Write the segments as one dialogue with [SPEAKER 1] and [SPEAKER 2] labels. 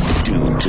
[SPEAKER 1] to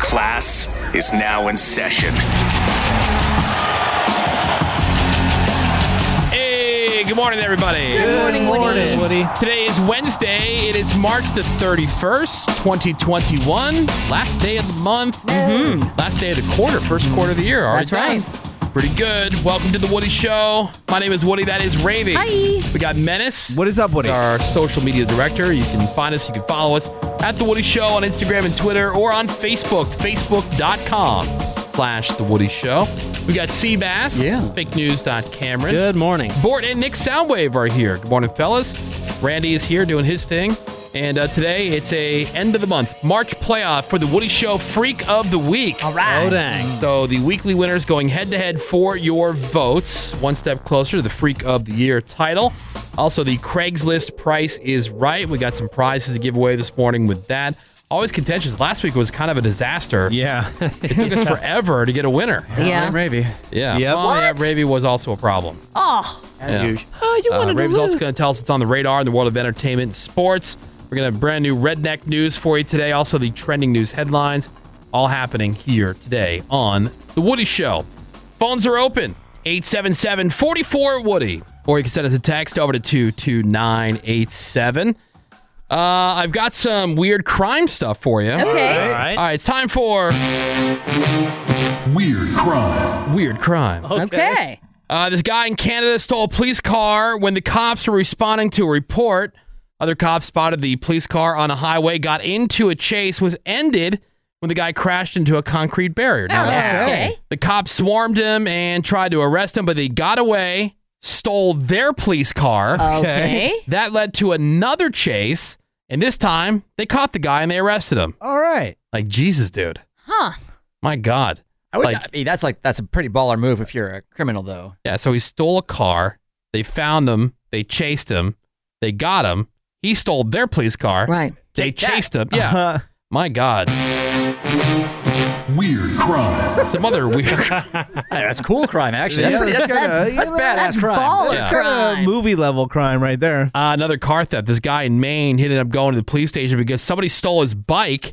[SPEAKER 1] Class is now in session.
[SPEAKER 2] Hey, good morning, everybody.
[SPEAKER 3] Good morning, Woody.
[SPEAKER 2] morning, Woody. Today is Wednesday. It is March the 31st, 2021. Last day of the month. Mm-hmm. Last day of the quarter, first quarter of the year. Already
[SPEAKER 3] That's
[SPEAKER 2] done. Pretty good. Welcome to the Woody Show. My name is Woody. That is Ravy.
[SPEAKER 3] Hi.
[SPEAKER 2] We got Menace. What is up, Woody? Our social media director. You can find us. You can follow us at the Woody Show on Instagram and Twitter, or on Facebook. Facebook.com slash the Woody Show. We got Seabass.
[SPEAKER 4] Yeah.
[SPEAKER 2] Fake News. Cameron. Good morning. Bort and Nick Soundwave are here. Good morning, fellas. Randy is here doing his thing. And uh, today it's a end of the month March playoff for the Woody Show Freak of the Week. All
[SPEAKER 5] right. Oh, dang.
[SPEAKER 2] So the weekly winners going head to head for your votes. One step closer to the Freak of the Year title. Also, the Craigslist price is right. We got some prizes to give away this morning with that. Always contentious. Last week was kind of a disaster. Yeah. it took us forever to get a winner.
[SPEAKER 3] Yeah.
[SPEAKER 2] Ravy. Yeah.
[SPEAKER 3] Yep.
[SPEAKER 2] Well, yeah,
[SPEAKER 3] What?
[SPEAKER 2] Ravy was also a problem.
[SPEAKER 3] Oh.
[SPEAKER 2] Yeah.
[SPEAKER 3] Oh, you
[SPEAKER 2] Uh,
[SPEAKER 3] wanted
[SPEAKER 2] Raven's
[SPEAKER 3] to
[SPEAKER 2] also
[SPEAKER 3] lose.
[SPEAKER 2] going to tell us what's on the radar in the world of entertainment and sports. We're going to have brand new redneck news for you today. Also, the trending news headlines, all happening here today on The Woody Show. Phones are open 877 44 Woody. Or you can send us a text over to 22987. Uh, I've got some weird crime stuff for you.
[SPEAKER 6] Okay. All
[SPEAKER 2] right. All right. It's time for Weird Crime. Weird Crime.
[SPEAKER 6] Okay.
[SPEAKER 2] Uh, this guy in Canada stole a police car when the cops were responding to a report. Other cops spotted the police car on a highway, got into a chase, was ended when the guy crashed into a concrete barrier. Now,
[SPEAKER 6] Oh, Okay.
[SPEAKER 2] The cops swarmed him and tried to arrest him, but he got away, stole their police car.
[SPEAKER 6] Okay.
[SPEAKER 2] That led to another chase, and this time they caught the guy and they arrested him.
[SPEAKER 4] All
[SPEAKER 6] Oh.
[SPEAKER 4] right.
[SPEAKER 2] Like, Jesus, dude.
[SPEAKER 3] Huh.
[SPEAKER 2] My God.
[SPEAKER 7] I would
[SPEAKER 2] Like-
[SPEAKER 7] not- I mean, that's like that's a pretty baller move if you're a criminal though.
[SPEAKER 2] Yeah, so he stole a car. They found him. They chased him. They got him. He stole their police car. Right. They chased him. Yeah.
[SPEAKER 4] Uh-huh.
[SPEAKER 2] My God. Weird crime. Some other weird. that's cool crime,
[SPEAKER 7] actually. That's pretty- that's- that's badass That's crime. ball of crime.
[SPEAKER 2] movie level crime right there. Uh, another car theft. This guy in Maine he ended up going to the police station because somebody stole his bike.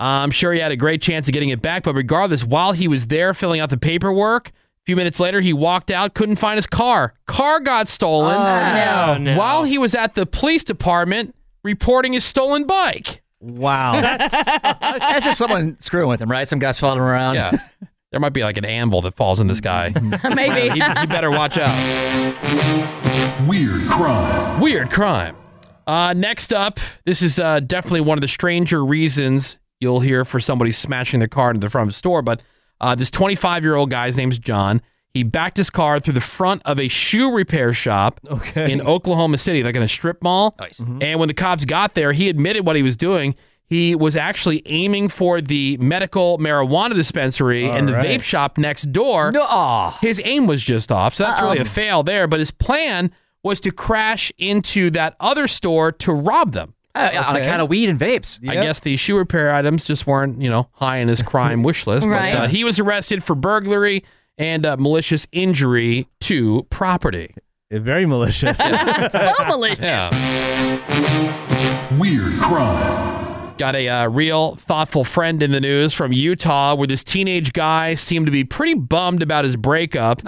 [SPEAKER 2] Uh, I'm sure he had a great chance of getting it back, but regardless, while he was there filling out the paperwork, a few minutes later he walked out, couldn't find his car. Car got stolen.
[SPEAKER 6] Oh, no. Oh, no.
[SPEAKER 2] While he was at the police department reporting his stolen bike.
[SPEAKER 4] Wow.
[SPEAKER 7] that's, that's just someone screwing with him, right? Some guy's following him around.
[SPEAKER 2] Yeah. There might be like an anvil that falls in this guy.
[SPEAKER 6] Maybe.
[SPEAKER 2] he, he better watch out. Weird crime. Weird crime. Uh, next up, this is uh, definitely one of the stranger reasons you'll hear for somebody smashing their car into the front of a store. But uh, this 25 year old guy's name's John. He backed his car through the front of a shoe repair shop in Oklahoma City, like in a strip mall. Mm-hmm.
[SPEAKER 4] Mm-hmm.
[SPEAKER 2] And when the cops got there, he admitted what he was doing. He was actually aiming for the medical marijuana dispensary and the
[SPEAKER 4] All right.
[SPEAKER 2] vape shop next door. No, his aim was just off, so that's
[SPEAKER 4] Uh-oh.
[SPEAKER 2] really a fail there. But his plan was to crash into that other store to rob them
[SPEAKER 7] Uh, yeah, on account of
[SPEAKER 2] weed and vapes. I
[SPEAKER 7] Yep.
[SPEAKER 2] guess the shoe repair items just weren't, you know, high in his crime wish list.
[SPEAKER 7] Right.
[SPEAKER 2] But uh, he was arrested for burglary and uh, malicious injury to property. Very malicious.
[SPEAKER 6] so malicious.
[SPEAKER 2] Weird crime. Got a uh, real thoughtful friend in the news from Utah where this teenage guy seemed to be pretty bummed about his breakup.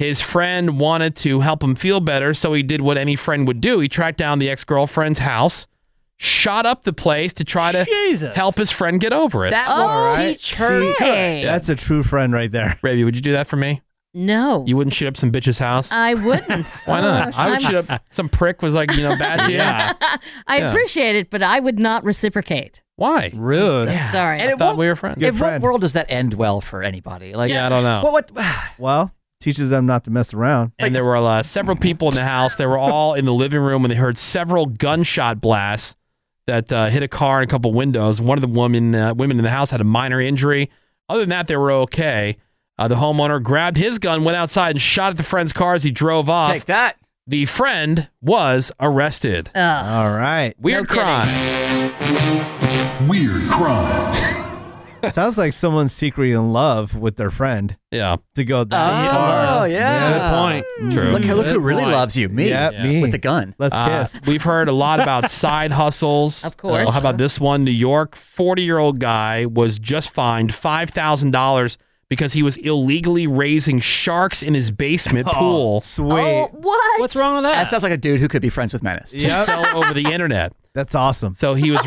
[SPEAKER 2] His friend wanted to help him feel better, so he did what any friend would do. He tracked down the ex girlfriend's house, shot up the place to try to help his friend get over it.
[SPEAKER 3] That will Oh, teach her
[SPEAKER 4] See,
[SPEAKER 3] good.
[SPEAKER 4] That's a true friend right there.
[SPEAKER 2] Ravi, would you do that for me?
[SPEAKER 3] No.
[SPEAKER 2] You wouldn't shoot up some bitch's house?
[SPEAKER 3] I wouldn't.
[SPEAKER 2] Why not?
[SPEAKER 3] Gosh,
[SPEAKER 2] I would
[SPEAKER 3] I'm
[SPEAKER 2] shoot up some prick was like, you know, bad to you.
[SPEAKER 3] Yeah. I
[SPEAKER 2] Yeah.
[SPEAKER 3] appreciate it, but I would not reciprocate.
[SPEAKER 2] Why?
[SPEAKER 4] Rude.
[SPEAKER 3] I'm sorry.
[SPEAKER 7] And
[SPEAKER 3] I
[SPEAKER 7] in
[SPEAKER 3] thought
[SPEAKER 7] what-
[SPEAKER 2] we were friends.
[SPEAKER 7] In what world does that end well for anybody? Like,
[SPEAKER 2] Yeah, I don't know.
[SPEAKER 7] What, what,
[SPEAKER 4] Well, teaches them not to mess around.
[SPEAKER 2] and there were uh, several people in the house. They were all in the living room when they heard several gunshot blasts. that uh, hit a car and a couple windows. One of the women uh, women in the house had a minor injury. Other than that, they were okay. Uh, the homeowner grabbed his gun, went outside, and shot at the friend's car as he drove off.
[SPEAKER 7] Take that.
[SPEAKER 2] The friend was arrested.
[SPEAKER 3] All
[SPEAKER 4] right.
[SPEAKER 2] Weird crime.
[SPEAKER 4] Weird crime. Sounds like someone's secretly in love with their friend.
[SPEAKER 2] Yeah.
[SPEAKER 4] To go that
[SPEAKER 7] Oh,
[SPEAKER 4] far.
[SPEAKER 7] yeah. Good point. True. Look- look who Good really point. loves you, me.
[SPEAKER 4] Yeah,
[SPEAKER 7] Yeah.
[SPEAKER 4] me.
[SPEAKER 7] With the gun.
[SPEAKER 4] Let's
[SPEAKER 2] Uh,
[SPEAKER 4] kiss.
[SPEAKER 2] we've heard a lot about side hustles. Of
[SPEAKER 3] course.
[SPEAKER 2] how about this one? New York, 40 year old guy was just fined $5,000 because he was illegally raising sharks in his basement pool
[SPEAKER 4] Oh, Sweet.
[SPEAKER 3] Oh, what?
[SPEAKER 7] What's wrong with that? That sounds like a dude who could be friends with Menace.
[SPEAKER 2] to sell over the internet.
[SPEAKER 4] That's awesome.
[SPEAKER 2] So he was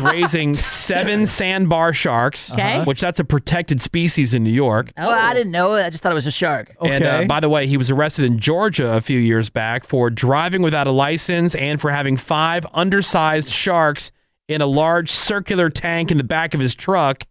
[SPEAKER 2] raising seven sandbar sharks,
[SPEAKER 3] Okay.
[SPEAKER 2] which that's a protected species in New York.
[SPEAKER 7] Oh, I didn't know. I just thought it was a shark.
[SPEAKER 2] And uh,
[SPEAKER 4] Okay.
[SPEAKER 2] by the way, he was arrested in Georgia a few years back for driving without a license and for having five undersized sharks in a large circular tank in the back of his truck.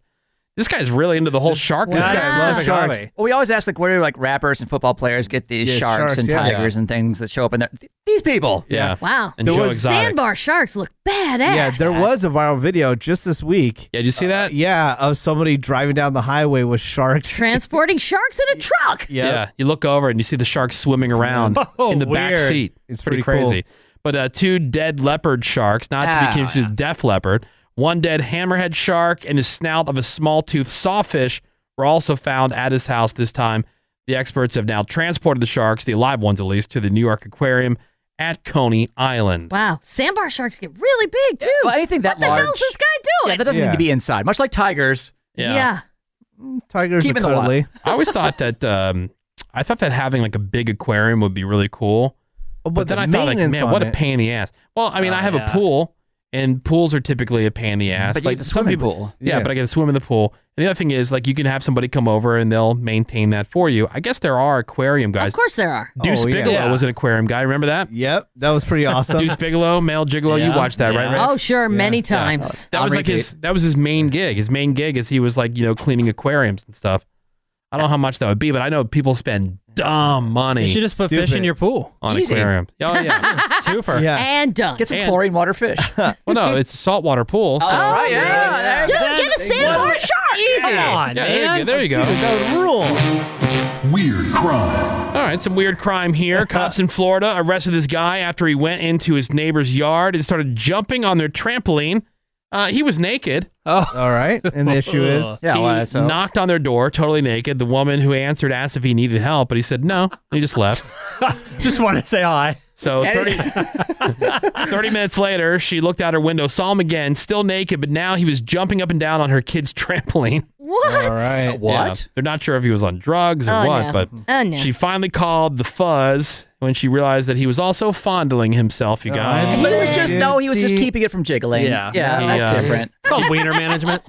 [SPEAKER 2] This guy's really into the whole shark
[SPEAKER 4] This
[SPEAKER 2] thing.
[SPEAKER 4] guy loves sharks.
[SPEAKER 7] Well, we always ask like where do like rappers and football players get these
[SPEAKER 4] Yeah,
[SPEAKER 7] sharks,
[SPEAKER 4] sharks,
[SPEAKER 7] and
[SPEAKER 4] yeah.
[SPEAKER 7] tigers and things that show up in there? Th- These people.
[SPEAKER 2] Yeah.
[SPEAKER 3] Wow.
[SPEAKER 2] And
[SPEAKER 4] There
[SPEAKER 2] Joe
[SPEAKER 4] was-
[SPEAKER 2] Exotic.
[SPEAKER 3] Sandbar sharks look badass.
[SPEAKER 4] Yeah, there was a viral video just this week. Uh,
[SPEAKER 2] Yeah, did you see that?
[SPEAKER 4] Yeah, of somebody driving down the highway with sharks.
[SPEAKER 3] transporting sharks in a truck.
[SPEAKER 4] Yeah.
[SPEAKER 2] Yeah, you look over and you see the shark swimming around
[SPEAKER 6] Oh,
[SPEAKER 2] in the back
[SPEAKER 6] weird.
[SPEAKER 2] seat.
[SPEAKER 4] It's pretty cool.
[SPEAKER 2] crazy. But uh, two dead leopard sharks, not to
[SPEAKER 7] Ah,
[SPEAKER 2] be confused with deaf leopard, one dead hammerhead shark and the snout of a small toothed sawfish were also found at his house this time. The experts have now transported the sharks, the alive ones at least, to the New York Aquarium at Coney Island.
[SPEAKER 3] Wow. Sandbar sharks get really big too.
[SPEAKER 7] Well, anything that
[SPEAKER 3] what the
[SPEAKER 7] large.
[SPEAKER 3] hell's this guy doing?
[SPEAKER 7] Yeah, that doesn't
[SPEAKER 4] Yeah.
[SPEAKER 7] need to be inside. Much like tigers.
[SPEAKER 2] Yeah.
[SPEAKER 3] Yeah.
[SPEAKER 4] Tigers
[SPEAKER 7] Keep
[SPEAKER 4] are
[SPEAKER 7] it in the water.
[SPEAKER 4] cuddly.
[SPEAKER 2] I always thought that um, I thought that having like a big aquarium would be really cool.
[SPEAKER 4] Oh,
[SPEAKER 2] But, then I thought, like, man, what a pain in the ass. Well, I mean,
[SPEAKER 7] Oh,
[SPEAKER 2] I have
[SPEAKER 7] yeah.
[SPEAKER 2] a pool, and pools are typically a pain in the ass.
[SPEAKER 7] But you
[SPEAKER 2] like
[SPEAKER 7] get to
[SPEAKER 2] some
[SPEAKER 7] swim in
[SPEAKER 2] people,
[SPEAKER 7] pool.
[SPEAKER 2] Yeah,
[SPEAKER 4] Yeah.
[SPEAKER 2] but I get to swim in the pool. And the other thing is, like, you can have somebody come over and they'll maintain that for you. I guess there are aquarium
[SPEAKER 3] Of
[SPEAKER 2] guys.
[SPEAKER 3] course there are.
[SPEAKER 2] Deuce
[SPEAKER 4] Oh, yeah.
[SPEAKER 2] Bigelow
[SPEAKER 7] Yeah.
[SPEAKER 2] was an aquarium guy. Remember that?
[SPEAKER 4] Yep, that was pretty awesome.
[SPEAKER 2] Deuce Bigelow, male gigolo. You
[SPEAKER 7] Yeah.
[SPEAKER 2] watched that,
[SPEAKER 7] Yeah.
[SPEAKER 2] right? Rick?
[SPEAKER 3] Oh, sure, many times.
[SPEAKER 2] that was
[SPEAKER 7] Henri
[SPEAKER 2] like his. That was his main gig. His main gig is he was like you know cleaning aquariums and stuff. I don't know how much that would be, but I know people spend dumb
[SPEAKER 6] You
[SPEAKER 2] money
[SPEAKER 6] should just put fish in
[SPEAKER 4] Stupid.
[SPEAKER 6] your pool.
[SPEAKER 2] on
[SPEAKER 7] Easy.
[SPEAKER 2] aquariums. Oh yeah.
[SPEAKER 6] Twofer.
[SPEAKER 4] yeah.
[SPEAKER 3] And dunk.
[SPEAKER 7] Get some
[SPEAKER 2] And-
[SPEAKER 7] chlorine water fish.
[SPEAKER 2] well, no, it's a saltwater pool. so-
[SPEAKER 3] Oh,
[SPEAKER 7] right, yeah,
[SPEAKER 3] Dude, get a sandbar
[SPEAKER 6] What?
[SPEAKER 3] shark.
[SPEAKER 6] Come on,
[SPEAKER 2] Yeah,
[SPEAKER 6] man.
[SPEAKER 2] there you go. There you go.
[SPEAKER 1] Weird crime.
[SPEAKER 2] All right, some weird crime here. Cops in Florida arrested this guy after he went into his neighbor's yard and started jumping on their trampoline. Uh, he was naked.
[SPEAKER 6] Oh,
[SPEAKER 4] All right, and the issue is,
[SPEAKER 7] yeah,
[SPEAKER 2] he
[SPEAKER 7] well, so.
[SPEAKER 2] knocked on their door, totally naked. The woman who answered asked if he needed help, but he said no. and He just left.
[SPEAKER 6] just want to say hi.
[SPEAKER 2] So 30, 30 minutes later, she looked out her window, saw him again, still naked, but now he was jumping up and down on her kid's trampoline.
[SPEAKER 3] What?
[SPEAKER 4] all right,
[SPEAKER 7] what?
[SPEAKER 2] Yeah, they're not sure if he was on drugs or
[SPEAKER 3] Oh,
[SPEAKER 2] what,
[SPEAKER 3] no.
[SPEAKER 2] but
[SPEAKER 3] Oh, no.
[SPEAKER 2] She finally called the fuzz when she realized that he was also fondling himself, you guys.
[SPEAKER 4] Oh.
[SPEAKER 7] But it was just, no, he was just
[SPEAKER 4] Yeah.
[SPEAKER 7] keeping it from jiggling.
[SPEAKER 6] Yeah.
[SPEAKER 7] Yeah,
[SPEAKER 2] He,
[SPEAKER 7] that's
[SPEAKER 2] uh,
[SPEAKER 7] different.
[SPEAKER 6] It's called wiener management.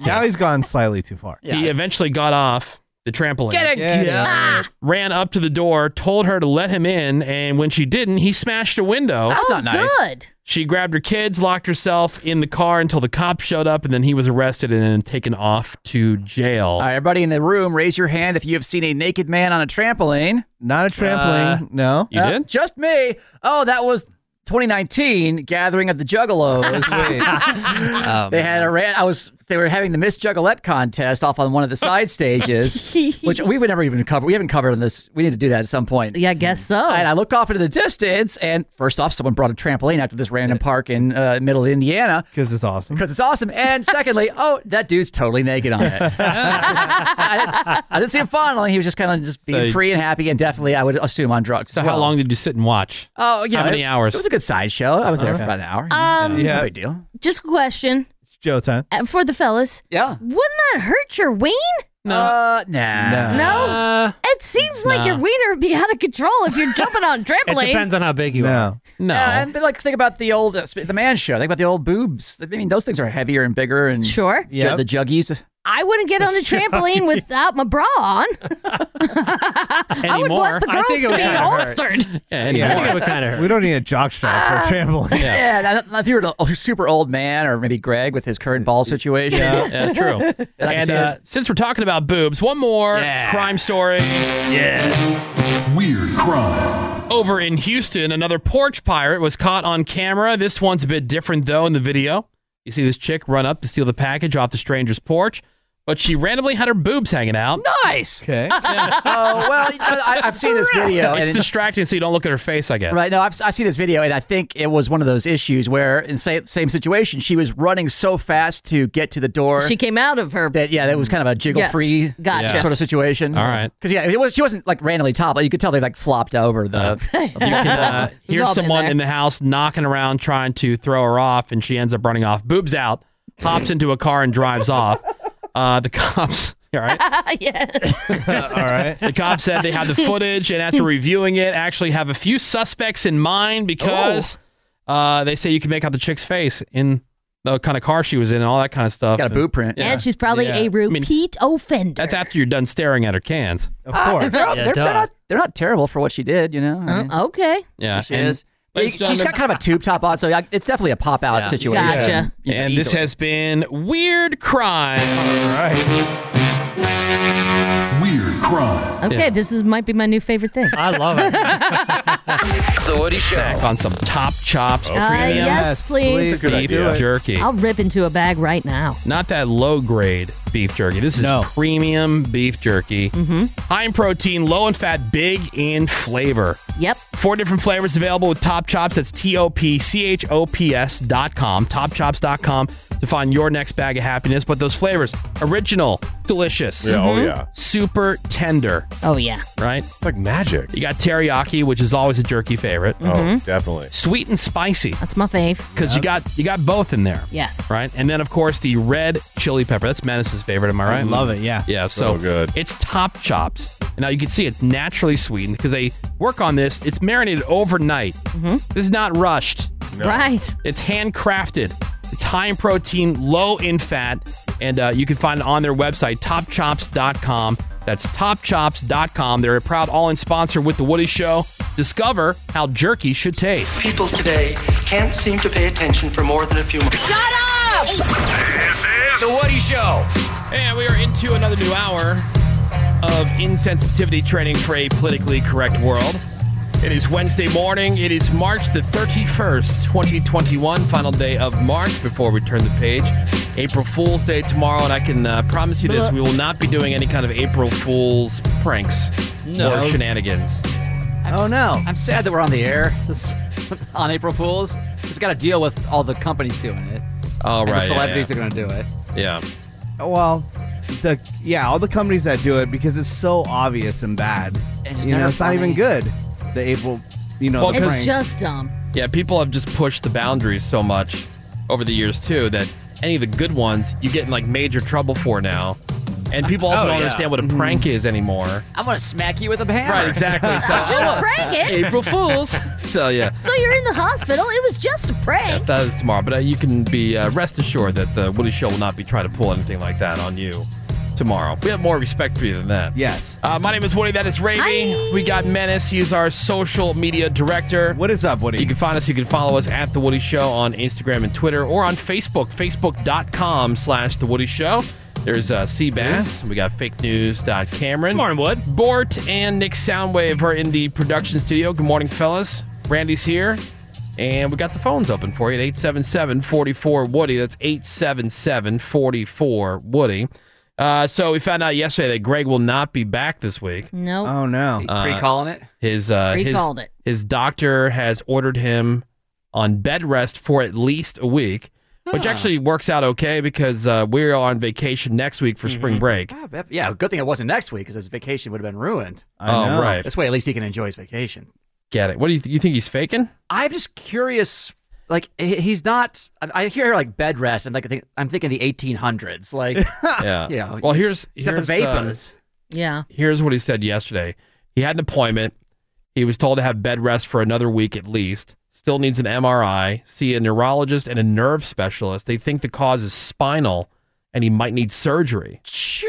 [SPEAKER 4] now he's gone slightly too far.
[SPEAKER 7] Yeah.
[SPEAKER 2] He eventually got off the trampoline,
[SPEAKER 4] Yeah,
[SPEAKER 2] ran up to the door, told her to let him in, and when she didn't, he smashed a window.
[SPEAKER 7] That's not nice.
[SPEAKER 3] Good.
[SPEAKER 2] She grabbed her kids, locked herself in the car until the cops showed up, and then he was arrested and then taken off to jail.
[SPEAKER 7] All right, everybody in the room, raise your hand if you have seen a naked man on a trampoline.
[SPEAKER 4] Not a trampoline, no.
[SPEAKER 2] You
[SPEAKER 7] Uh,
[SPEAKER 2] did?
[SPEAKER 7] Just me. Oh, that was 2019 Gathering of the Juggalos.
[SPEAKER 4] Wait,
[SPEAKER 3] Um,
[SPEAKER 7] they had a Um, ran. I was. They were having the Miss Juggalette contest off on one of the side stages, which we would never even cover. We haven't covered this. We need to do that at some point.
[SPEAKER 3] Yeah, I guess so.
[SPEAKER 7] And I looked off into the distance, and first off, someone brought a trampoline out to this random park in uh, middle of Indiana
[SPEAKER 4] because it's awesome.
[SPEAKER 7] because it's awesome. And secondly, oh, that dude's totally naked on it. I, I didn't see him fondling. He was just kind of just being
[SPEAKER 2] So-
[SPEAKER 7] free and happy, and definitely, I would assume on drugs.
[SPEAKER 2] So, how long did you sit and watch?
[SPEAKER 7] Oh, yeah.
[SPEAKER 2] How many
[SPEAKER 7] it-
[SPEAKER 2] hours?
[SPEAKER 7] It was a good sideshow. I was there for about an hour.
[SPEAKER 3] um,
[SPEAKER 7] no
[SPEAKER 4] Yeah,
[SPEAKER 7] big deal.
[SPEAKER 3] just a question
[SPEAKER 4] it's Joe time.
[SPEAKER 3] uh, for the fellas.
[SPEAKER 7] Yeah.
[SPEAKER 3] Wouldn't that hurt your ween?
[SPEAKER 7] No. Uh, nah.
[SPEAKER 4] No.
[SPEAKER 3] No,
[SPEAKER 6] Uh,
[SPEAKER 3] it seems like your wiener would be out of control if you're jumping on
[SPEAKER 6] it
[SPEAKER 3] trampoline.
[SPEAKER 6] depends on how big you are.
[SPEAKER 4] No,
[SPEAKER 2] No.
[SPEAKER 7] Yeah, Uh, and but like think about the old uh, sp- the man show. Think about the old boobs. I mean, those things are heavier and bigger and
[SPEAKER 3] Sure,
[SPEAKER 7] ju-
[SPEAKER 4] Yep.
[SPEAKER 7] the juggies.
[SPEAKER 3] I wouldn't get on the trampoline without my bra on. I would
[SPEAKER 2] Anymore.
[SPEAKER 3] want the
[SPEAKER 6] I
[SPEAKER 3] girls
[SPEAKER 6] think it
[SPEAKER 3] to
[SPEAKER 6] would
[SPEAKER 3] be
[SPEAKER 6] kinda hurt.
[SPEAKER 3] holstered.
[SPEAKER 2] Yeah,
[SPEAKER 6] I
[SPEAKER 2] anymore.
[SPEAKER 6] think it would kind of hurt.
[SPEAKER 4] we don't need a jock strap for a trampoline.
[SPEAKER 7] Ah. Yeah, and I don't know if you were an old- super old man or maybe Greg with his current ball situation.
[SPEAKER 2] Yeah, true. and uh, since we're talking about boobs, one more
[SPEAKER 6] Yeah.
[SPEAKER 2] crime story.
[SPEAKER 1] Weird crime.
[SPEAKER 2] Over in Houston, another porch pirate was caught on camera. This one's a bit different, though, in the video. You see this chick run up to steal the package off the stranger's porch, but she randomly had her boobs hanging out.
[SPEAKER 7] Nice.
[SPEAKER 4] Okay.
[SPEAKER 7] oh well, you know, I, I've seen this video.
[SPEAKER 2] It's
[SPEAKER 7] and-
[SPEAKER 2] distracting, so you don't look at her face, I guess.
[SPEAKER 7] uh, Right. No, I've, I see this video, and I think it was one of those issues where, in same, same situation, she was running so fast to get to the door.
[SPEAKER 3] She came out of her.
[SPEAKER 7] that yeah, that was kind of a jiggle
[SPEAKER 3] Yes.
[SPEAKER 7] free
[SPEAKER 3] Gotcha.
[SPEAKER 7] sort of situation. All
[SPEAKER 2] right.
[SPEAKER 7] Because yeah, it was, she wasn't like randomly toppled. You could tell they like flopped over the.
[SPEAKER 2] You can uh, hear
[SPEAKER 3] all been
[SPEAKER 2] someone
[SPEAKER 3] there.
[SPEAKER 2] in the house knocking around trying to throw her off, and she ends up running off, boobs out, hops into a car, and drives off. Uh, the cops. All right.
[SPEAKER 3] yeah.
[SPEAKER 4] All right.
[SPEAKER 2] The cops said they had the footage and after reviewing it, actually have a few suspects in mind because
[SPEAKER 4] Oh.
[SPEAKER 2] uh, they say you can make out the chick's face in the kind of car she was in and all that kind of stuff.
[SPEAKER 7] Got a
[SPEAKER 2] And
[SPEAKER 7] boot print.
[SPEAKER 3] And she's probably
[SPEAKER 2] Yeah.
[SPEAKER 3] a
[SPEAKER 2] mean-
[SPEAKER 3] repeat offender.
[SPEAKER 2] That's after you're done staring at her cans.
[SPEAKER 4] Of course.
[SPEAKER 7] Uh, They're, all-
[SPEAKER 6] Yeah,
[SPEAKER 7] they're- they're
[SPEAKER 6] duh.
[SPEAKER 7] not, they're not terrible for what she did, you know. I
[SPEAKER 2] Oh,
[SPEAKER 7] mean,
[SPEAKER 3] Uh, okay.
[SPEAKER 2] Yeah.
[SPEAKER 7] she
[SPEAKER 2] and,
[SPEAKER 7] is.
[SPEAKER 2] But
[SPEAKER 7] She-
[SPEAKER 2] it's done
[SPEAKER 7] she's got
[SPEAKER 2] in-
[SPEAKER 7] kind of a tube top on, so like, it's definitely a pop out
[SPEAKER 6] Yeah.
[SPEAKER 7] situation.
[SPEAKER 3] Gotcha.
[SPEAKER 2] And this has been Weird Crime.
[SPEAKER 4] All right.
[SPEAKER 1] Weird crime.
[SPEAKER 3] Okay. This is might be my new favorite thing. Uh,
[SPEAKER 6] I love it.
[SPEAKER 5] The Woody Show.
[SPEAKER 2] On some top chops,
[SPEAKER 3] Uh, yes, please.
[SPEAKER 4] Good
[SPEAKER 2] beef
[SPEAKER 4] idea.
[SPEAKER 2] jerky.
[SPEAKER 3] I'll rip into a bag right now.
[SPEAKER 2] Not that low grade beef jerky. This is
[SPEAKER 4] No.
[SPEAKER 2] premium beef jerky. Mm-hmm. High in protein, low in fat, big in flavor.
[SPEAKER 3] Yep.
[SPEAKER 2] Four different flavors available with Top Chops. That's T O P C H O P S dot com, topchops.com to find your next bag of happiness. But those flavors original, delicious,
[SPEAKER 8] Yeah,
[SPEAKER 3] Mm-hmm.
[SPEAKER 8] oh yeah.
[SPEAKER 2] super tender,
[SPEAKER 3] Oh yeah.
[SPEAKER 2] right?
[SPEAKER 8] It's like magic.
[SPEAKER 2] You got teriyaki, which is always a jerky favorite,
[SPEAKER 8] Oh, definitely.
[SPEAKER 2] sweet and spicy.
[SPEAKER 3] Mm-hmm. That's my fave.
[SPEAKER 2] Because you got you got both in there.
[SPEAKER 3] Yes.
[SPEAKER 2] Right? And then of course the red chili pepper. That's Menace's favorite, am I right?
[SPEAKER 4] I love it. Yeah.
[SPEAKER 2] Yeah, so,
[SPEAKER 8] So good.
[SPEAKER 2] It's top chops. And now you can see it's naturally sweetened because they work on this. It's marinated overnight. This is not rushed.
[SPEAKER 3] Mm-hmm. Right.
[SPEAKER 2] It's handcrafted. It's high in protein, low in fat, and uh, you can find it on their website, topchops.com. That's topchops.com. They're a proud all in sponsor with The Woody Show. Discover how jerky should taste.
[SPEAKER 5] People today can't seem to pay attention for more than a few minutes.
[SPEAKER 3] Shut up.
[SPEAKER 9] This is
[SPEAKER 2] The Woody Show. And we are into another new hour of insensitivity training for a politically correct world. It is Wednesday morning. It is March the 31st, 2021, final day of March before we turn the page. April Fool's Day tomorrow, and I can uh, promise you this we will not be doing any kind of April Fool's pranks
[SPEAKER 4] No.
[SPEAKER 2] or shenanigans.
[SPEAKER 4] Oh no.
[SPEAKER 7] I'm sad that we're on the air this- on April Fools. It's got to deal with all the companies doing it.
[SPEAKER 2] All
[SPEAKER 7] and
[SPEAKER 2] right.
[SPEAKER 7] the
[SPEAKER 2] yeah,
[SPEAKER 7] celebrities are going to do it.
[SPEAKER 2] Yeah.
[SPEAKER 4] Oh, Well, the yeah, all the companies that do it because it's so obvious and bad.
[SPEAKER 7] And it's
[SPEAKER 4] you know,
[SPEAKER 7] never
[SPEAKER 4] it's not
[SPEAKER 7] funny.
[SPEAKER 4] even good. The April, you know,
[SPEAKER 2] Well,
[SPEAKER 4] the
[SPEAKER 2] It's
[SPEAKER 4] prank.
[SPEAKER 3] It's just um, dumb.
[SPEAKER 2] Yeah, people have just pushed the boundaries so much over the years too that any of the good ones you get in like major trouble for now. And people also
[SPEAKER 6] Oh,
[SPEAKER 2] don't
[SPEAKER 6] yeah.
[SPEAKER 2] understand what a prank is anymore.
[SPEAKER 7] I'm going to smack you with a hammer.
[SPEAKER 2] Right, exactly.
[SPEAKER 3] Just
[SPEAKER 2] So
[SPEAKER 3] prank it.
[SPEAKER 2] April Fools. So yeah.
[SPEAKER 3] So you're in the hospital. It was just a prank.
[SPEAKER 2] Yes, that is tomorrow. But uh, you can be uh, rest assured that the Woody Show will not be trying to pull anything like that on you tomorrow. We have more respect for you than that.
[SPEAKER 4] Yes.
[SPEAKER 2] Uh, my name is Woody. That is Ravy.
[SPEAKER 3] Hi.
[SPEAKER 2] We got Menace. He's our social media director.
[SPEAKER 4] What is up, Woody?
[SPEAKER 2] You can find us. You can follow us at The Woody Show on Instagram and Twitter or on Facebook, facebook.com slash The Woody Show. There's uh, Seabass.
[SPEAKER 4] Mm-hmm.
[SPEAKER 2] We got fake news. Cameron.
[SPEAKER 6] Morning, Wood.
[SPEAKER 2] Bort and Nick Soundwave are in the production studio. Good morning, fellas. Randy's here. And we got the phones open for you at 877 44 Woody. That's 877 44 Woody. Uh, so we found out yesterday that Greg will not be back this week.
[SPEAKER 3] No.
[SPEAKER 4] oh no.
[SPEAKER 2] Uh,
[SPEAKER 7] He's pre calling it.
[SPEAKER 2] His uh, his,
[SPEAKER 3] Recalled it.
[SPEAKER 2] his doctor has ordered him on bed rest for at least a week, which actually works out okay because uh, we're on vacation next week for spring break.
[SPEAKER 7] Ah, but- Yeah, good thing it wasn't next week because his vacation would have been ruined.
[SPEAKER 4] I
[SPEAKER 2] oh,
[SPEAKER 4] know.
[SPEAKER 2] right,
[SPEAKER 7] This way, at least he can enjoy his vacation.
[SPEAKER 2] get it. What do you th- you think he's faking?
[SPEAKER 7] I'm just curious. Like he- he's not. I I hear like bed rest, and like I think I'm thinking the 1800s. Like
[SPEAKER 2] Yeah.
[SPEAKER 7] Yeah.
[SPEAKER 2] Well, here's
[SPEAKER 7] he's at the
[SPEAKER 2] here's, uh,
[SPEAKER 7] vapors.
[SPEAKER 3] Yeah.
[SPEAKER 2] here's what he said yesterday. He had an appointment. He was told to have bed rest for another week at least. Still needs an MRI, see a neurologist and a nerve specialist. They think the cause is spinal, and he might need surgery.
[SPEAKER 7] Jeez.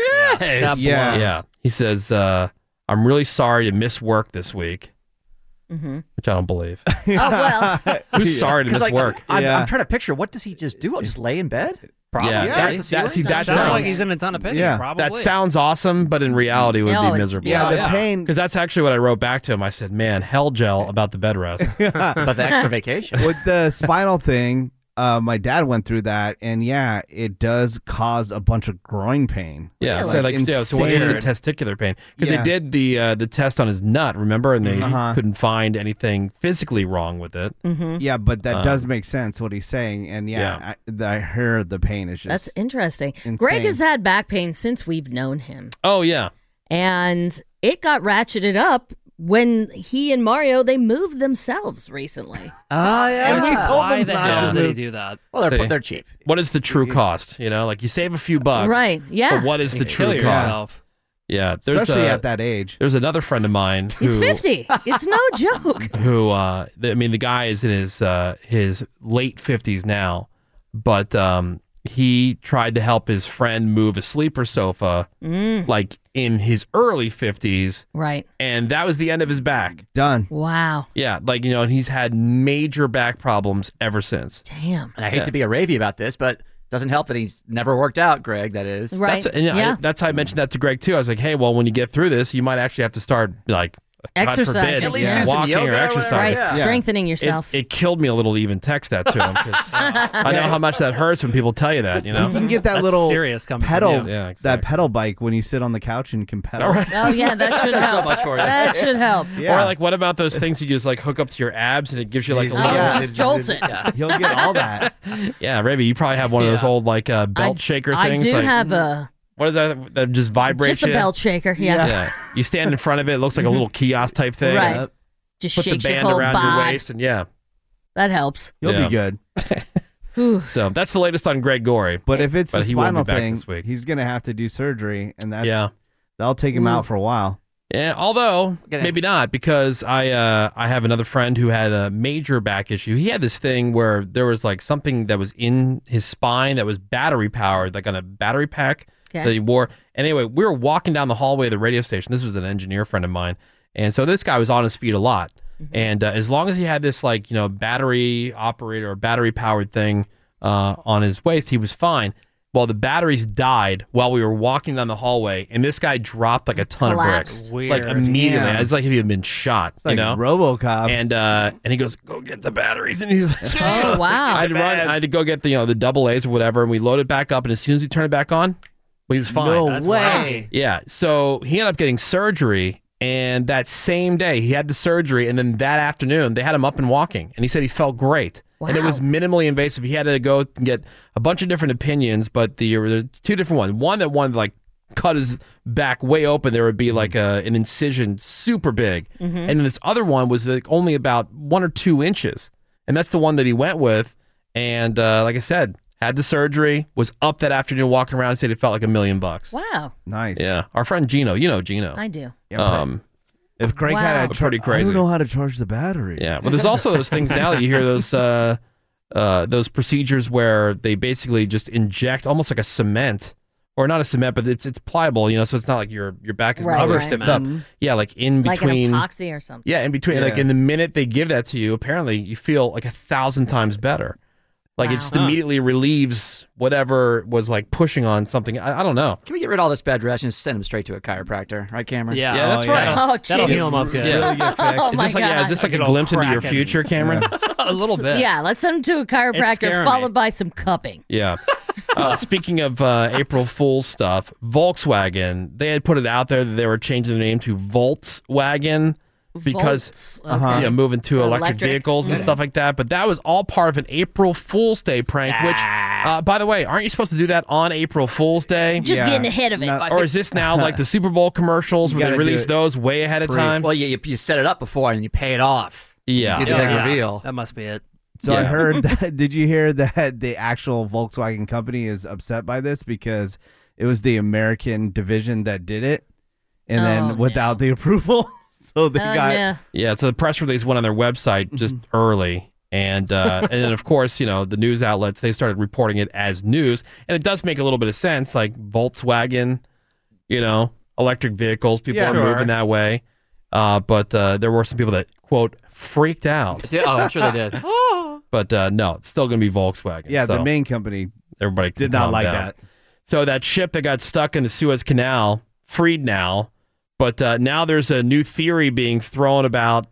[SPEAKER 4] Yeah.
[SPEAKER 2] Yeah. He says, uh, I'm really sorry to miss work this week,
[SPEAKER 3] Mm-hmm.
[SPEAKER 2] which I don't believe.
[SPEAKER 3] Oh well.
[SPEAKER 2] Who's sorry to miss
[SPEAKER 7] 'Cause, like,
[SPEAKER 2] work?
[SPEAKER 7] I'm,
[SPEAKER 4] Yeah.
[SPEAKER 7] I'm trying to picture what does he just do? Just lay in bed?
[SPEAKER 6] Probably.
[SPEAKER 2] Yeah.
[SPEAKER 6] Start the
[SPEAKER 2] That- that- see,
[SPEAKER 6] series?
[SPEAKER 2] that
[SPEAKER 6] sounds, like
[SPEAKER 2] sounds-
[SPEAKER 6] he's in a ton of pain.
[SPEAKER 4] Yeah.
[SPEAKER 6] Probably.
[SPEAKER 2] That sounds awesome, but in reality, it would
[SPEAKER 3] No,
[SPEAKER 2] be
[SPEAKER 3] it's-
[SPEAKER 2] miserable.
[SPEAKER 4] Yeah,
[SPEAKER 6] Oh,
[SPEAKER 4] the
[SPEAKER 6] yeah.
[SPEAKER 4] pain.
[SPEAKER 2] Because that's actually what I wrote back to him. I said, man, hell gel about the bed rest.
[SPEAKER 7] But the extra vacation.
[SPEAKER 4] with the spinal thing, uh, my dad went through that, and yeah, it does cause a bunch of groin pain.
[SPEAKER 2] Yeah, so like yeah, so what's with the testicular pain? Because
[SPEAKER 4] Yeah.
[SPEAKER 2] they did the uh, the test on his nut, remember, and they
[SPEAKER 4] Uh-huh.
[SPEAKER 2] couldn't find anything physically wrong with it.
[SPEAKER 6] Mm.
[SPEAKER 3] Mm-hmm.
[SPEAKER 4] Yeah, but that
[SPEAKER 2] Um,
[SPEAKER 4] does make sense what he's saying, and yeah,
[SPEAKER 2] Yeah.
[SPEAKER 4] I, the, I hear the pain is just
[SPEAKER 3] That's interesting.
[SPEAKER 4] insane.
[SPEAKER 3] Greg has had back pain since we've known him,
[SPEAKER 2] Oh yeah,
[SPEAKER 3] and it got ratcheted up when he and Mario they moved themselves recently.
[SPEAKER 7] Oh, yeah.
[SPEAKER 3] And we told
[SPEAKER 6] Why
[SPEAKER 3] them
[SPEAKER 6] the
[SPEAKER 3] not
[SPEAKER 6] hell
[SPEAKER 2] to
[SPEAKER 6] did he
[SPEAKER 2] move.
[SPEAKER 6] do that?
[SPEAKER 7] Well,
[SPEAKER 2] See,
[SPEAKER 7] they're cheap.
[SPEAKER 2] What is the true cost? You know, like you save a few bucks,
[SPEAKER 3] Right, yeah.
[SPEAKER 2] But what is the
[SPEAKER 6] You
[SPEAKER 2] true
[SPEAKER 6] kill
[SPEAKER 2] cost?
[SPEAKER 6] yourself.
[SPEAKER 2] Yeah, there's
[SPEAKER 4] Especially
[SPEAKER 2] a-
[SPEAKER 4] at that age.
[SPEAKER 2] There's another friend of mine
[SPEAKER 3] He's
[SPEAKER 2] who,
[SPEAKER 3] fifty. It's no joke.
[SPEAKER 2] who uh th- I mean the guy is in his uh his late 50s now but um he tried to help his friend move a sleeper sofa
[SPEAKER 3] Mm.
[SPEAKER 2] like in his early 50s
[SPEAKER 3] Right.
[SPEAKER 2] and that was the end of his back
[SPEAKER 4] done
[SPEAKER 3] Wow.
[SPEAKER 2] yeah like you know and he's had major back problems ever since
[SPEAKER 3] Damn.
[SPEAKER 7] And I hate
[SPEAKER 2] Yeah.
[SPEAKER 7] to be a ravey about this, but doesn't help that he's never worked out, Greg. That is
[SPEAKER 3] Right.
[SPEAKER 2] That's, and yeah, I-
[SPEAKER 3] Yeah.
[SPEAKER 2] that's how I mentioned that to Greg too. I was like, "Hey, well, when you get through this, you might actually have to start like God forbid,
[SPEAKER 3] Exercising. At least do
[SPEAKER 7] some
[SPEAKER 2] walking
[SPEAKER 7] yoga
[SPEAKER 2] or
[SPEAKER 7] or whatever.
[SPEAKER 2] exercising,
[SPEAKER 3] Right.
[SPEAKER 7] Yeah.
[SPEAKER 3] Strengthening
[SPEAKER 2] It-
[SPEAKER 3] yourself.
[SPEAKER 2] It, killed me a little to even text that to him because I know how much that hurts when people tell you that. You know,
[SPEAKER 4] You can get that
[SPEAKER 6] That's
[SPEAKER 4] little
[SPEAKER 6] serious coming from
[SPEAKER 4] pedal,
[SPEAKER 6] you.
[SPEAKER 2] Yeah,
[SPEAKER 4] that pedal bike when you sit on the couch and you can pedal.
[SPEAKER 3] oh yeah, that should
[SPEAKER 7] Does so
[SPEAKER 3] help.
[SPEAKER 7] much for you.
[SPEAKER 3] That should help.
[SPEAKER 4] Yeah.
[SPEAKER 2] Or like, what about those things you just like hook up to your abs and it gives you like a
[SPEAKER 3] Oh,
[SPEAKER 2] little?
[SPEAKER 4] Yeah.
[SPEAKER 3] just jolt it.
[SPEAKER 4] He'll get all that.
[SPEAKER 2] Yeah, Raby, you probably have one of those old like uh, belt
[SPEAKER 3] I-
[SPEAKER 2] shaker
[SPEAKER 3] I
[SPEAKER 2] things.
[SPEAKER 3] do
[SPEAKER 2] like,
[SPEAKER 3] have a
[SPEAKER 2] what is that? That just vibrates.
[SPEAKER 3] just a
[SPEAKER 2] you?
[SPEAKER 3] belt shaker. Yeah.
[SPEAKER 2] Yeah, you stand in front of it. It looks like a little kiosk type thing.
[SPEAKER 3] Right.
[SPEAKER 2] and
[SPEAKER 3] Just
[SPEAKER 2] Put the
[SPEAKER 3] shakes your
[SPEAKER 2] band
[SPEAKER 3] whole
[SPEAKER 2] around your
[SPEAKER 3] body.
[SPEAKER 2] waist, and yeah.
[SPEAKER 3] That helps.
[SPEAKER 4] He'll be
[SPEAKER 2] Yeah.
[SPEAKER 4] good.
[SPEAKER 3] Whew.
[SPEAKER 2] So that's the latest on Greg Gorey.
[SPEAKER 4] But if it's
[SPEAKER 2] But
[SPEAKER 4] a
[SPEAKER 2] he won't be
[SPEAKER 4] spinal
[SPEAKER 2] back
[SPEAKER 4] thing,
[SPEAKER 2] this week.
[SPEAKER 4] he's gonna have to do surgery, and that
[SPEAKER 2] Yeah.
[SPEAKER 4] that'll take him out for a while.
[SPEAKER 2] Yeah, although
[SPEAKER 7] Gonna-
[SPEAKER 2] maybe not because I uh, I have another friend who had a major back issue. He had this thing where there was like something that was in his spine that was battery powered, like on a battery pack
[SPEAKER 3] Okay.
[SPEAKER 2] that he wore. And anyway, we were walking down the hallway of the radio station. This was an engineer friend of mine, and so this guy was on his feet a lot. And uh, as long as he had this like you know battery operated or battery powered thing uh, on his waist, he was fine. Well, the batteries died while we were walking down the hallway, and this guy dropped like a ton of bricks
[SPEAKER 3] Collapsed.
[SPEAKER 6] Weird.
[SPEAKER 2] like immediately.
[SPEAKER 4] Damn.
[SPEAKER 2] It's like if he had been shot,
[SPEAKER 4] It's like
[SPEAKER 2] you know.
[SPEAKER 4] RoboCop.
[SPEAKER 2] and uh, and he goes, "Go get the batteries." And he's like,
[SPEAKER 3] Oh wow.
[SPEAKER 2] "I'd run. I had to go get the you know the double A's or whatever." And we load it back up, and as soon as we turn it back on, we was fine.
[SPEAKER 4] No
[SPEAKER 6] That's
[SPEAKER 4] way.
[SPEAKER 6] wacky.
[SPEAKER 2] Yeah. So he ended up getting surgery, and that same day he had the surgery, and then that afternoon they had him up and walking, and he said he felt great. And it
[SPEAKER 3] Wow.
[SPEAKER 2] was minimally invasive. He had to go and get a bunch of different opinions, but the there were two different ones. One that wanted to, like cut his back way open, there would be like a, an incision super big, and then this other one was like only about one or two inches, and that's the one that he went with. And uh, like I said, had the surgery, was up that afternoon walking around, and said it felt like a million bucks.
[SPEAKER 3] Wow.
[SPEAKER 4] Nice.
[SPEAKER 2] Yeah, our friend Gino. You know Gino.
[SPEAKER 3] I do.
[SPEAKER 4] Yeah, but
[SPEAKER 2] um,
[SPEAKER 4] if Greg
[SPEAKER 3] Wow.
[SPEAKER 4] had a char-
[SPEAKER 2] Pretty
[SPEAKER 4] I
[SPEAKER 2] crazy.
[SPEAKER 4] don't know how to charge the battery.
[SPEAKER 2] yeah. Well, there's also those things now that you hear those uh, uh, those procedures where they basically just inject almost like a cement, or not a cement, but it's it's pliable. You know, so it's not like your your back is
[SPEAKER 3] Right,
[SPEAKER 2] not
[SPEAKER 3] right. Mm-hmm.
[SPEAKER 2] stiffed up. Yeah, like in
[SPEAKER 3] Like
[SPEAKER 2] between.
[SPEAKER 3] an epoxy or something.
[SPEAKER 2] yeah, in between. Like
[SPEAKER 4] Yeah.
[SPEAKER 2] in the minute they give that to you, apparently you feel like a thousand times better. Like it
[SPEAKER 3] Wow.
[SPEAKER 2] just immediately relieves whatever was like pushing on something. I, I don't know.
[SPEAKER 7] Can we get rid of all this bad rest and just send him straight to a chiropractor, right, Cameron?
[SPEAKER 6] Yeah,
[SPEAKER 2] Yeah, that's
[SPEAKER 6] oh,
[SPEAKER 2] right.
[SPEAKER 6] that'll-
[SPEAKER 3] Oh,
[SPEAKER 6] that'll heal
[SPEAKER 3] jeez.
[SPEAKER 6] him up good.
[SPEAKER 2] Yeah.
[SPEAKER 4] Really get fixed.
[SPEAKER 3] Oh
[SPEAKER 2] Is
[SPEAKER 3] my
[SPEAKER 2] this like yeah, is
[SPEAKER 3] god.
[SPEAKER 2] this like
[SPEAKER 6] Like
[SPEAKER 2] a
[SPEAKER 6] an old
[SPEAKER 2] glimpse into your
[SPEAKER 6] Kraken.
[SPEAKER 2] future, Cameron?
[SPEAKER 6] a little bit.
[SPEAKER 3] Yeah, let's send him to a chiropractor
[SPEAKER 6] scaring
[SPEAKER 3] followed
[SPEAKER 6] me.
[SPEAKER 3] by some cupping.
[SPEAKER 2] Yeah. Uh, speaking of uh, April Fool's stuff, Volkswagen, they had put it out there that they were changing their name to Volkswagen because
[SPEAKER 3] Volts.
[SPEAKER 2] you know, moving to electric,
[SPEAKER 3] Electric.
[SPEAKER 2] vehicles and stuff like that. But that was all part of an April Fool's Day prank, which, uh, by the way, aren't you supposed to do that on April Fool's Day?
[SPEAKER 3] Ah. Just
[SPEAKER 4] Yeah.
[SPEAKER 3] getting ahead of it.
[SPEAKER 4] No.
[SPEAKER 2] Or is this now like the Super Bowl commercials where they
[SPEAKER 4] gotta do
[SPEAKER 2] release
[SPEAKER 4] it
[SPEAKER 2] those way ahead of time?
[SPEAKER 7] Well, yeah, you, you set it up before and you pay it off.
[SPEAKER 2] Yeah.
[SPEAKER 7] You do the big reveal.
[SPEAKER 6] That must be it.
[SPEAKER 4] So I
[SPEAKER 2] Yeah.
[SPEAKER 4] heard that. Did you hear that the actual Volkswagen company is upset by this because it was the American division that did it, and
[SPEAKER 3] Oh,
[SPEAKER 4] then without the approval, so they
[SPEAKER 3] Oh,
[SPEAKER 4] got
[SPEAKER 3] no.
[SPEAKER 2] Yeah, so the press release went on their
[SPEAKER 7] Mm-hmm.
[SPEAKER 2] website just early. And uh, and then of course you know the news outlets they started reporting it as news and it does make a little bit of sense like Volkswagen, you know electric vehicles people
[SPEAKER 4] Yeah,
[SPEAKER 2] are
[SPEAKER 4] sure.
[SPEAKER 2] moving that way, uh, but uh, there were some people that quote freaked out,
[SPEAKER 7] Did- oh, I'm sure they did.
[SPEAKER 2] but uh, no it's still gonna be Volkswagen.
[SPEAKER 4] yeah.
[SPEAKER 2] so
[SPEAKER 4] The main company
[SPEAKER 2] everybody can
[SPEAKER 4] did not
[SPEAKER 2] calm
[SPEAKER 4] like
[SPEAKER 2] down.
[SPEAKER 4] that.
[SPEAKER 2] So that ship that got stuck in the Suez Canal freed now, but uh, now there's a new theory being thrown about.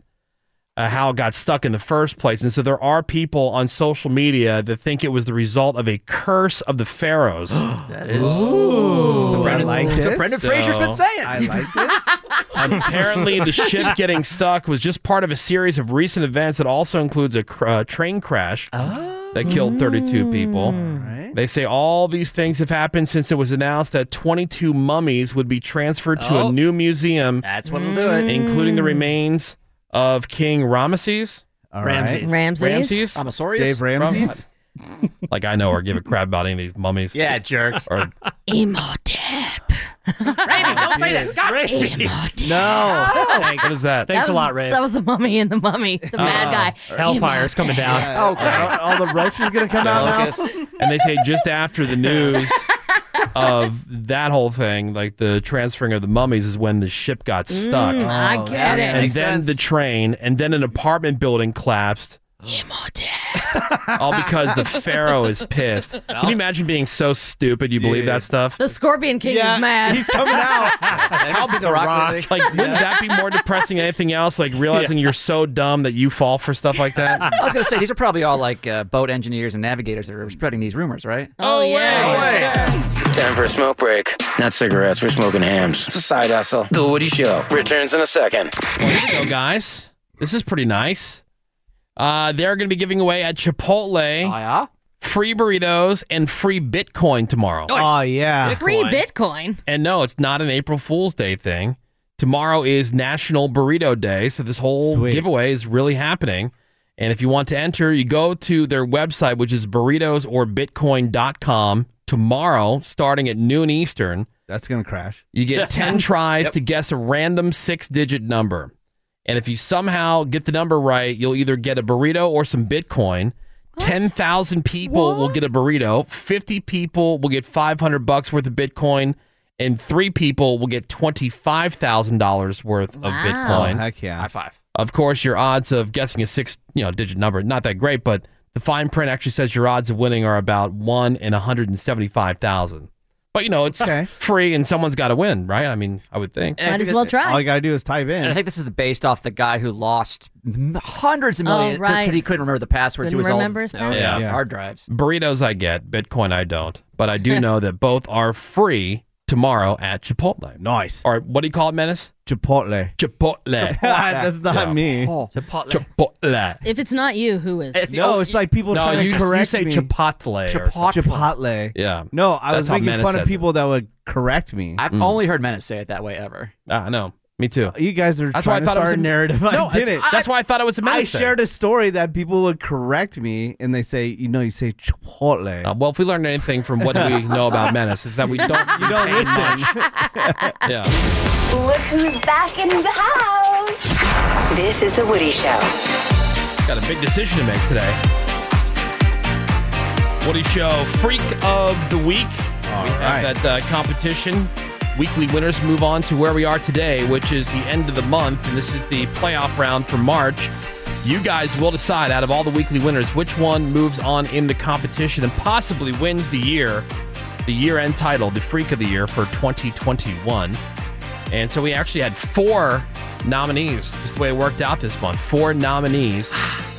[SPEAKER 2] uh, how it got stuck in the first place. And so there are people on social media that think it was the result of a curse of the pharaohs. that
[SPEAKER 7] is-
[SPEAKER 4] Ooh,
[SPEAKER 7] So Brendan- Oh, like so this. Brendan Fraser's been saying.
[SPEAKER 4] I like this.
[SPEAKER 2] Apparently, the ship getting stuck was just part of a series of recent events that also includes a cr- uh, train crash that killed 32 people. They say all these things have happened since it was announced that 22 mummies would be transferred to
[SPEAKER 7] Oh.
[SPEAKER 2] a new museum. That's
[SPEAKER 7] what'll do it.
[SPEAKER 2] Including the remains of King Ramesses.
[SPEAKER 7] Ramses.
[SPEAKER 2] Ramses.
[SPEAKER 3] Ramses.
[SPEAKER 2] Ramses.
[SPEAKER 7] Ramosaurus?
[SPEAKER 4] Dave Ramses.
[SPEAKER 2] Like I know or give a crap about any of these mummies.
[SPEAKER 7] Yeah, jerks.
[SPEAKER 2] Or
[SPEAKER 3] Imhotep.
[SPEAKER 7] Raymond, don't say that. God
[SPEAKER 2] no.
[SPEAKER 6] Thanks.
[SPEAKER 2] What is that?
[SPEAKER 6] Thanks
[SPEAKER 3] That
[SPEAKER 6] a
[SPEAKER 3] was-
[SPEAKER 6] lot, Ray.
[SPEAKER 3] That was the mummy and the mummy, the mad guy.
[SPEAKER 6] Hellfire's coming down.
[SPEAKER 7] Oh, great.
[SPEAKER 4] All, all the roaches gonna come out now.
[SPEAKER 7] Locust.
[SPEAKER 2] and they say just after the news of that whole thing, like the transferring of the mummies, is when the ship got stuck,
[SPEAKER 3] Mm, I
[SPEAKER 4] Oh,
[SPEAKER 3] get
[SPEAKER 7] yeah.
[SPEAKER 3] it.
[SPEAKER 2] and
[SPEAKER 7] makes
[SPEAKER 2] then
[SPEAKER 7] sense.
[SPEAKER 2] the train, and then an apartment building collapsed,
[SPEAKER 3] Imhotep.
[SPEAKER 2] all because the pharaoh is pissed. Can you imagine being so stupid you believe that stuff?
[SPEAKER 3] The Scorpion King is mad.
[SPEAKER 4] he's coming out.
[SPEAKER 7] Have you seen The Rock lately?
[SPEAKER 2] Like, wouldn't that be more depressing than anything else? Like realizing you're so dumb that you fall for stuff like that.
[SPEAKER 7] I was going to say, these are probably all like uh, boat engineers and navigators that are spreading these rumors, right?
[SPEAKER 3] oh, yeah.
[SPEAKER 8] Time for a smoke break. Not cigarettes, we're smoking hams. It's a side hustle. The Woody Show returns in a second.
[SPEAKER 2] Well, here we go, guys. This is pretty nice. Uh, they're going to be giving away at Chipotle.
[SPEAKER 7] Oh, yeah?
[SPEAKER 2] free burritos and free Bitcoin tomorrow.
[SPEAKER 4] Oh yeah.
[SPEAKER 3] Free Bitcoin.
[SPEAKER 2] And no, it's not an April Fool's Day thing. Tomorrow is National Burrito Day, so this whole
[SPEAKER 4] Sweet.
[SPEAKER 2] giveaway is really happening. And if you want to enter, you go to their website, which is burritosorbitcoin.com tomorrow, starting at noon Eastern.
[SPEAKER 4] That's gonna crash.
[SPEAKER 2] You get 10 tries to guess a random six digit number. And if you somehow get the number right, you'll either get a burrito or some Bitcoin. 10,000 people will get a burrito, 50 people will get 500 bucks worth of Bitcoin, and three people will get $25,000 worth of
[SPEAKER 3] Wow.
[SPEAKER 4] Oh
[SPEAKER 2] Bitcoin.
[SPEAKER 4] heck yeah.
[SPEAKER 7] High five.
[SPEAKER 2] Of course, your odds of guessing a six you know digit number not that great, but the fine print actually says your odds of winning are about one in hundred and seventy five thousand. But you know it's
[SPEAKER 4] Okay.
[SPEAKER 2] free, and someone's got to win, right? I mean, I would think.
[SPEAKER 7] And I
[SPEAKER 3] Might
[SPEAKER 7] think
[SPEAKER 3] as well
[SPEAKER 7] that-
[SPEAKER 3] try.
[SPEAKER 4] All you gotta do is type
[SPEAKER 7] And I
[SPEAKER 4] in.
[SPEAKER 7] think this is the based off the guy who lost m- hundreds of
[SPEAKER 3] Oh,
[SPEAKER 7] millions because
[SPEAKER 3] right.
[SPEAKER 7] he couldn't remember the password to
[SPEAKER 3] Couldn't
[SPEAKER 7] his
[SPEAKER 3] remember
[SPEAKER 7] old
[SPEAKER 3] his password.
[SPEAKER 2] Yeah.
[SPEAKER 4] Yeah.
[SPEAKER 7] hard drives.
[SPEAKER 2] Burritos, I get. Bitcoin, I don't. But I do know that both are free tomorrow at Chipotle.
[SPEAKER 4] Nice.
[SPEAKER 2] Or what do you call it, Menace?
[SPEAKER 4] Chipotle.
[SPEAKER 2] Chipotle.
[SPEAKER 4] That's not
[SPEAKER 2] Yeah.
[SPEAKER 4] me.
[SPEAKER 7] Chipotle.
[SPEAKER 2] Chipotle.
[SPEAKER 3] If it's not you, who is?
[SPEAKER 7] It's the
[SPEAKER 4] No,
[SPEAKER 7] old-
[SPEAKER 4] it's like people
[SPEAKER 2] No,
[SPEAKER 4] trying
[SPEAKER 2] you,
[SPEAKER 4] to
[SPEAKER 2] you
[SPEAKER 4] correct
[SPEAKER 2] say
[SPEAKER 4] me.
[SPEAKER 2] Chipotle. or something.
[SPEAKER 4] Chipotle.
[SPEAKER 2] Yeah.
[SPEAKER 4] No, I
[SPEAKER 2] Um, That's
[SPEAKER 4] was
[SPEAKER 2] how
[SPEAKER 4] making
[SPEAKER 2] Menace
[SPEAKER 4] fun of
[SPEAKER 2] says it.
[SPEAKER 4] people that would correct me. Uh,
[SPEAKER 7] I've only heard Menace say it that way ever.
[SPEAKER 2] Hmm. Ah, I know. Me too.
[SPEAKER 4] you guys are
[SPEAKER 2] That's why I
[SPEAKER 4] trying to
[SPEAKER 2] thought it
[SPEAKER 4] start
[SPEAKER 2] was
[SPEAKER 4] a
[SPEAKER 2] a
[SPEAKER 4] narrative.
[SPEAKER 2] no,
[SPEAKER 4] I didn't.
[SPEAKER 2] it's- That's why I thought it was a
[SPEAKER 4] I
[SPEAKER 2] Menace. thing.
[SPEAKER 4] shared a story that people would correct me, and they say, you know, you say Chipotle.
[SPEAKER 2] Uh, well, if we learned anything from what we know about Menace, it's that we don't you
[SPEAKER 4] don't listen.
[SPEAKER 2] Yeah.
[SPEAKER 10] Look who's back in the house. This is The Woody Show.
[SPEAKER 2] Got a big decision to make today. Woody Show Freak of the Week. we
[SPEAKER 4] right.
[SPEAKER 2] have that uh, competition. Weekly winners move on to where we are today, which is the end of the month, and this is the playoff round for March. You guys will decide out of all the weekly winners which one moves on in the competition and possibly wins the year, the year end title, the Freak of the Year for 2021. And so we actually had four nominees, just the way it worked out this month. Four nominees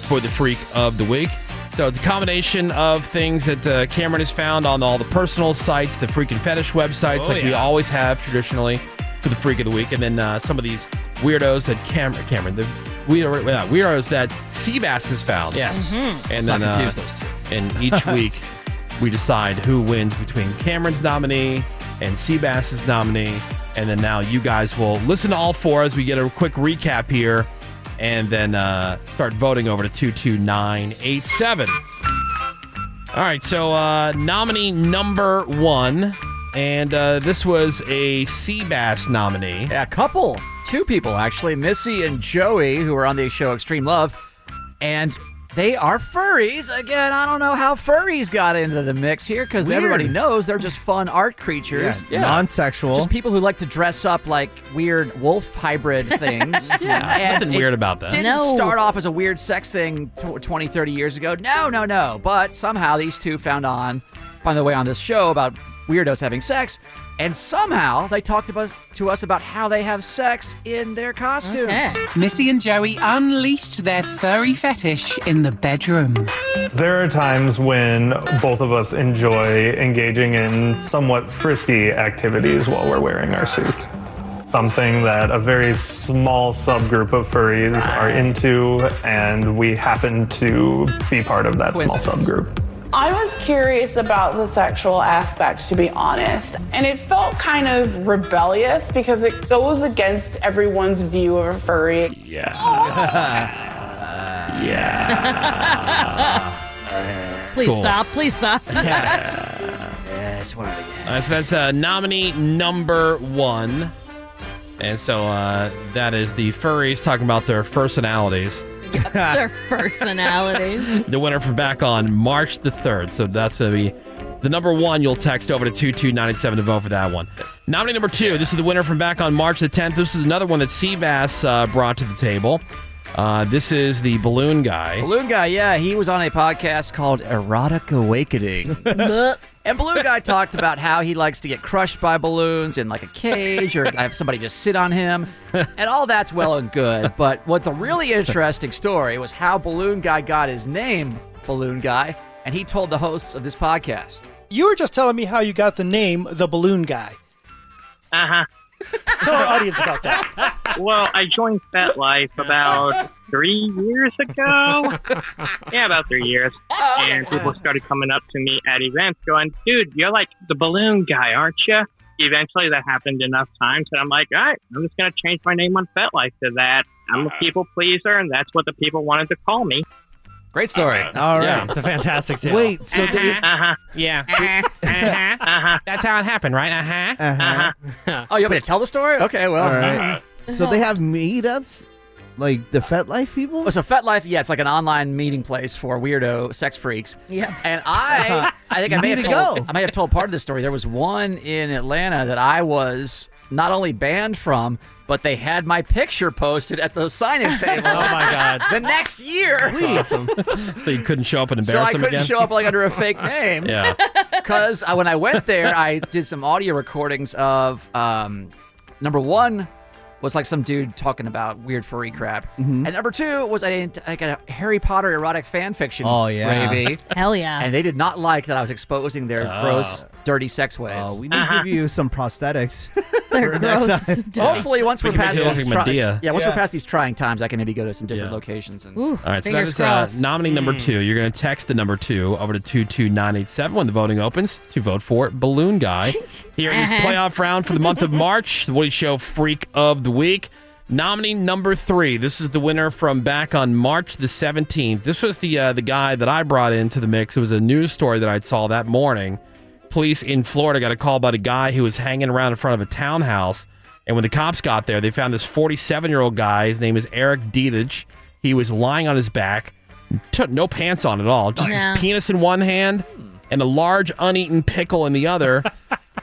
[SPEAKER 2] for the Freak of the Week. So it's a combination of things that uh, Cameron has found on all the personal sites, the Freak and Fetish websites,
[SPEAKER 7] Oh,
[SPEAKER 2] like we always have traditionally for the Freak of the Week, and then uh, some of these weirdos that Cameron, Cameron, the weirdo, uh, weirdos that Seabass has found.
[SPEAKER 7] Yes.
[SPEAKER 2] and
[SPEAKER 7] not
[SPEAKER 2] then uh,
[SPEAKER 7] confuse those two.
[SPEAKER 2] and each week we decide who wins between Cameron's nominee and Seabass's nominee. And then now you guys will listen to all four as we get a quick recap here and then uh, start voting over to 22987. All right, so uh, nominee number one. And uh, this was a Seabass nominee.
[SPEAKER 7] Yeah, a couple, two people actually, Missy and Joey, who are on the show Extreme Love, and they are furries. Again, I don't know how furries got into the mix here because everybody knows they're just fun art creatures.
[SPEAKER 4] Non-sexual.
[SPEAKER 7] Just people who like to dress up like weird wolf hybrid things.
[SPEAKER 2] Yeah,
[SPEAKER 7] And
[SPEAKER 2] nothing
[SPEAKER 7] it
[SPEAKER 2] weird about that.
[SPEAKER 7] Didn't
[SPEAKER 3] No.
[SPEAKER 7] start off as a weird sex thing tw 20, 30 years ago. No, no, no. But somehow these two found on, found their way on this show about weirdos having sex, and somehow they talked to us, to us about how they have sex in their costumes.
[SPEAKER 11] Missy and Joey unleashed their furry fetish in the bedroom.
[SPEAKER 12] There are times when both of us enjoy engaging in somewhat frisky activities while we're wearing our suit. Something that a very small subgroup of furries are into, and we happen to be part of that small subgroup.
[SPEAKER 13] I was curious about the sexual aspect, to be honest. And it felt kind of rebellious because it goes against everyone's view of a furry.
[SPEAKER 14] Oh,
[SPEAKER 3] Please
[SPEAKER 2] Cool.
[SPEAKER 3] stop. Please stop.
[SPEAKER 2] Uh, so that's uh, nominee number one. And so uh, that is the furries talking about their personalities. uh,
[SPEAKER 3] Their personalities.
[SPEAKER 2] The winner for back on March the 3rd. So that's going to be the number one you'll text over to 2297 to vote for that one. Nominee number two. This is the winner from back on March the 10th. This is another one that Seabass uh, brought to the table. Uh, this is the balloon guy.
[SPEAKER 7] Balloon Guy, yeah, he was on a podcast called Erotic Awakening. and Balloon Guy talked about how he likes to get crushed by balloons in like a cage or have somebody just sit on him. And all that's well and good. But what the really interesting story was how Balloon Guy got his name, Balloon Guy, and he told the hosts of this podcast.
[SPEAKER 14] You were just telling me how you got the name the balloon guy.
[SPEAKER 15] Uh huh.
[SPEAKER 14] Tell our audience about that.
[SPEAKER 15] Well, I joined FetLife about three years ago. Yeah, about three years.
[SPEAKER 7] Oh,
[SPEAKER 15] And people started coming up to me at events going, dude, you're like the balloon guy, aren't you? Eventually that happened enough times that I'm like, all right, I'm just going to change my name on FetLife to that. I'm
[SPEAKER 7] Uh,
[SPEAKER 15] a people pleaser, and that's what the people wanted to call me.
[SPEAKER 7] Great story.
[SPEAKER 6] All right. Yeah, it's a fantastic tale. Wait,
[SPEAKER 15] so uh-huh.
[SPEAKER 2] Yeah.
[SPEAKER 15] Uh-huh. uh-huh.
[SPEAKER 2] That's how it happened, right? Uh huh.
[SPEAKER 4] Uh-huh.
[SPEAKER 7] Oh, you want me to tell the story? Okay, well.
[SPEAKER 4] All right. So they have meetups, like the FetLife people.
[SPEAKER 7] Oh, so FetLife, yeah, it's like an online meeting place for weirdo sex freaks.
[SPEAKER 3] Yeah.
[SPEAKER 7] And I, I think I
[SPEAKER 4] You
[SPEAKER 7] may have
[SPEAKER 4] need to
[SPEAKER 7] told,
[SPEAKER 4] go.
[SPEAKER 7] I may have told part of this story. There was one in Atlanta that I was not only banned from, but they had my picture posted at the signing table.
[SPEAKER 2] Oh, my God.
[SPEAKER 7] The next year.
[SPEAKER 2] so you couldn't show up and
[SPEAKER 7] So
[SPEAKER 2] embarrass
[SPEAKER 7] I
[SPEAKER 2] him
[SPEAKER 7] couldn't
[SPEAKER 2] again?
[SPEAKER 7] show up like under a fake name.
[SPEAKER 2] Yeah.
[SPEAKER 7] Because when I went there, I did some audio recordings of um, number one was like some dude talking about weird furry crap,
[SPEAKER 4] Mm-hmm.
[SPEAKER 7] and number two was a like a Harry Potter erotic fan fiction.
[SPEAKER 4] Oh, yeah.
[SPEAKER 7] ravey.
[SPEAKER 3] Hell yeah.
[SPEAKER 7] and they did not like that I was exposing their
[SPEAKER 4] Oh.
[SPEAKER 7] gross, dirty sex ways.
[SPEAKER 4] Oh, we need to
[SPEAKER 7] Uh-huh.
[SPEAKER 4] give you some prosthetics.
[SPEAKER 3] They're
[SPEAKER 4] gross.
[SPEAKER 7] Hopefully, once we're
[SPEAKER 2] We can make
[SPEAKER 7] past
[SPEAKER 2] you look
[SPEAKER 7] these,
[SPEAKER 2] like
[SPEAKER 7] try-
[SPEAKER 2] Medea.
[SPEAKER 7] yeah, once we're
[SPEAKER 2] Yeah.
[SPEAKER 7] past these trying times, I can maybe go to some different locations and.
[SPEAKER 2] All right, so that is uh, nominee number two. You're going to text the number two over to 22987 when the voting opens to vote for Balloon Guy. Here in this
[SPEAKER 16] Uh-huh.
[SPEAKER 2] playoff round for the month of March, the Woody Show Freak of the Week. Nominee number three. This is the winner from back on March the 17th. This was the uh, the guy that I brought into the mix. It was a news story that I saw that morning. Police in Florida got a call about a guy who was hanging around in front of a townhouse. And when the cops got there, they found this 47 year old guy. His name is Eric Dietich. He was lying on his back, t- no pants on at all, just
[SPEAKER 16] No.
[SPEAKER 2] his penis in one hand and a large uneaten pickle in the other.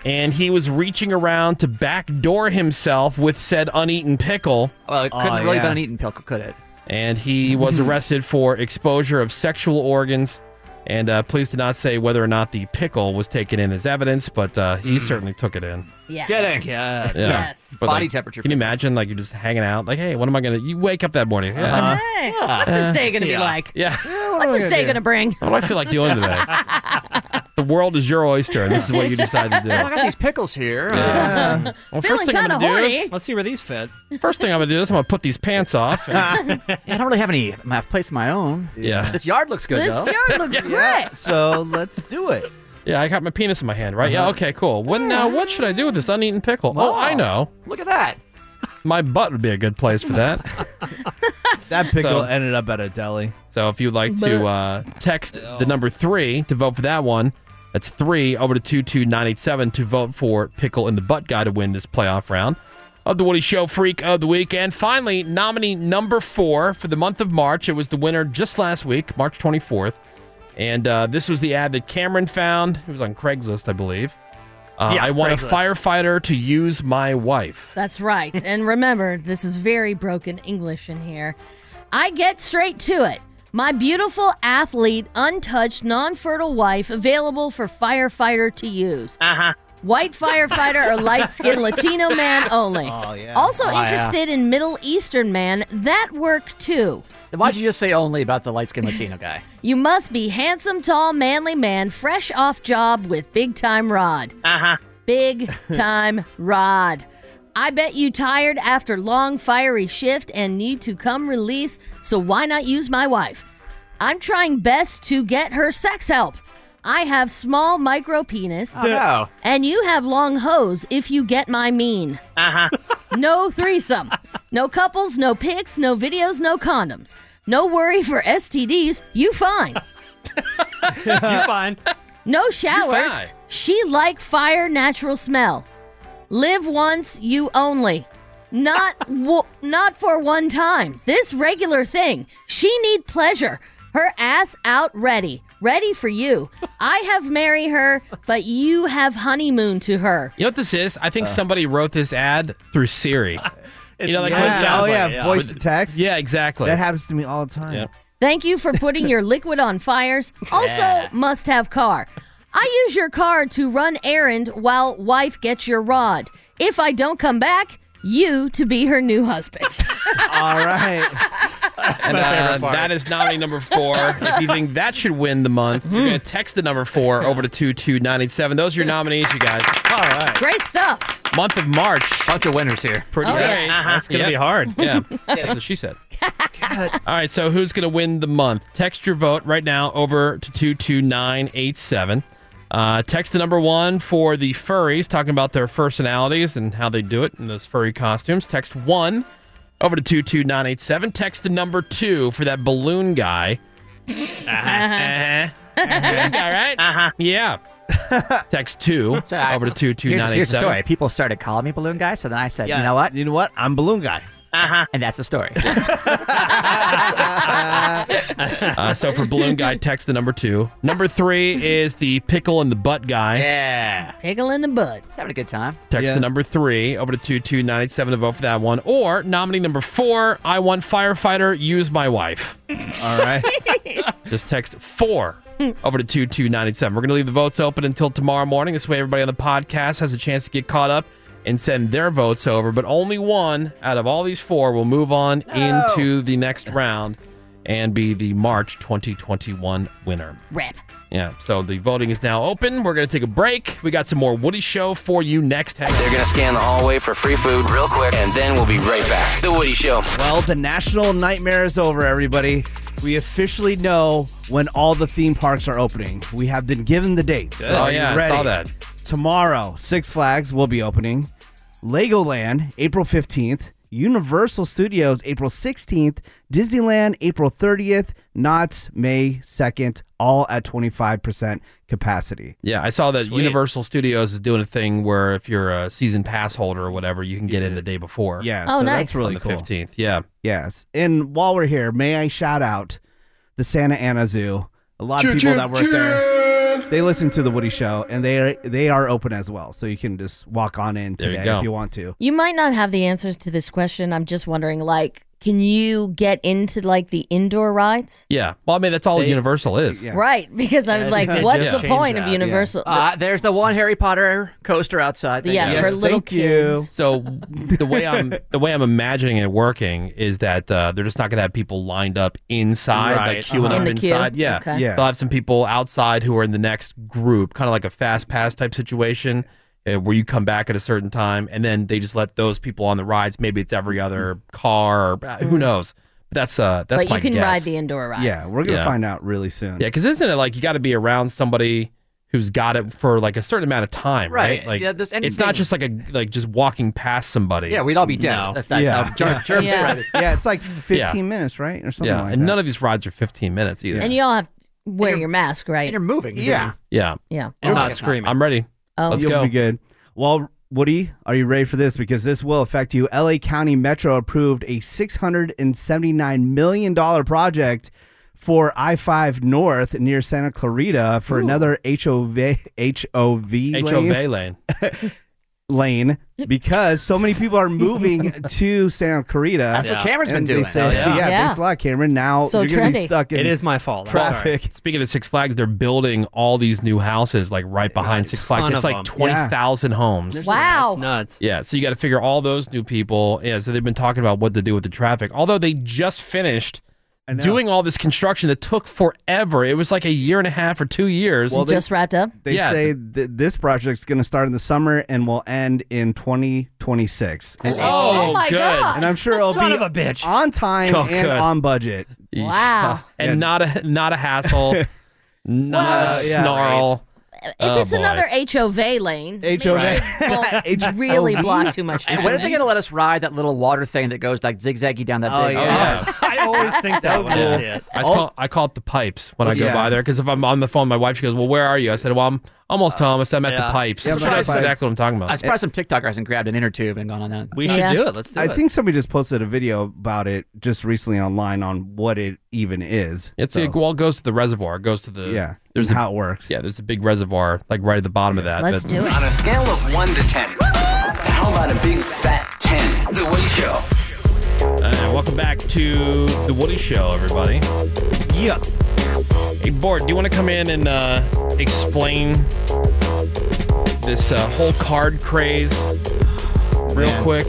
[SPEAKER 2] and he was reaching around to backdoor himself with said uneaten pickle.
[SPEAKER 7] Well,
[SPEAKER 4] Oh,
[SPEAKER 7] it couldn't have really been an eaten pill, could it?
[SPEAKER 2] And he was arrested for exposure of sexual organs. And uh, police did not say whether or not the pickle was taken in as evidence, but uh, he certainly took it in.
[SPEAKER 3] Yes.
[SPEAKER 7] Kidding. Yeah.
[SPEAKER 2] Yeah. But,
[SPEAKER 7] Hmm. Body
[SPEAKER 2] like,
[SPEAKER 7] temperature.
[SPEAKER 2] Can you imagine? Like you're just hanging out. Like, hey, what am I gonna? You wake up that morning.
[SPEAKER 7] Uh-huh.
[SPEAKER 2] Yeah.
[SPEAKER 3] Hey, what's this day gonna be
[SPEAKER 2] Yeah.
[SPEAKER 3] like?
[SPEAKER 2] Yeah.
[SPEAKER 3] What's this day gonna bring?
[SPEAKER 2] What do I feel like doing today? the world is your oyster, and this is what you decide to do.
[SPEAKER 6] Oh,
[SPEAKER 7] Well, I got these pickles here.
[SPEAKER 6] Uh,
[SPEAKER 2] Yeah. Well, first thing I'm gonna do is
[SPEAKER 6] Let's see where these fit.
[SPEAKER 2] first thing I'm gonna do is I'm gonna put these pants off. and-
[SPEAKER 7] I don't really have any. I have place of my own.
[SPEAKER 2] yeah.
[SPEAKER 7] This yard looks good
[SPEAKER 2] This
[SPEAKER 7] though.
[SPEAKER 2] yard
[SPEAKER 3] looks
[SPEAKER 2] Yeah.
[SPEAKER 3] great.
[SPEAKER 4] So let's do it.
[SPEAKER 2] Yeah, I got my penis in my hand, right? Yeah.
[SPEAKER 7] Uh-huh.
[SPEAKER 2] Okay. Cool. What now? What should I do with this uneaten pickle? Oh, I know.
[SPEAKER 7] Look at that.
[SPEAKER 2] My butt would be a good place for that.
[SPEAKER 4] That pickle
[SPEAKER 2] So-
[SPEAKER 4] ended up at a deli.
[SPEAKER 2] So if you'd like to uh, text the number three to vote for that one, that's three over to 22987 to vote for Pickle in the Butt Guy to win this playoff round of the Woody Show Freak of the Week. And finally, nominee number four for the month of March. It was the winner just last week, March 24th. And uh, this was the ad that Cameron found. It was on Craigslist, I believe. Uh,
[SPEAKER 3] Yeah,
[SPEAKER 2] I want a
[SPEAKER 3] Craigslist.
[SPEAKER 2] firefighter to use my wife.
[SPEAKER 3] That's right. and remember, this is very broken English in here. I get straight to it. My beautiful athlete, untouched, non fertile wife, available for firefighter to use.
[SPEAKER 15] Uh
[SPEAKER 7] Uh-huh.
[SPEAKER 15] huh.
[SPEAKER 3] White firefighter or light skinned Latino man only.
[SPEAKER 7] Oh, yeah.
[SPEAKER 3] Also
[SPEAKER 7] Oh, yeah.
[SPEAKER 3] interested in Middle Eastern man, that work too.
[SPEAKER 7] Then Why'd you just say only about the light skinned Latino guy?
[SPEAKER 3] You must be handsome, tall, manly man, fresh off job with big time rod.
[SPEAKER 15] Uh huh.
[SPEAKER 3] Big time rod. I bet you tired after long fiery shift and need to come release, so why not use my wife? I'm trying best to get her sex help. I have small micro penis.
[SPEAKER 7] Oh, no.
[SPEAKER 3] And you have long hose if you get my mean.
[SPEAKER 6] Uh-huh.
[SPEAKER 15] Uh huh.
[SPEAKER 3] No threesome. No couples, no pics, no videos, no condoms. No worry for STDs. You fine.
[SPEAKER 6] you fine.
[SPEAKER 3] No
[SPEAKER 6] You
[SPEAKER 3] showers.
[SPEAKER 6] fine.
[SPEAKER 3] She like fire natural smell. Live once, you only. Not w- not for one time. This regular thing. She need pleasure. Her ass out ready. Ready for you. I have marry her, but you have honeymoon to her.
[SPEAKER 2] You know what this is? I think somebody wrote this ad through Siri. you know, like what it
[SPEAKER 4] Yeah.
[SPEAKER 2] sounds
[SPEAKER 4] Oh, yeah,
[SPEAKER 2] like,
[SPEAKER 4] voice to text.
[SPEAKER 2] Yeah, exactly.
[SPEAKER 4] That happens to me all the time.
[SPEAKER 3] Thank you for putting your liquid on fires. Also,
[SPEAKER 4] Yeah.
[SPEAKER 3] must have car. I use your car to run errand while wife gets your rod. If I don't come back, you to be her new husband.
[SPEAKER 2] All right. That's
[SPEAKER 3] my favorite part.
[SPEAKER 2] uh, That is nominee number four. if you think that should win the month, you're
[SPEAKER 4] Hmm.
[SPEAKER 2] going to text the number four over to 22987. Those are your nominees, you guys. All right.
[SPEAKER 3] Great stuff.
[SPEAKER 2] Month of March. Bunch
[SPEAKER 7] of winners here.
[SPEAKER 2] Pretty
[SPEAKER 3] Oh,
[SPEAKER 2] great.
[SPEAKER 3] yes. Uh-huh.
[SPEAKER 6] That's gonna be hard.
[SPEAKER 2] Yeah. That's what she said. All right. So who's going to win the month? Text your vote right now over to 22987. Uh, text the number one for the furries, talking about their personalities and how they do it in those furry costumes. Text one over to 22987. Text the number two for that balloon guy. Uh-huh. Uh-huh. Balloon guy, right? Uh-huh. Yeah. Text two
[SPEAKER 7] So I-
[SPEAKER 2] over to 22987.
[SPEAKER 7] Here's, here's the story. People started calling me balloon guy, so then I said, you know what?
[SPEAKER 4] You know what? I'm balloon guy.
[SPEAKER 7] Uh-huh. And that's the story.
[SPEAKER 2] Uh, so for balloon guy, text the number two. Number three is the pickle in the butt guy.
[SPEAKER 7] Yeah.
[SPEAKER 3] Pickle in the butt.
[SPEAKER 7] Having a good time.
[SPEAKER 2] Text the number three over to 2297 to vote for that one. Or nominee number four, I want firefighter, use my wife. All right. Just text four over to 2297. We're going to leave the votes open until tomorrow morning. This way, everybody on the podcast has a chance to get caught up and send their votes over. But only one out of all these four will move on into the next round and be the March 2021 winner.
[SPEAKER 3] Rip.
[SPEAKER 2] Yeah, so the voting is now open. We're going to take a break. We got some more Woody Show for you next. Hey.
[SPEAKER 8] They're going to scan the hallway for free food real quick, and then we'll be right back. The Woody Show.
[SPEAKER 4] Well, the national nightmare is over, everybody. We officially know when all the theme parks are opening. We have been given the dates.
[SPEAKER 2] Good.
[SPEAKER 4] So
[SPEAKER 2] Oh,
[SPEAKER 4] are you
[SPEAKER 2] yeah, I
[SPEAKER 4] ready?
[SPEAKER 2] saw that.
[SPEAKER 4] Tomorrow, Six Flags will be opening. Legoland, April 15th. Universal Studios, April 16th. Disneyland, April 30th. Knott's, May 2nd. All at 25% capacity.
[SPEAKER 2] Yeah, I saw that Universal Studios is doing a thing where if you're a season pass holder or whatever, you can get in the day before.
[SPEAKER 4] Yeah, Oh, so that's nice. really
[SPEAKER 2] On the
[SPEAKER 4] cool.
[SPEAKER 2] 15th, yeah.
[SPEAKER 4] Yes. And while we're here, may I shout out the Santa Ana Zoo? A lot of people that work there. They listen to the Woody Show, and they are they are open as well. So you can just walk on in
[SPEAKER 2] There you
[SPEAKER 4] today
[SPEAKER 2] go.
[SPEAKER 4] if you want to.
[SPEAKER 3] You might not have the answers to this question. I'm just wondering, like, can you get into like the indoor rides?
[SPEAKER 2] Yeah. Well, I mean, that's all Universal is.
[SPEAKER 3] Right, because I was like, what's the point of Universal?
[SPEAKER 7] Uh, there's the one Harry Potter coaster outside. Thank
[SPEAKER 3] Yeah,
[SPEAKER 7] you.
[SPEAKER 3] for Yes, little thank you. kids.
[SPEAKER 2] So the way I'm the way I'm imagining it working is that uh, they're just not going to have people lined up inside, like
[SPEAKER 7] Right,
[SPEAKER 2] queuing
[SPEAKER 7] uh-huh.
[SPEAKER 2] up
[SPEAKER 7] In the queue?
[SPEAKER 2] inside. Yeah.
[SPEAKER 7] Okay. Yeah.
[SPEAKER 2] they'll have some people outside who are in the next group, kind of like a fast pass type situation. uh, Where you come back at a certain time, and then they just let those people on the rides. Maybe it's every other car, or uh,
[SPEAKER 7] Mm.
[SPEAKER 2] who knows. But that's uh, that's
[SPEAKER 3] but
[SPEAKER 2] my
[SPEAKER 3] you can
[SPEAKER 2] guess.
[SPEAKER 3] ride the indoor rides.
[SPEAKER 2] Yeah.
[SPEAKER 4] out really soon.
[SPEAKER 2] Yeah, because isn't it like you got to be around somebody who's got it for like a certain amount of time, right?
[SPEAKER 7] Right.
[SPEAKER 2] Like
[SPEAKER 7] Yeah, this-
[SPEAKER 2] it's not
[SPEAKER 7] anything-
[SPEAKER 2] just like a like just walking past somebody.
[SPEAKER 7] Yeah, we'd all be dead if that's
[SPEAKER 2] yeah.
[SPEAKER 7] how germ- germs
[SPEAKER 3] Yeah.
[SPEAKER 7] spread.
[SPEAKER 4] Yeah, it's like 15
[SPEAKER 2] Yeah.
[SPEAKER 4] minutes, right, or something
[SPEAKER 2] yeah,
[SPEAKER 4] like
[SPEAKER 2] and none of these rides are 15 minutes either.
[SPEAKER 3] And you all have to wear your mask, right? And
[SPEAKER 7] you're moving.
[SPEAKER 3] Yeah.
[SPEAKER 2] yeah,
[SPEAKER 3] Yeah.
[SPEAKER 2] I'm I'm ready.
[SPEAKER 3] Oh.
[SPEAKER 2] Let's
[SPEAKER 4] You'll
[SPEAKER 2] go.
[SPEAKER 4] be good. Well, Woody, are you ready for this? Because this will affect you. LA County Metro approved a $679 million project for I 5 North near Santa Clarita for another HOV, HOV,
[SPEAKER 2] HOV lane.
[SPEAKER 4] lane. lane because so many people are moving to Santa Clarita.
[SPEAKER 7] That's what Cameron's been
[SPEAKER 4] And they
[SPEAKER 7] doing.
[SPEAKER 4] say,
[SPEAKER 7] Hell yeah.
[SPEAKER 4] yeah.
[SPEAKER 7] Yeah.
[SPEAKER 4] thanks a lot, Cameron. Now
[SPEAKER 7] So
[SPEAKER 4] you're going to
[SPEAKER 7] trendy.
[SPEAKER 4] be stuck in
[SPEAKER 7] It is my fault. I'm
[SPEAKER 4] Traffic.
[SPEAKER 2] Speaking of Six Flags, they're building all these new houses like right behind Six Flags.
[SPEAKER 6] ton of
[SPEAKER 2] It's like
[SPEAKER 6] them.
[SPEAKER 2] twenty thousand homes.
[SPEAKER 3] Wow.
[SPEAKER 6] nuts.
[SPEAKER 2] Yeah, so you got to figure all those new people. Yeah, so they've been talking about what to do with the traffic. Although they just finished doing all this construction that took forever. It was like a year and a half or two years.
[SPEAKER 4] Well, they- Just
[SPEAKER 3] wrapped up.
[SPEAKER 4] They
[SPEAKER 2] yeah,
[SPEAKER 4] say th- this project's going to start in the summer and will end in 2026.
[SPEAKER 2] Cool. Oh, Oh my good. God.
[SPEAKER 4] And I'm sure it'll
[SPEAKER 2] Son
[SPEAKER 4] be
[SPEAKER 2] of a bitch.
[SPEAKER 4] on time
[SPEAKER 2] Oh,
[SPEAKER 4] and
[SPEAKER 2] good.
[SPEAKER 4] on budget.
[SPEAKER 3] Wow.
[SPEAKER 2] and not a not a hassle, not
[SPEAKER 4] Well,
[SPEAKER 2] a
[SPEAKER 4] yeah.
[SPEAKER 2] snarl.
[SPEAKER 3] If
[SPEAKER 2] Oh,
[SPEAKER 3] it's
[SPEAKER 2] boy.
[SPEAKER 3] another HOV lane, maybe
[SPEAKER 7] HOV.
[SPEAKER 3] it won't really block too much.
[SPEAKER 7] And when are they
[SPEAKER 3] traffic.
[SPEAKER 7] going to let us ride that little water thing that goes like zigzaggy down that
[SPEAKER 2] Oh,
[SPEAKER 7] big?
[SPEAKER 2] yeah.
[SPEAKER 6] I always think that when I see it.
[SPEAKER 2] I just call, I call it the pipes when I
[SPEAKER 7] What's
[SPEAKER 2] go
[SPEAKER 7] that?
[SPEAKER 2] by there because if I'm on the phone, my wife she goes, "Well, where are you?" I said, "Well, I'm almost home." I said, "I'm at the
[SPEAKER 7] Yeah.
[SPEAKER 2] pipes."
[SPEAKER 7] Yeah,
[SPEAKER 2] That's
[SPEAKER 7] I'm at the pipes.
[SPEAKER 2] exactly what I'm talking about.
[SPEAKER 7] I surprised some TikTokers hasn't grabbed an inner tube and gone on that.
[SPEAKER 6] We should Yeah. do it. Let's do
[SPEAKER 4] I
[SPEAKER 6] it.
[SPEAKER 4] think somebody just posted a video about it just recently online on what it even is.
[SPEAKER 2] It's it well it goes to the reservoir. It goes to the
[SPEAKER 4] Yeah,
[SPEAKER 2] There's
[SPEAKER 4] how it works.
[SPEAKER 2] Yeah, there's a big reservoir like right at the bottom of that. that-
[SPEAKER 16] On a scale of 1 to 10, how about a big fat 10? The Woody Show.
[SPEAKER 2] Uh, welcome back to the Woody Show, everybody. Yeah. Hey, Bort, do you want to come in and uh, explain this uh, whole card craze real
[SPEAKER 4] Man.
[SPEAKER 2] quick?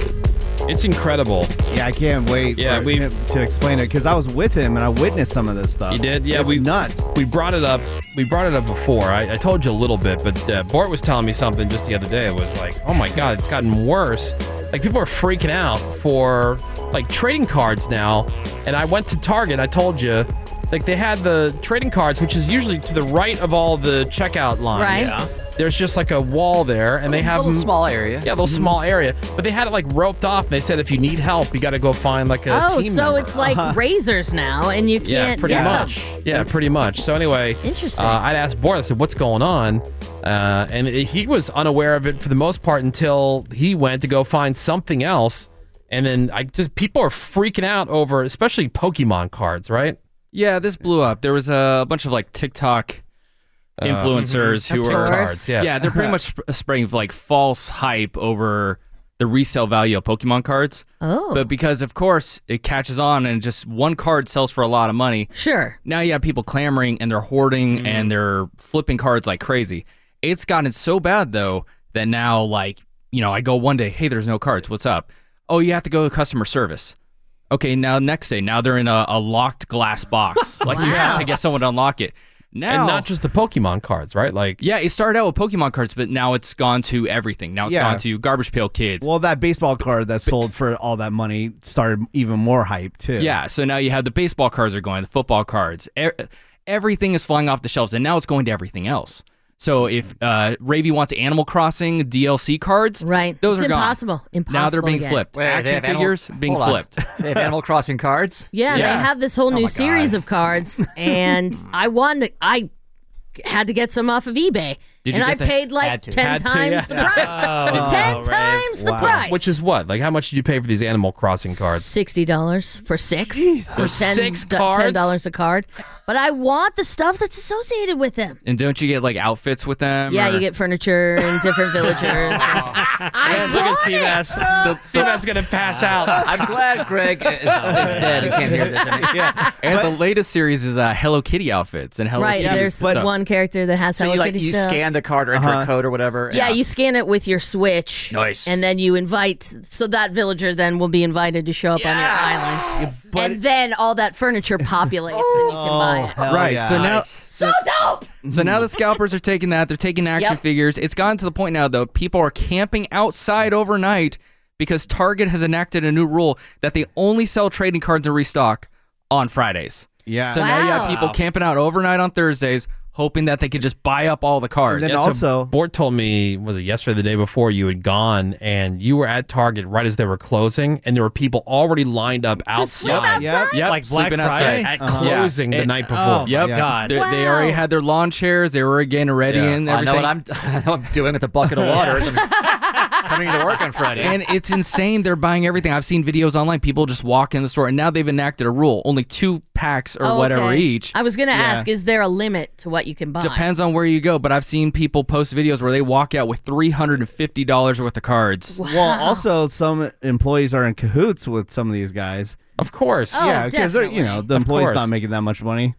[SPEAKER 2] It's incredible.
[SPEAKER 4] Yeah, I can't wait.
[SPEAKER 2] Yeah,
[SPEAKER 4] for
[SPEAKER 2] we-
[SPEAKER 4] him to explain it because I was with him and I witnessed some of this stuff.
[SPEAKER 2] You did? Yeah,
[SPEAKER 4] It's
[SPEAKER 2] we
[SPEAKER 4] nuts.
[SPEAKER 2] We brought it up. We brought it up before. I, I told you a little bit, but uh, Bart was telling me something just the other day. It was like, oh my god, it's gotten worse. Like people are freaking out for like trading cards now. And I went to Target. I told you, like they had the trading cards, which is usually to the right of all the checkout lines.
[SPEAKER 7] Right. Yeah.
[SPEAKER 2] There's just like a wall there, and they have
[SPEAKER 7] little
[SPEAKER 2] them-
[SPEAKER 7] small area.
[SPEAKER 2] Yeah, a
[SPEAKER 4] Mm-hmm.
[SPEAKER 2] little small area. But they had it like roped off, and they said if you need help, you got to go find like a
[SPEAKER 3] Oh,
[SPEAKER 2] team
[SPEAKER 3] so
[SPEAKER 2] member. Uh-huh.
[SPEAKER 3] it's like razors now, and you can't
[SPEAKER 2] Yeah, pretty
[SPEAKER 3] get
[SPEAKER 2] much.
[SPEAKER 3] them.
[SPEAKER 2] Yeah, pretty much. So anyway,
[SPEAKER 3] Interesting.
[SPEAKER 2] Uh, I'd asked Bort. I said, "What's going on?" Uh, and it- he was unaware of it for the most part until he went to go find something else. And then I just people are freaking out over, especially Pokemon cards, right?
[SPEAKER 17] Yeah, this blew up. There was a bunch of like TikTok
[SPEAKER 2] Uh,
[SPEAKER 17] influencers
[SPEAKER 2] mhm.
[SPEAKER 17] who
[SPEAKER 2] Of
[SPEAKER 17] were
[SPEAKER 2] course. Yes.
[SPEAKER 17] yeah, they're pretty much sp- spreading like false hype over the resale value of Pokemon cards.
[SPEAKER 3] Oh.
[SPEAKER 17] But because of course it catches on and just one card sells for a lot of money.
[SPEAKER 3] Sure.
[SPEAKER 17] Now you have people clamoring and they're hoarding
[SPEAKER 2] Mm-hmm.
[SPEAKER 17] and they're flipping cards like crazy. It's gotten so bad though that now like, you know, I go one day, "Hey, there's no cards. What's up?" "Oh, you have to go to customer service." Okay, now next day, now they're in a, a locked glass box. like you have to get someone to unlock it. Now,
[SPEAKER 2] and not just the Pokemon cards, right? Like
[SPEAKER 17] yeah, it started out with Pokemon cards, but now it's gone to everything. Now it's
[SPEAKER 4] Yeah.
[SPEAKER 17] gone to garbage pail kids.
[SPEAKER 4] Well, that baseball card that sold for all that money started even more hype too.
[SPEAKER 17] Yeah, so now you have the baseball cards are going, the football cards, e- everything is flying off the shelves, and now it's going to everything else. So if uh, Ravy wants Animal Crossing DLC cards,
[SPEAKER 3] right?
[SPEAKER 17] Those
[SPEAKER 3] It's
[SPEAKER 17] are gone.
[SPEAKER 3] impossible.
[SPEAKER 17] Now they're
[SPEAKER 3] Impossible
[SPEAKER 17] being
[SPEAKER 3] again.
[SPEAKER 17] flipped.
[SPEAKER 7] Wait, they
[SPEAKER 17] Action
[SPEAKER 7] have Animal-
[SPEAKER 17] figures being
[SPEAKER 7] hold on.
[SPEAKER 17] flipped.
[SPEAKER 7] They have Animal Crossing cards.
[SPEAKER 3] Yeah, they have this whole
[SPEAKER 7] Oh
[SPEAKER 3] new
[SPEAKER 7] my
[SPEAKER 3] series of cards, and I wanted. I had to get some off of eBay,
[SPEAKER 2] Did
[SPEAKER 3] and
[SPEAKER 2] you get
[SPEAKER 3] I
[SPEAKER 2] the-
[SPEAKER 3] paid like
[SPEAKER 2] Had to.
[SPEAKER 3] ten
[SPEAKER 2] Had to,
[SPEAKER 3] times
[SPEAKER 2] yeah.
[SPEAKER 3] the
[SPEAKER 17] Oh,
[SPEAKER 3] price.
[SPEAKER 6] Oh,
[SPEAKER 3] ten times the price.
[SPEAKER 2] Which is what? Like how much did you pay for these Animal Crossing cards?
[SPEAKER 3] Sixty dollars for six, so
[SPEAKER 2] For
[SPEAKER 3] ten
[SPEAKER 2] six
[SPEAKER 3] do-
[SPEAKER 2] cards?
[SPEAKER 3] ten dollars a card. But I want the stuff that's associated with them.
[SPEAKER 17] And don't you get like outfits with them?
[SPEAKER 3] yeah,
[SPEAKER 17] or-
[SPEAKER 3] you get furniture and different villagers.
[SPEAKER 2] Man, look at Seabass. Seabass gonna pass out.
[SPEAKER 7] I'm glad Greg is, is dead and can't hear this anymore.
[SPEAKER 17] yeah. And the latest series is uh, Hello Kitty outfits and Hello
[SPEAKER 3] right,
[SPEAKER 17] Kitty
[SPEAKER 3] there's
[SPEAKER 17] stuff.
[SPEAKER 3] one character that has
[SPEAKER 7] So
[SPEAKER 3] Hello
[SPEAKER 7] you like
[SPEAKER 3] Kitty
[SPEAKER 7] you
[SPEAKER 3] stuff.
[SPEAKER 7] scan the card or enter
[SPEAKER 17] Uh-huh.
[SPEAKER 7] a code or whatever.
[SPEAKER 3] Yeah, you scan it with your Switch.
[SPEAKER 7] Nice.
[SPEAKER 3] And then you invite, so that villager then will be invited to show up on your island. and then all that furniture populates and you can buy it.
[SPEAKER 17] right. So now
[SPEAKER 3] So dope!
[SPEAKER 17] So now the scalpers are taking that. They're taking action
[SPEAKER 3] Yep.
[SPEAKER 17] figures. It's gotten to the point now, though, people are camping outside overnight because Target has enacted a new rule that they only sell trading cards and restock on Fridays.
[SPEAKER 4] Yeah.
[SPEAKER 17] So now you have
[SPEAKER 4] Wow.
[SPEAKER 17] people camping out overnight on Thursdays, hoping that they could just buy up all the cards.
[SPEAKER 2] Yeah, so Bort told me was it yesterday, or the day before you had gone, and you were at Target right as they were closing, and there were people already lined up
[SPEAKER 17] sleep
[SPEAKER 2] outside,
[SPEAKER 17] outside? Yep. Like Black
[SPEAKER 2] sleeping outside
[SPEAKER 17] Friday?
[SPEAKER 2] at
[SPEAKER 17] Uh-huh.
[SPEAKER 2] closing
[SPEAKER 17] Yeah.
[SPEAKER 2] the
[SPEAKER 17] It-
[SPEAKER 2] night before.
[SPEAKER 17] oh my Yep. God. They're- they already had their lawn chairs. They were getting ready and
[SPEAKER 7] I know what
[SPEAKER 17] everything.
[SPEAKER 7] I'm. I know what I'm doing with a bucket of water. coming to work on Friday.
[SPEAKER 17] And it's insane. They're buying everything. I've seen videos online. People just walk in the store, and now they've enacted a rule: only two packs or
[SPEAKER 3] Oh,
[SPEAKER 17] whatever
[SPEAKER 3] okay.
[SPEAKER 17] each.
[SPEAKER 3] I was going to
[SPEAKER 17] Yeah.
[SPEAKER 3] ask, is there a limit to what you can buy?
[SPEAKER 17] Depends on where you go, but I've seen people post videos where they walk out with three hundred and fifty dollars worth of cards.
[SPEAKER 4] Well, also some employees are in cahoots with some of these guys.
[SPEAKER 2] Of course,
[SPEAKER 3] Oh,
[SPEAKER 4] yeah, because they're you know
[SPEAKER 3] definitely.
[SPEAKER 4] the
[SPEAKER 2] Of
[SPEAKER 4] employees
[SPEAKER 2] course.
[SPEAKER 4] not making that much money.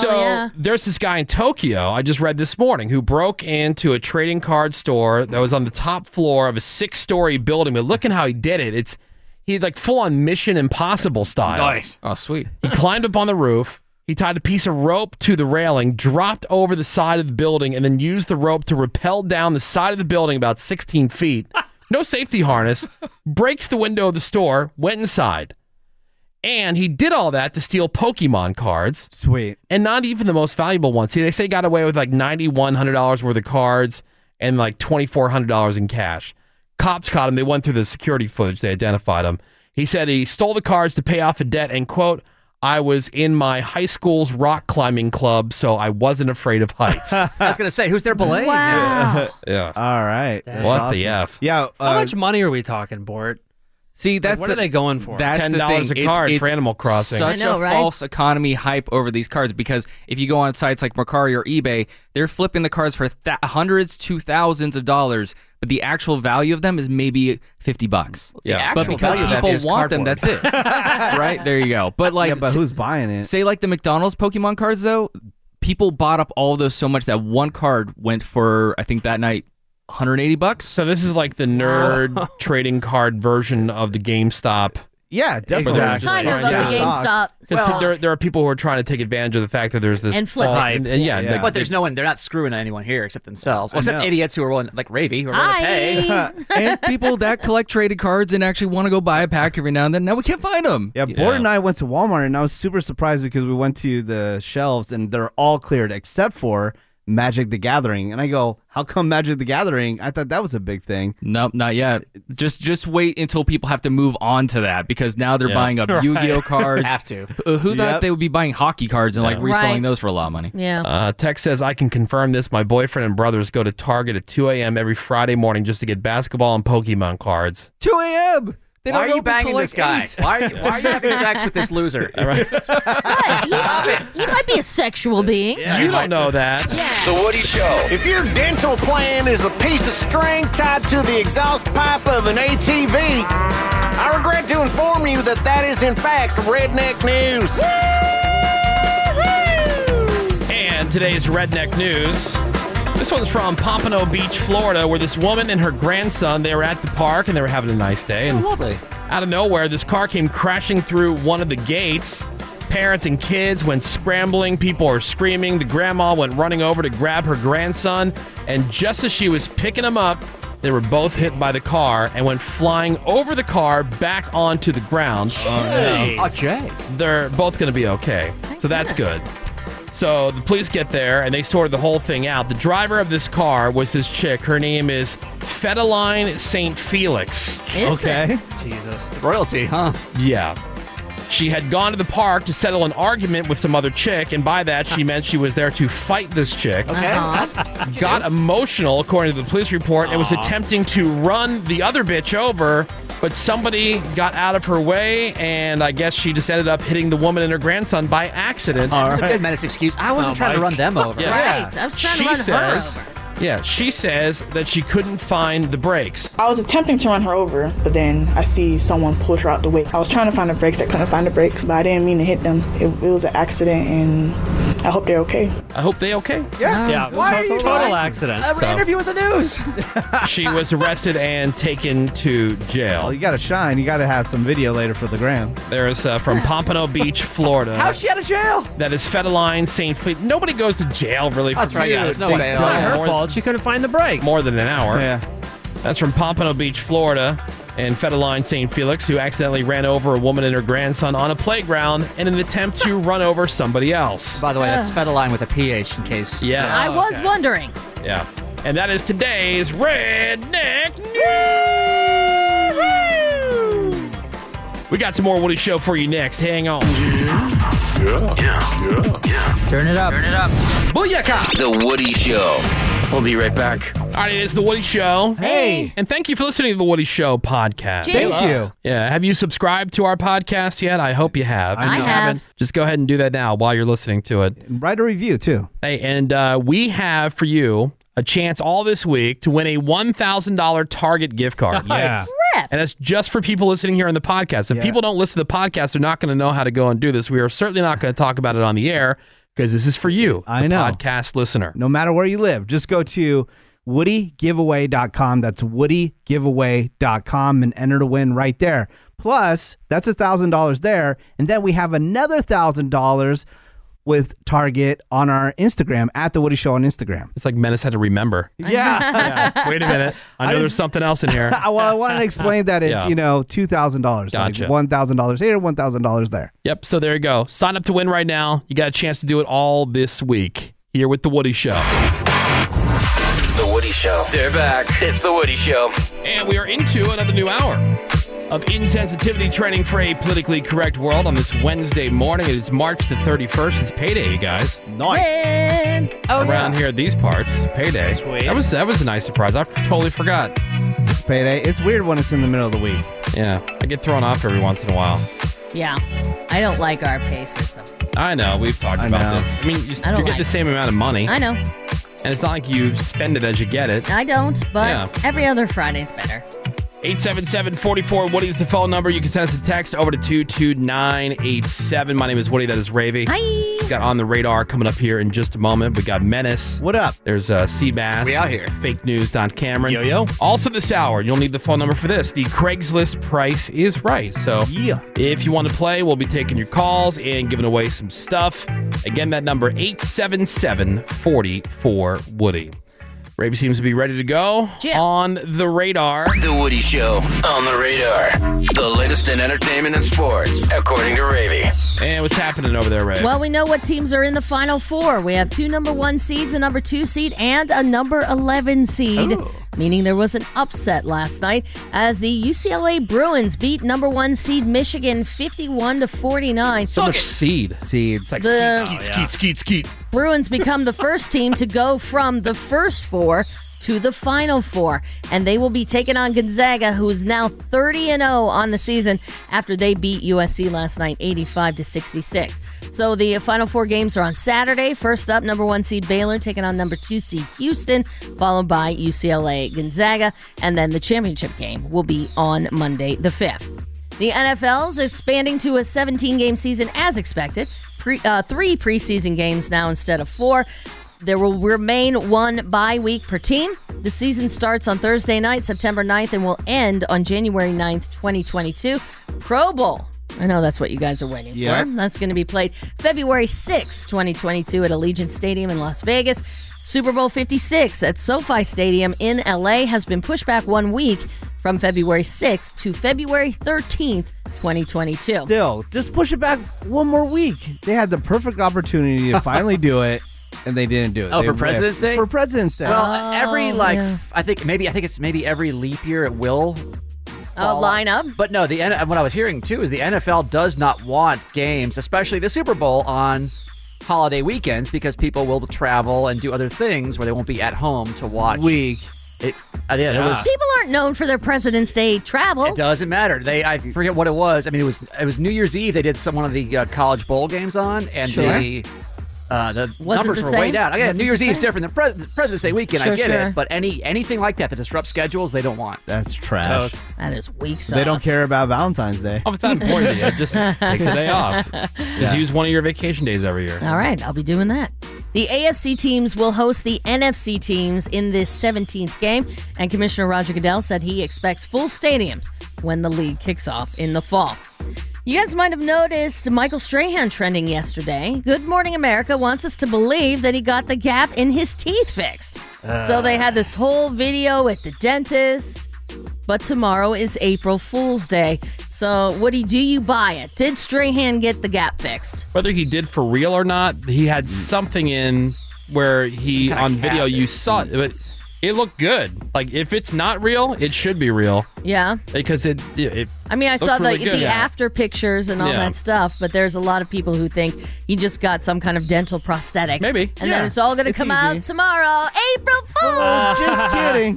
[SPEAKER 2] so there's this guy in Tokyo I just read this morning who broke into a trading card store that was on the top floor of a six story building. But look at how he did it. It's he like full on Mission Impossible style.
[SPEAKER 17] Nice. Oh, sweet.
[SPEAKER 2] He climbed up on the roof. He tied a piece of rope to the railing, dropped over the side of the building, and then used the rope to rappel down the side of the building about 16 feet. No safety harness. Breaks the window of the store. Went inside. And he did all that to steal Pokemon cards.
[SPEAKER 4] Sweet.
[SPEAKER 2] And not even the most valuable ones. See, they say he got away with like $9,100 worth of cards and like $2,400 in cash. Cops caught him. They went through the security footage. They identified him. He said he stole the cards to pay off a debt and, quote, I was in my high school's rock climbing club, so I wasn't afraid of heights.
[SPEAKER 7] I was gonna say, who's their blade?
[SPEAKER 2] Wow. yeah.
[SPEAKER 4] All right.
[SPEAKER 2] what the F?
[SPEAKER 4] Yeah.
[SPEAKER 6] How much money are we talking, Bort?
[SPEAKER 17] uh, See, that's
[SPEAKER 6] what
[SPEAKER 17] the-
[SPEAKER 6] are they going for?
[SPEAKER 17] That's the
[SPEAKER 2] $10
[SPEAKER 17] thing.
[SPEAKER 2] a
[SPEAKER 17] It's-
[SPEAKER 2] card
[SPEAKER 17] it's
[SPEAKER 2] for Animal Crossing.
[SPEAKER 17] Such
[SPEAKER 2] I know,
[SPEAKER 17] a
[SPEAKER 2] right?
[SPEAKER 17] false economy hype over these cards because if you go on sites like Mercari or eBay, they're flipping the cards for th- hundreds to thousands of dollars, but the actual value of them is maybe fifty bucks.
[SPEAKER 2] Yeah.
[SPEAKER 17] but
[SPEAKER 2] actual
[SPEAKER 17] because
[SPEAKER 2] value of that
[SPEAKER 17] people
[SPEAKER 2] is
[SPEAKER 17] want them, that's it.
[SPEAKER 2] cardboard.
[SPEAKER 17] right there, you go. But like,
[SPEAKER 4] yeah, but
[SPEAKER 17] s-
[SPEAKER 4] who's buying it?
[SPEAKER 17] say like the McDonald's Pokemon cards though, people bought up all of those so much that one card went for I think that night. 180 bucks.
[SPEAKER 2] So this is like the nerd trading card version of the GameStop.
[SPEAKER 4] Yeah,
[SPEAKER 2] Where
[SPEAKER 4] definitely.
[SPEAKER 2] they're just
[SPEAKER 3] Kind
[SPEAKER 2] trying
[SPEAKER 3] of like
[SPEAKER 2] to-
[SPEAKER 3] the GameStop
[SPEAKER 2] 'Cause there, there are people who are trying to take advantage of the fact that there's this
[SPEAKER 3] And flip
[SPEAKER 2] false-
[SPEAKER 3] it.
[SPEAKER 2] and- and yeah, like-
[SPEAKER 7] but there's no one. They're not screwing anyone here except themselves,
[SPEAKER 2] I
[SPEAKER 7] well, except
[SPEAKER 2] know.
[SPEAKER 7] idiots who are willing, like Ravy, who are willing to
[SPEAKER 3] Hi.
[SPEAKER 7] pay.
[SPEAKER 17] and people that collect traded cards and actually want to go buy a pack every now and then. Now we can't find them.
[SPEAKER 4] Yeah, Bort and I went to Walmart, and I was super surprised because we went to the shelves, and they're all cleared except for Magic the Gathering. And I go, how come Magic the Gathering? I thought that was a big thing.
[SPEAKER 17] Nope, not yet. Just just wait until people have to move on to that because now they're
[SPEAKER 7] Yeah.
[SPEAKER 17] buying up
[SPEAKER 7] Right.
[SPEAKER 17] Yu-Gi-Oh cards.
[SPEAKER 7] Have to.
[SPEAKER 17] Uh, Who
[SPEAKER 7] Yep.
[SPEAKER 17] thought they would be buying hockey cards and like
[SPEAKER 2] Yeah.
[SPEAKER 17] reselling
[SPEAKER 2] Right.
[SPEAKER 17] those for a lot of money?
[SPEAKER 3] Yeah.
[SPEAKER 2] Uh, Tech says, I can confirm this. My boyfriend and brothers go to Target at 2 a.m. every Friday morning just to get basketball and Pokemon cards.
[SPEAKER 17] 2 a.m. They
[SPEAKER 7] why
[SPEAKER 17] don't
[SPEAKER 7] are you
[SPEAKER 17] open till,
[SPEAKER 7] banging
[SPEAKER 17] like,
[SPEAKER 7] this guy?
[SPEAKER 17] eight.
[SPEAKER 7] Why are you, why are you having sex with this loser?
[SPEAKER 3] He might be a sexual being.
[SPEAKER 2] you don't know that.
[SPEAKER 8] The Woody Show. If your dental plan is a piece of string tied to the exhaust pipe of an ATV, I regret to inform you that that is in fact redneck news.
[SPEAKER 2] And today's redneck news. This one's from Pompano Beach, Florida, where this woman and her grandson they were at the park and they were having a nice day. And
[SPEAKER 7] lovely.
[SPEAKER 2] Out of nowhere, this car came crashing through one of the gates. Parents and kids went scrambling. People were screaming. The grandma went running over to grab her grandson, and just as she was picking him up, they were both hit by the car and went flying over the car back onto the ground.
[SPEAKER 7] Jeez. Oh, Jay.
[SPEAKER 2] They're both going to be okay. so that's good. So the police get there and they sorted the whole thing out. The driver of this car was this chick. Her name is Fedeline St. Felix.
[SPEAKER 7] Jesus. Royalty, huh?
[SPEAKER 2] Yeah. She had gone to the park to settle an argument with some other chick, and by that she meant she was there to fight this chick.
[SPEAKER 7] Okay. Uh-huh. That's-
[SPEAKER 2] Got emotional, according to the police report, and was
[SPEAKER 7] Aw.
[SPEAKER 2] attempting to run the other bitch over, but somebody got out of her way, and I guess she just ended up hitting the woman and her grandson by accident.
[SPEAKER 7] That's a good menace excuse. I wasn't
[SPEAKER 6] Oh
[SPEAKER 7] trying to run them over.
[SPEAKER 3] Right. I was trying to
[SPEAKER 2] she
[SPEAKER 3] run her
[SPEAKER 2] says, Yeah, she says that she couldn't find the brakes.
[SPEAKER 18] I was attempting to run her over, but then I see someone pulled her out the way. I was trying to find the brakes, I couldn't find the brakes, but I didn't mean to hit them. It, it was an accident, and I hope they're okay.
[SPEAKER 2] I hope they okay.
[SPEAKER 7] Oh,
[SPEAKER 18] Yeah.
[SPEAKER 6] Yeah.
[SPEAKER 18] Why are
[SPEAKER 6] total
[SPEAKER 18] you
[SPEAKER 6] total
[SPEAKER 18] lying?
[SPEAKER 6] accident.
[SPEAKER 18] Every
[SPEAKER 2] So-
[SPEAKER 7] interview with the news.
[SPEAKER 2] she was arrested and taken to jail.
[SPEAKER 4] Well, you got to shine. You got to have some video later for the gram.
[SPEAKER 2] There is uh, from Pompano Beach, Florida.
[SPEAKER 7] How's she out of jail?
[SPEAKER 2] That is Fedeline St. Fleet. Nobody goes to jail really.
[SPEAKER 6] That's
[SPEAKER 2] for
[SPEAKER 6] right, yeah, there's no way. It's not her fault.
[SPEAKER 2] She couldn't find the break. More than an hour.
[SPEAKER 4] Yeah.
[SPEAKER 2] That's from Pompano Beach, Florida, and Fedeline St. Felix, who accidentally ran over a woman and her grandson on a playground in an attempt to run over somebody else.
[SPEAKER 7] By the way, that's Fedeline with a PH in case.
[SPEAKER 2] Yes.
[SPEAKER 3] I was wondering.
[SPEAKER 2] Yeah. And that is today's Redneck News! We got some more Woody Show for you next. Hang on.
[SPEAKER 8] Yeah. Yeah. Yeah.
[SPEAKER 4] Turn it up.
[SPEAKER 8] Turn it up.
[SPEAKER 2] Booyaka!
[SPEAKER 8] The Woody Show. We'll be right back.
[SPEAKER 2] All right, it is The Woody Show.
[SPEAKER 8] Hey.
[SPEAKER 2] And thank you for listening to The Woody Show podcast.
[SPEAKER 8] Thank Thank you. you.
[SPEAKER 2] Yeah. Have you subscribed to our podcast yet? I hope you have.
[SPEAKER 4] I I know. haven't.
[SPEAKER 2] Just go ahead and do that now while you're listening to it.
[SPEAKER 4] Write a review too.
[SPEAKER 2] Hey, and uh, we have for you a chance all this week to win a $1,000 Target gift card.
[SPEAKER 3] Nice. Rip.
[SPEAKER 2] And that's just for people listening here on the podcast. If people don't listen to the podcast, they're not going to know how to go and do this. We are certainly not going to talk about it on the air because this is for you, I the know. podcast listener.
[SPEAKER 4] No matter where you live, just go to woodygiveaway.com. That's woodygiveaway.com and enter to win right there. Plus, that's a $1,000 there. And then we have another $1,000 with Target on our Instagram at The Woody Show on Instagram.
[SPEAKER 2] It's like Menace had to remember.
[SPEAKER 4] Yeah.
[SPEAKER 2] Wait a minute. I know
[SPEAKER 4] I
[SPEAKER 2] there's
[SPEAKER 4] just-
[SPEAKER 2] something else in here.
[SPEAKER 4] well, I wanted to explain that it's,
[SPEAKER 2] Yeah.
[SPEAKER 4] you know, $2,000.
[SPEAKER 2] Gotcha.
[SPEAKER 4] Like $1,000 here, $1,000 there.
[SPEAKER 2] Yep. So there you go. Sign up to win right now. You got a chance to do it all this week here with The Woody Show.
[SPEAKER 8] The Woody Show. They're back. It's The Woody Show.
[SPEAKER 2] And we are into another new hour of insensitivity training for a politically correct world on this Wednesday morning. It is March the 31st. It's payday, you guys.
[SPEAKER 3] Nice. Oh,
[SPEAKER 2] Around here at these parts, payday.
[SPEAKER 4] Sweet.
[SPEAKER 2] That was that was a nice surprise. I f- totally forgot.
[SPEAKER 4] It's payday. It's weird when it's in the middle of the week.
[SPEAKER 2] Yeah, I get thrown off every once in a while.
[SPEAKER 3] Yeah. I don't like our pay system.
[SPEAKER 2] I know we've talked
[SPEAKER 4] I
[SPEAKER 2] about
[SPEAKER 4] know.
[SPEAKER 2] this. I mean, you,
[SPEAKER 3] I
[SPEAKER 2] you
[SPEAKER 3] don't
[SPEAKER 2] get
[SPEAKER 3] like
[SPEAKER 2] the same amount of money,
[SPEAKER 3] I know.
[SPEAKER 2] and it's not like you spend it as you get it.
[SPEAKER 3] I don't, but
[SPEAKER 2] Yeah.
[SPEAKER 3] every other Friday's better.
[SPEAKER 2] 877-44 Woody is the phone number. You can send us a text over to 22987. My name is Woody. That is Ravy.
[SPEAKER 3] Hi.
[SPEAKER 2] She's got On the Radar coming up here in just a moment. We got Menace.
[SPEAKER 4] What up?
[SPEAKER 2] There's uh, Seabass.
[SPEAKER 7] We out here.
[SPEAKER 2] Fake News, Don Cameron.
[SPEAKER 7] Yo-yo.
[SPEAKER 2] Also this hour, you'll need the phone number for this. The Craigslist price is right. So
[SPEAKER 4] yeah.
[SPEAKER 2] if you want to play, we'll be taking your calls and giving away some stuff. Again, that number 877-44-WOODY. Ravy seems to be ready to go on the radar.
[SPEAKER 8] The Woody Show on the radar. The latest in entertainment and sports, according to Ravy.
[SPEAKER 2] And what's happening over there, Ray?
[SPEAKER 3] Well, we know what teams are in the final four. We have two number one seeds, a number two seed, and a number 11 seed, meaning there was an upset last night as the UCLA Bruins beat number one seed Michigan 51 to 49.
[SPEAKER 2] so much seed.
[SPEAKER 4] Seed. It's
[SPEAKER 2] like
[SPEAKER 3] The-
[SPEAKER 2] skeet, skeet, skeet, skeet, skeet.
[SPEAKER 3] Bruins become the first team to go from the first four to the final four, and they will be taking on Gonzaga, who is now 30 and 0 on the season after they beat USC last night, 85 to 66. So the final four games are on Saturday. First up, number one seed Baylor taking on number two seed Houston, followed by UCLA Gonzaga, and then the championship game will be on Monday the 5th. The NFL's expanding to a 17 game season as expected. Pre, uh, three preseason games now instead of four. There will remain one bye week per team. The season starts on Thursday night, September 9th, and will end on January 9th, 2022. Pro Bowl. I know that's what you guys are waiting
[SPEAKER 10] Yeah.
[SPEAKER 3] for. That's going to be played February 6th, 2022, at Allegiant Stadium in Las Vegas. Super Bowl 56 at SoFi Stadium in LA has been pushed back one week from February 6th to February 13th, 2022.
[SPEAKER 4] Still, just push it back one more week. They had the perfect opportunity to finally do it, and they didn't do it.
[SPEAKER 7] Oh,
[SPEAKER 4] They
[SPEAKER 7] for
[SPEAKER 4] whiffed.
[SPEAKER 7] President's Day?
[SPEAKER 4] For President's Day.
[SPEAKER 7] Well, every like,
[SPEAKER 3] Oh, yeah.
[SPEAKER 7] f- I think maybe I think it's maybe every leap year it will
[SPEAKER 3] Uh, line up.
[SPEAKER 7] But no, the N- what I was hearing too is the NFL does not want games, especially the Super Bowl, on holiday weekends because people will travel and do other things where they won't be at home to watch.
[SPEAKER 4] Week.
[SPEAKER 7] It, uh, yeah, it was-
[SPEAKER 3] People aren't known for their President's Day travel.
[SPEAKER 7] it doesn't matter. They, I forget what it was. I mean, it was it was New Year's Eve. They did some one of the uh, college bowl games on, and
[SPEAKER 3] Sure.
[SPEAKER 7] the uh, the
[SPEAKER 3] Wasn't
[SPEAKER 7] numbers
[SPEAKER 3] the
[SPEAKER 7] were way
[SPEAKER 3] same?
[SPEAKER 7] down. Okay,
[SPEAKER 3] Wasn't
[SPEAKER 7] New Year's
[SPEAKER 3] the
[SPEAKER 7] Eve is
[SPEAKER 3] same?
[SPEAKER 7] different than Pres- President's Day weekend.
[SPEAKER 3] Sure,
[SPEAKER 7] I get
[SPEAKER 3] sure.
[SPEAKER 7] it, but any anything like that that disrupts schedules, they don't want.
[SPEAKER 4] That's trash.
[SPEAKER 7] Totes.
[SPEAKER 3] That is weak sauce.
[SPEAKER 4] They don't care about Valentine's Day.
[SPEAKER 2] Oh, it's not important to you. Just take the day off. Just use one of your vacation days every year.
[SPEAKER 3] All right, I'll be doing that. The AFC teams will host the NFC teams in this 17th game, and Commissioner Roger Goodell said he expects full stadiums when the league kicks off in the fall. You guys might have noticed Michael Strahan trending yesterday. Good Morning America wants us to believe that he got the gap in his teeth fixed. so they had this whole video at the dentist. But tomorrow is April Fool's Day. So, Woody, do you buy it? Did Strahan get the gap fixed?
[SPEAKER 2] Whether he did for real or not, he had something in where he
[SPEAKER 3] Kinda
[SPEAKER 2] on video
[SPEAKER 3] capped
[SPEAKER 2] you saw it. But It looked good. Like if it's not real, it should be real
[SPEAKER 3] Yeah.
[SPEAKER 2] because it. it
[SPEAKER 3] I mean, I
[SPEAKER 2] looked
[SPEAKER 3] saw the,
[SPEAKER 2] really good.
[SPEAKER 3] the after pictures and all
[SPEAKER 2] Yeah.
[SPEAKER 3] that stuff, but there's a lot of people who think he just got some kind of dental prosthetic. Maybe. And then
[SPEAKER 2] Yeah.
[SPEAKER 3] it's all going to
[SPEAKER 2] It's
[SPEAKER 3] come
[SPEAKER 2] easy. Ah.
[SPEAKER 3] out tomorrow. April Fool!
[SPEAKER 2] Eh,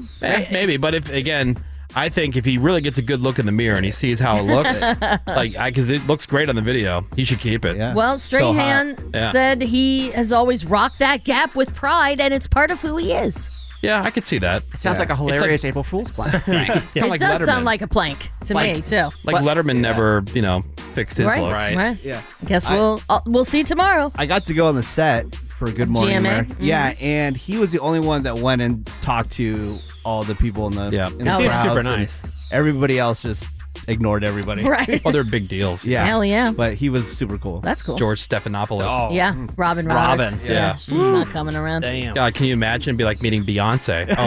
[SPEAKER 2] Maybe, but if again, I think if he really gets a good look in the mirror and he sees how it looks, like I because it looks great on the video, he should keep it.
[SPEAKER 3] Well,
[SPEAKER 2] So
[SPEAKER 3] Strahan
[SPEAKER 2] hot. Yeah.
[SPEAKER 3] said he has always rocked that gap with pride, and it's part of who he is.
[SPEAKER 2] "Yeah, I could see that." It
[SPEAKER 7] sounds like a hilarious April Fool's plan.
[SPEAKER 2] it's
[SPEAKER 3] it
[SPEAKER 2] kind of like
[SPEAKER 3] does
[SPEAKER 2] Letterman.
[SPEAKER 3] sound like a plank to me, too.
[SPEAKER 2] like Letterman never, you know, fixed his
[SPEAKER 3] right?
[SPEAKER 2] look.
[SPEAKER 3] Right.
[SPEAKER 4] Yeah.
[SPEAKER 3] Guess
[SPEAKER 4] I-
[SPEAKER 3] we'll uh, we'll see tomorrow.
[SPEAKER 4] I got to go on the set for Good Morning
[SPEAKER 3] GMA?
[SPEAKER 4] America.
[SPEAKER 3] Mhm.
[SPEAKER 4] Yeah, and he was the only one that went and talked to all the people in the
[SPEAKER 2] Yeah.
[SPEAKER 4] in
[SPEAKER 2] He
[SPEAKER 4] the
[SPEAKER 2] seemed
[SPEAKER 4] crowds,
[SPEAKER 2] super
[SPEAKER 4] and
[SPEAKER 2] nice.
[SPEAKER 4] Everybody else just ignored everybody.
[SPEAKER 3] Right. Well,
[SPEAKER 2] they're big deals.
[SPEAKER 4] Yeah.
[SPEAKER 3] Hell yeah.
[SPEAKER 4] But he was super cool.
[SPEAKER 3] That's cool.
[SPEAKER 2] George Stephanopoulos.
[SPEAKER 3] Yeah, Robin Roberts.
[SPEAKER 2] Robin, yeah. Hmm.
[SPEAKER 3] she's not coming around.
[SPEAKER 2] God, can you imagine be like meeting Beyonce? Oh,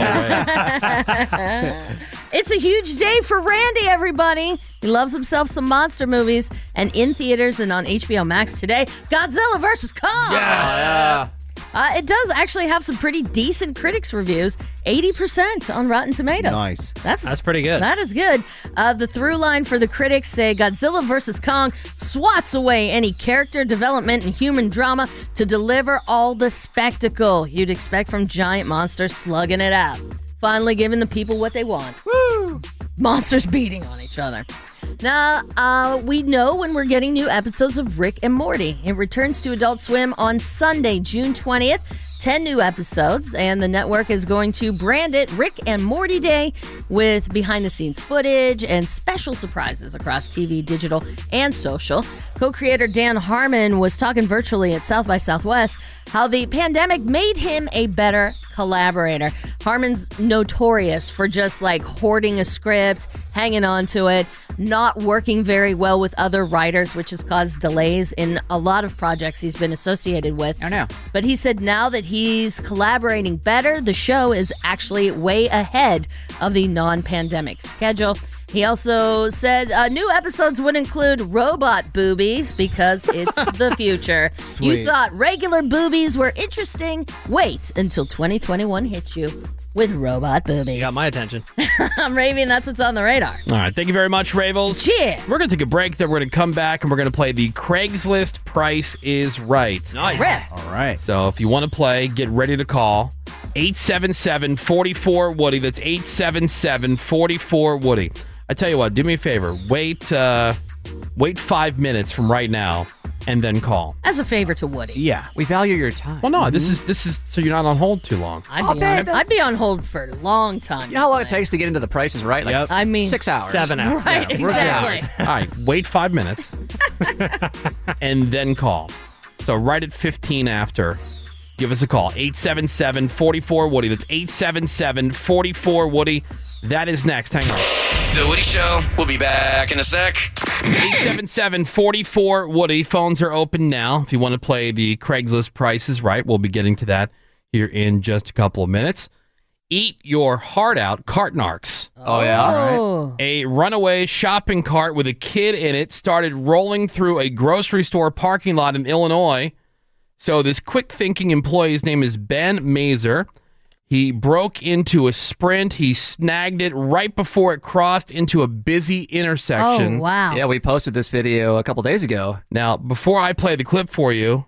[SPEAKER 2] wait.
[SPEAKER 3] it's a huge day for Randy, everybody. He loves himself some monster movies, and in theaters and on HBO Max today, Godzilla vs.
[SPEAKER 8] Oh,
[SPEAKER 3] Kong.
[SPEAKER 7] Oh,
[SPEAKER 3] Uh, it does actually have some pretty decent critics reviews, 80% on Rotten Tomatoes.
[SPEAKER 6] Nice.
[SPEAKER 3] That's,
[SPEAKER 6] That's pretty good.
[SPEAKER 3] That is good. Uh, the through line for the critics say Godzilla vs. Kong swats away any character development and human drama to deliver all the spectacle you'd expect from giant monsters slugging it out. Finally giving the people what they want. Woo! Monsters beating on each other. Now, uh, we know when we're getting new episodes of Rick and Morty. It returns to Adult Swim on Sunday, June 20th. 10 new episodes, and the network is going to brand it Rick and Morty Day with behind the scenes footage and special surprises across TV, digital, and social. Co creator Dan Harmon was talking virtually at South by Southwest how the pandemic made him a better collaborator. Harmon's notorious for just like hoarding a script, hanging on to it, not working very well with other writers, which has caused delays in a lot of projects he's been associated with. I know. But he said now that he's collaborating better, the show is actually way ahead of the non pandemic schedule. He also said uh, new episodes would include robot boobies because it's the future. You
[SPEAKER 10] Sweet.
[SPEAKER 3] thought thought regular boobies were interesting, wait until 2021 hits you with robot boobies.
[SPEAKER 6] You got my attention.
[SPEAKER 3] I'm raving. That's what's on the radar.
[SPEAKER 2] All right, thank you very much, Ravels.
[SPEAKER 3] Yeah.
[SPEAKER 2] We're going to take a break, then we're going to come back and we're going to play the Craigslist Price is Right.
[SPEAKER 6] Nice.
[SPEAKER 3] Correct.
[SPEAKER 2] All right. So if you want to play, get ready to call 877 44 Woody. E That's 877 44 Woody. E I tell you what, do me a favor. Wait uh, wait five minutes from right now and then call. Mm-hmm.
[SPEAKER 3] As a favor to Woody.
[SPEAKER 2] Yeah.
[SPEAKER 7] We value your time.
[SPEAKER 2] Well, no, this is this is so you're not on hold too long.
[SPEAKER 3] I'd
[SPEAKER 7] Oh,
[SPEAKER 3] be,
[SPEAKER 7] babe,
[SPEAKER 3] on,
[SPEAKER 7] that's-
[SPEAKER 3] I'd be on hold for a long time.
[SPEAKER 7] You know how long it takes to get into the prices, right? Like
[SPEAKER 3] I mean,
[SPEAKER 7] six hours,
[SPEAKER 3] Right,
[SPEAKER 7] Yeah, we're good.
[SPEAKER 3] exactly.
[SPEAKER 2] All right, wait five minutes and then call. So, right at 15 after, give us a call 877 44 Woody. That's 877 44 Woody. That is next. Hang on.
[SPEAKER 19] The Woody Show. We'll be back in a sec.
[SPEAKER 2] 877 44 Woody. Phones are open now. If you want to play the Craigslist prices, right, we'll be getting to that here in just a couple of minutes. Eat your heart out, Cartnarks.
[SPEAKER 7] Oh, yeah?
[SPEAKER 3] All right.
[SPEAKER 2] A runaway shopping cart with a kid in it started rolling through a grocery store parking lot in Illinois. So this quick thinking employee's name is Ben Mazer. He broke into a sprint. He snagged it right before it crossed into a busy intersection.
[SPEAKER 3] Oh, wow.
[SPEAKER 7] Yeah, we posted this video a couple days ago.
[SPEAKER 2] Now, before I play the clip for you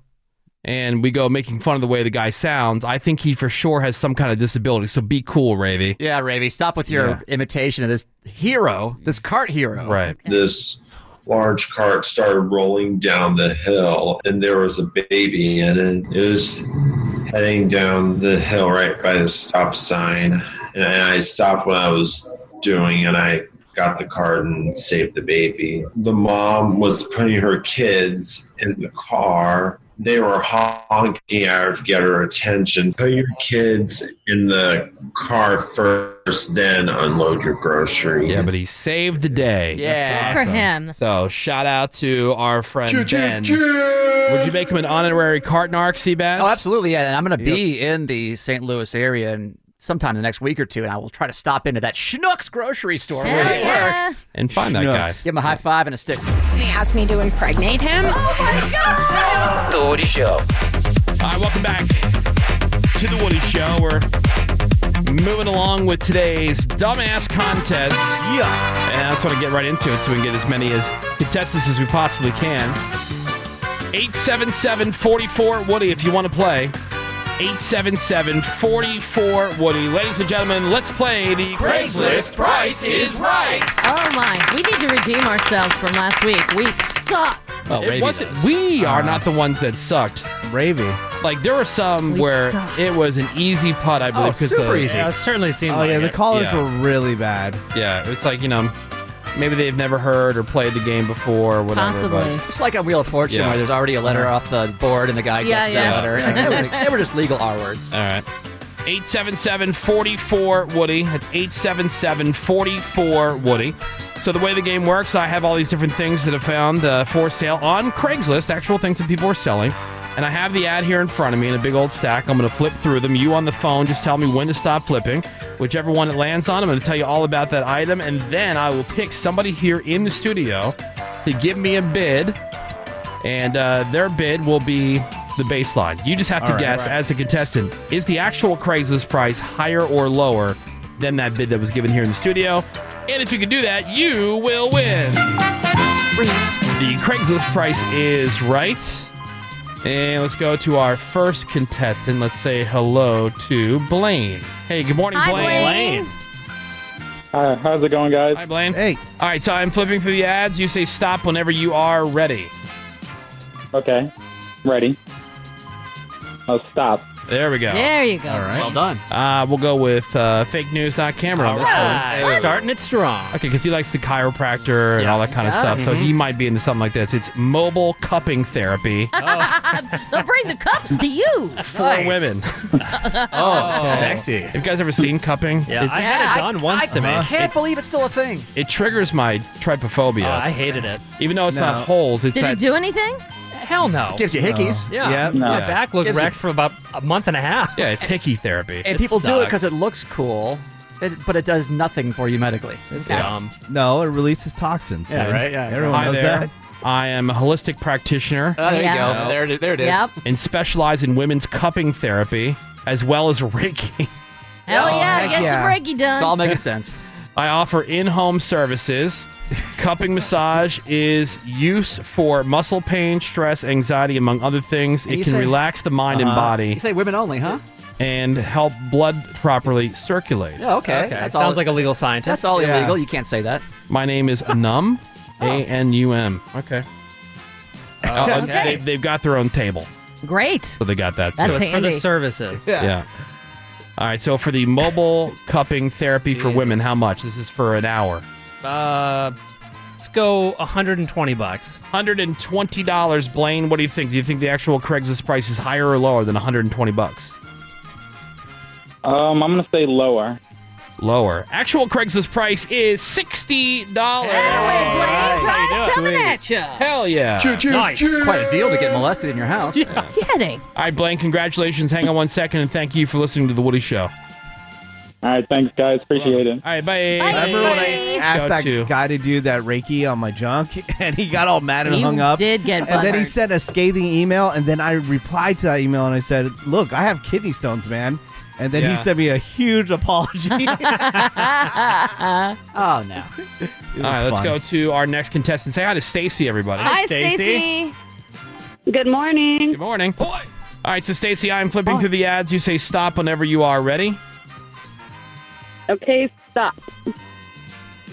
[SPEAKER 2] and we go making fun of the way the guy sounds, I think he for sure has some kind of disability. So be cool, Ravy.
[SPEAKER 7] Yeah, Ravy, stop with your
[SPEAKER 2] Yeah.
[SPEAKER 7] imitation of this hero, this cart hero.
[SPEAKER 2] Right.
[SPEAKER 20] This large cart started rolling down the hill, and there was a baby in it. It was heading down the hill right by the stop sign, and I stopped what I was doing, and I got the cart and saved the baby. The mom was putting her kids in the car. They were honking at her to get her attention. Put your kids in the car first, then unload your groceries.
[SPEAKER 2] Yeah, but he saved oh, the day.
[SPEAKER 3] Yeah. Good for him.
[SPEAKER 2] So shout out to our friend
[SPEAKER 3] Choo, choo,
[SPEAKER 2] Ben.
[SPEAKER 3] choo.
[SPEAKER 2] Would you make him an honorary Cartnark, Seabass?
[SPEAKER 7] Oh, absolutely. Yeah, and I'm going to be in the St. Louis area and sometime in the next week or two, and I will try to stop into that Schnucks grocery store where he
[SPEAKER 2] yeah.
[SPEAKER 7] works
[SPEAKER 2] And find that guy.
[SPEAKER 7] Give him a high five and a stick.
[SPEAKER 10] He asked me to impregnate him. Oh my god!
[SPEAKER 19] The Woody Show.
[SPEAKER 2] All right, welcome back to the Woody Show. We're Moving along with today's dumbass contest. Yeah. And I just want to get right into it so we can get as many as contestants as we possibly can. 877 44 Woody if you want to play. 877 44 Woody. Ladies and gentlemen, let's play the Craigslist Price is Right.
[SPEAKER 3] Oh my. We need to redeem ourselves from last week. We sucked.
[SPEAKER 2] Oh, it wasn't. We
[SPEAKER 19] Uh-huh.
[SPEAKER 2] are not the ones that sucked. Ravy. Like there were some
[SPEAKER 3] We
[SPEAKER 2] where
[SPEAKER 3] sucked.
[SPEAKER 2] it was an easy putt,
[SPEAKER 4] Oh,
[SPEAKER 2] I
[SPEAKER 19] Oh,
[SPEAKER 2] believe. 'cause the,
[SPEAKER 6] Yeah, it certainly seemed
[SPEAKER 2] Oh,
[SPEAKER 6] like
[SPEAKER 2] yeah, the
[SPEAKER 6] it.
[SPEAKER 2] callers Yeah. were
[SPEAKER 4] really bad.
[SPEAKER 2] Yeah, it's like you know, maybe they've never heard or played the game before, or whatever. But
[SPEAKER 7] It's like a Wheel of Fortune
[SPEAKER 2] Yeah.
[SPEAKER 7] where there's already a letter off the board and the guy
[SPEAKER 2] Yeah,
[SPEAKER 7] guesses
[SPEAKER 2] yeah.
[SPEAKER 7] that letter. Like, they, were, they were just legal R words.
[SPEAKER 2] All right. 877 44 Woody. That's 877 44 Woody. So, the way the game works, I have all these different things that I found uh, for sale on Craigslist, actual things that people are selling. And I have the ad here in front of me in a big old stack. I'm going to flip through them. You on the phone, just tell me when to stop flipping. Whichever one it lands on, I'm going to tell you all about that item. And then I will pick somebody here in the studio to give me a bid. And uh, their bid will be the baseline. You just have to
[SPEAKER 7] All right.
[SPEAKER 2] guess
[SPEAKER 7] Right.
[SPEAKER 2] as the contestant, is the actual Craigslist price higher or lower than that bid that was given here in the studio? And if you can do that, you will win. The Craigslist price is right. And let's go to our first contestant. Let's say hello to Blaine. Hey, good morning,
[SPEAKER 3] Hi,
[SPEAKER 2] Blaine.
[SPEAKER 3] Blaine.
[SPEAKER 2] Hi, how's it going, guys? Hi, Blaine. Hey. All right, so I'm flipping through the ads. You say stop whenever you are ready.
[SPEAKER 21] Okay. Ready. Oh, stop.
[SPEAKER 2] There we go.
[SPEAKER 3] There you go. All right.
[SPEAKER 2] Well done. Uh, we'll go with uh, fake news, not camera. on this one.
[SPEAKER 6] Starting it strong.
[SPEAKER 2] Okay, because he likes the chiropractor and all that kind of
[SPEAKER 3] does.
[SPEAKER 2] stuff. So
[SPEAKER 3] Mhm.
[SPEAKER 2] he might be into something like this. It's mobile cupping therapy
[SPEAKER 3] They'll bring the cups to you.
[SPEAKER 2] for Oh. women.
[SPEAKER 6] Oh, sexy.
[SPEAKER 2] Have you guys ever seen cupping?
[SPEAKER 6] Yeah, I had it done once to me.
[SPEAKER 2] Uh-huh.
[SPEAKER 7] Can't believe it's still a thing.
[SPEAKER 2] It, it triggers my trypophobia.
[SPEAKER 6] Oh, I hated it.
[SPEAKER 2] Even though it's
[SPEAKER 6] No.
[SPEAKER 2] not holes, it's
[SPEAKER 3] Did
[SPEAKER 2] that
[SPEAKER 3] it do anything?
[SPEAKER 6] Hell no.
[SPEAKER 7] Gives you hickeys.
[SPEAKER 6] Yeah.
[SPEAKER 2] Yeah.
[SPEAKER 6] My
[SPEAKER 2] Yeah.
[SPEAKER 6] back looked
[SPEAKER 2] Gives you-
[SPEAKER 6] wrecked for about a month and a half.
[SPEAKER 2] yeah, it's hickey therapy.
[SPEAKER 7] And people do it because it looks cool, it, but it does nothing for you medically. It's
[SPEAKER 2] Yeah.
[SPEAKER 7] dumb.
[SPEAKER 4] No, it releases toxins. dude. Everyone
[SPEAKER 2] Hi
[SPEAKER 4] knows
[SPEAKER 2] there.
[SPEAKER 4] that.
[SPEAKER 2] I am a holistic practitioner.
[SPEAKER 7] Oh, there you Yeah. go. There it is- there it is. Yep.
[SPEAKER 2] And specialize in women's cupping therapy as well as Reiki.
[SPEAKER 3] Hell
[SPEAKER 2] Oh,
[SPEAKER 3] yeah,
[SPEAKER 2] heck
[SPEAKER 3] get
[SPEAKER 2] yeah.
[SPEAKER 3] some Reiki done.
[SPEAKER 2] sense. I offer in-home services. Cupping massage is use for muscle pain, stress, anxiety, among other things.
[SPEAKER 7] And
[SPEAKER 2] It
[SPEAKER 7] you
[SPEAKER 2] can
[SPEAKER 7] say-
[SPEAKER 2] relax the mind and
[SPEAKER 7] Uh-huh.
[SPEAKER 2] body
[SPEAKER 7] You say women only, huh?
[SPEAKER 2] and help blood properly circulate.
[SPEAKER 7] Yeah, okay. That's all-
[SPEAKER 2] legal scientist.
[SPEAKER 7] That's all illegal. You can't say that.
[SPEAKER 2] My name is Anum, A N U M. Okay. Uh,
[SPEAKER 3] okay.
[SPEAKER 2] They, they've got their own table,
[SPEAKER 3] Great.
[SPEAKER 2] so they got that.
[SPEAKER 3] That's
[SPEAKER 2] too.
[SPEAKER 3] handy.
[SPEAKER 6] services.
[SPEAKER 2] Yeah. All right. So for the mobile cupping therapy for women, how much? This is for an hour.
[SPEAKER 6] Uh, let's go 120 bucks.
[SPEAKER 2] Hundred and twenty dollars, Blaine. What do you think? Do you think the actual Craigslist price is higher or lower than one hundred and twenty bucks?
[SPEAKER 21] Um, I'm gonna say lower.
[SPEAKER 2] Lower. Actual Craigslist price is sixty dollars.
[SPEAKER 3] coming at you.
[SPEAKER 2] Hell yeah!
[SPEAKER 3] Choo, choo, Nice. choo.
[SPEAKER 7] Quite a deal to get molested in your house.
[SPEAKER 2] Yeah.
[SPEAKER 3] Kidding.
[SPEAKER 2] All right, Blaine. Congratulations. Hang on one second, and thank you for listening to the Woody Show.
[SPEAKER 21] All right, thanks, guys. Appreciate it.
[SPEAKER 2] All right, bye.
[SPEAKER 4] Remember when I
[SPEAKER 2] Bye.
[SPEAKER 4] asked
[SPEAKER 2] Go
[SPEAKER 4] that
[SPEAKER 2] to-
[SPEAKER 4] guy to do that Reiki on my junk, and he got all mad and
[SPEAKER 3] He
[SPEAKER 4] hung up.
[SPEAKER 3] did get
[SPEAKER 4] and then he
[SPEAKER 3] butthurt.
[SPEAKER 4] sent a scathing email, and then I replied to that email, and I said, "Look, I have kidney stones, man." And then he
[SPEAKER 2] Yeah.
[SPEAKER 4] sent me a huge apology.
[SPEAKER 7] oh no.
[SPEAKER 2] All right, let's
[SPEAKER 4] fun.
[SPEAKER 2] go to our next contestant. Say hi to Stacy, everybody.
[SPEAKER 22] Good morning.
[SPEAKER 2] Good morning. All right, so Stacy, I'm
[SPEAKER 3] Oh.
[SPEAKER 2] flipping through the ads. You say stop whenever you are ready.
[SPEAKER 22] Okay, stop.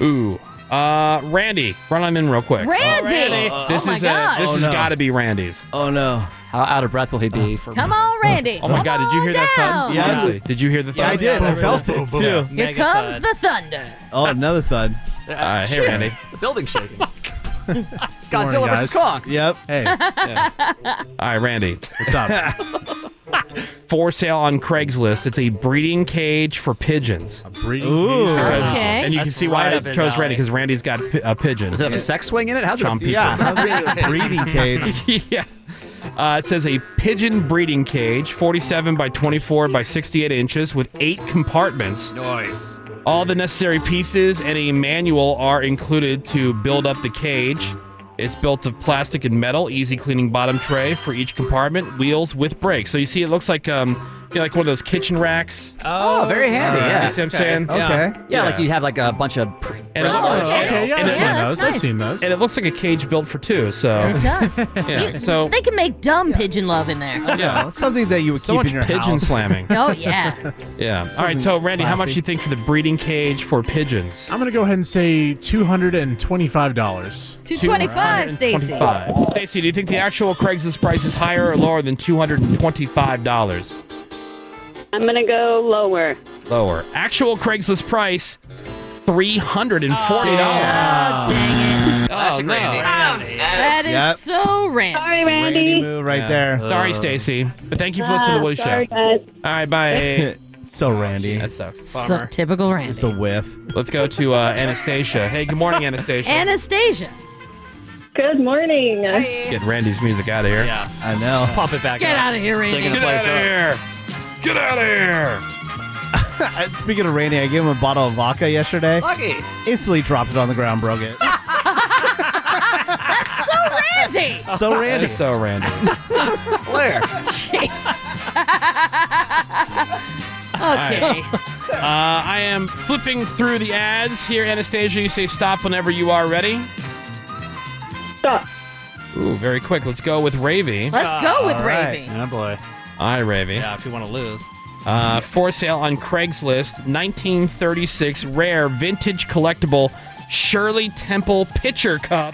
[SPEAKER 2] Ooh. Uh, Randy, run on in real quick.
[SPEAKER 3] Randy!
[SPEAKER 2] Oh, this
[SPEAKER 3] Oh, my
[SPEAKER 2] is uh, this
[SPEAKER 3] gosh.
[SPEAKER 2] has
[SPEAKER 3] Oh, no.
[SPEAKER 2] got to be Randy's.
[SPEAKER 4] Oh no!
[SPEAKER 7] How out of breath will he be? for
[SPEAKER 3] Come on, Randy.
[SPEAKER 2] Oh my God! Did you hear that thud?
[SPEAKER 3] down. Yeah.
[SPEAKER 2] Honestly, did you hear the thud?
[SPEAKER 4] Yeah, I did. I felt it too.
[SPEAKER 3] Here comes the thunder.
[SPEAKER 4] Oh, another thud.
[SPEAKER 2] All right, hey Randy.
[SPEAKER 7] The building's shaking. it's
[SPEAKER 2] Morning,
[SPEAKER 7] Godzilla versus
[SPEAKER 2] guys.
[SPEAKER 7] Kong.
[SPEAKER 4] Yep.
[SPEAKER 2] Hey. All right, Randy. What's
[SPEAKER 4] up?
[SPEAKER 2] for sale on Craigslist. It's a breeding cage for pigeons. A breeding
[SPEAKER 7] Ooh. cage. Okay.
[SPEAKER 2] And you can
[SPEAKER 7] That's
[SPEAKER 2] see why
[SPEAKER 7] right
[SPEAKER 2] I
[SPEAKER 7] up his
[SPEAKER 2] chose
[SPEAKER 7] alley.
[SPEAKER 2] Randy because Randy's got pi- a pigeon.
[SPEAKER 7] Does it have a sex swing in it? How's
[SPEAKER 2] Chomp
[SPEAKER 7] it? Yeah.
[SPEAKER 2] people.
[SPEAKER 7] breeding
[SPEAKER 4] cage.
[SPEAKER 2] yeah. Uh, it says a pigeon breeding cage, 47 by 24 by 68 inches, with eight compartments.
[SPEAKER 23] Nice.
[SPEAKER 2] All the necessary pieces and a manual are included to build up the cage. It's built of plastic and metal, easy cleaning bottom tray for each compartment, wheels with brakes. So you see, it looks like um, You know, like one of those kitchen racks.
[SPEAKER 7] Oh, very handy.
[SPEAKER 2] Alright,
[SPEAKER 7] Yeah.
[SPEAKER 2] you see what I'm saying?
[SPEAKER 7] Yeah.
[SPEAKER 2] Okay.
[SPEAKER 7] Yeah, like
[SPEAKER 2] Yeah.
[SPEAKER 7] you'd have like a bunch of. Pre-
[SPEAKER 2] And it-
[SPEAKER 7] Oh,
[SPEAKER 3] okay, yeah,
[SPEAKER 2] and it-
[SPEAKER 3] yeah, that's I've seen those, I've nice. seen
[SPEAKER 2] And it looks like a cage built for two. So
[SPEAKER 3] It does.
[SPEAKER 2] Oh. Yeah,
[SPEAKER 3] You-
[SPEAKER 2] so-
[SPEAKER 3] they can make dumb pigeon love in there.
[SPEAKER 2] Yeah.
[SPEAKER 4] something that you would
[SPEAKER 2] So
[SPEAKER 4] keep
[SPEAKER 2] much
[SPEAKER 4] in your
[SPEAKER 2] pigeon
[SPEAKER 4] house.
[SPEAKER 2] slamming.
[SPEAKER 3] Oh yeah.
[SPEAKER 2] Yeah. All right. So, Randy, how much do you think for the breeding cage for pigeons?
[SPEAKER 1] I'm gonna go ahead and say two hundred and twenty-five dollars.
[SPEAKER 3] $225, Stacy.
[SPEAKER 2] Stacy, do you think the actual Craigslist price is higher or lower than two hundred and twenty-five dollars?
[SPEAKER 22] I'm gonna go lower.
[SPEAKER 2] Lower. Actual Craigslist price. Three hundred and forty dollars.
[SPEAKER 3] Oh, dang it!
[SPEAKER 2] Oh, no.
[SPEAKER 3] That is
[SPEAKER 2] Yep.
[SPEAKER 3] so random.
[SPEAKER 22] Sorry, Randy.
[SPEAKER 4] right there.
[SPEAKER 2] Sorry,
[SPEAKER 4] Uh.
[SPEAKER 2] Stacy, but thank you for listening to the Woody
[SPEAKER 22] sorry,
[SPEAKER 2] Show.
[SPEAKER 22] guys.
[SPEAKER 2] All right, bye.
[SPEAKER 4] so Randy.
[SPEAKER 2] That sucks.
[SPEAKER 3] So- typical Randy. It's
[SPEAKER 4] a whiff.
[SPEAKER 2] Let's go to uh, Anastasia. Hey, good morning, Anastasia.
[SPEAKER 3] Anastasia.
[SPEAKER 22] Good morning.
[SPEAKER 2] Get Randy's music out of here. Yeah,
[SPEAKER 4] I know.
[SPEAKER 6] Pump it back
[SPEAKER 22] Get
[SPEAKER 6] up.
[SPEAKER 22] outta here, Randy.
[SPEAKER 6] Stinking
[SPEAKER 2] Get
[SPEAKER 6] place
[SPEAKER 2] out of
[SPEAKER 6] up.
[SPEAKER 2] here. Get out of here.
[SPEAKER 4] Speaking of Randy, I gave him a bottle of vodka yesterday.
[SPEAKER 22] Lucky.
[SPEAKER 4] Instantly dropped it on the ground, broke it.
[SPEAKER 3] That's so Randy.
[SPEAKER 4] So Randy.
[SPEAKER 2] so Randy.
[SPEAKER 4] Blair.
[SPEAKER 3] Jeez. okay.
[SPEAKER 2] Uh, I am flipping through the ads here, Anastasia. You say stop whenever you are ready.
[SPEAKER 22] Stop.
[SPEAKER 2] Ooh, very quick. Let's go with Ravy.
[SPEAKER 3] Let's go with Ravy.
[SPEAKER 2] Oh boy. Hi, Ravy. Yeah, if you want to lose. Uh, for sale on Craigslist, 1936 rare vintage collectible Shirley Temple pitcher
[SPEAKER 3] Ah!
[SPEAKER 2] cup.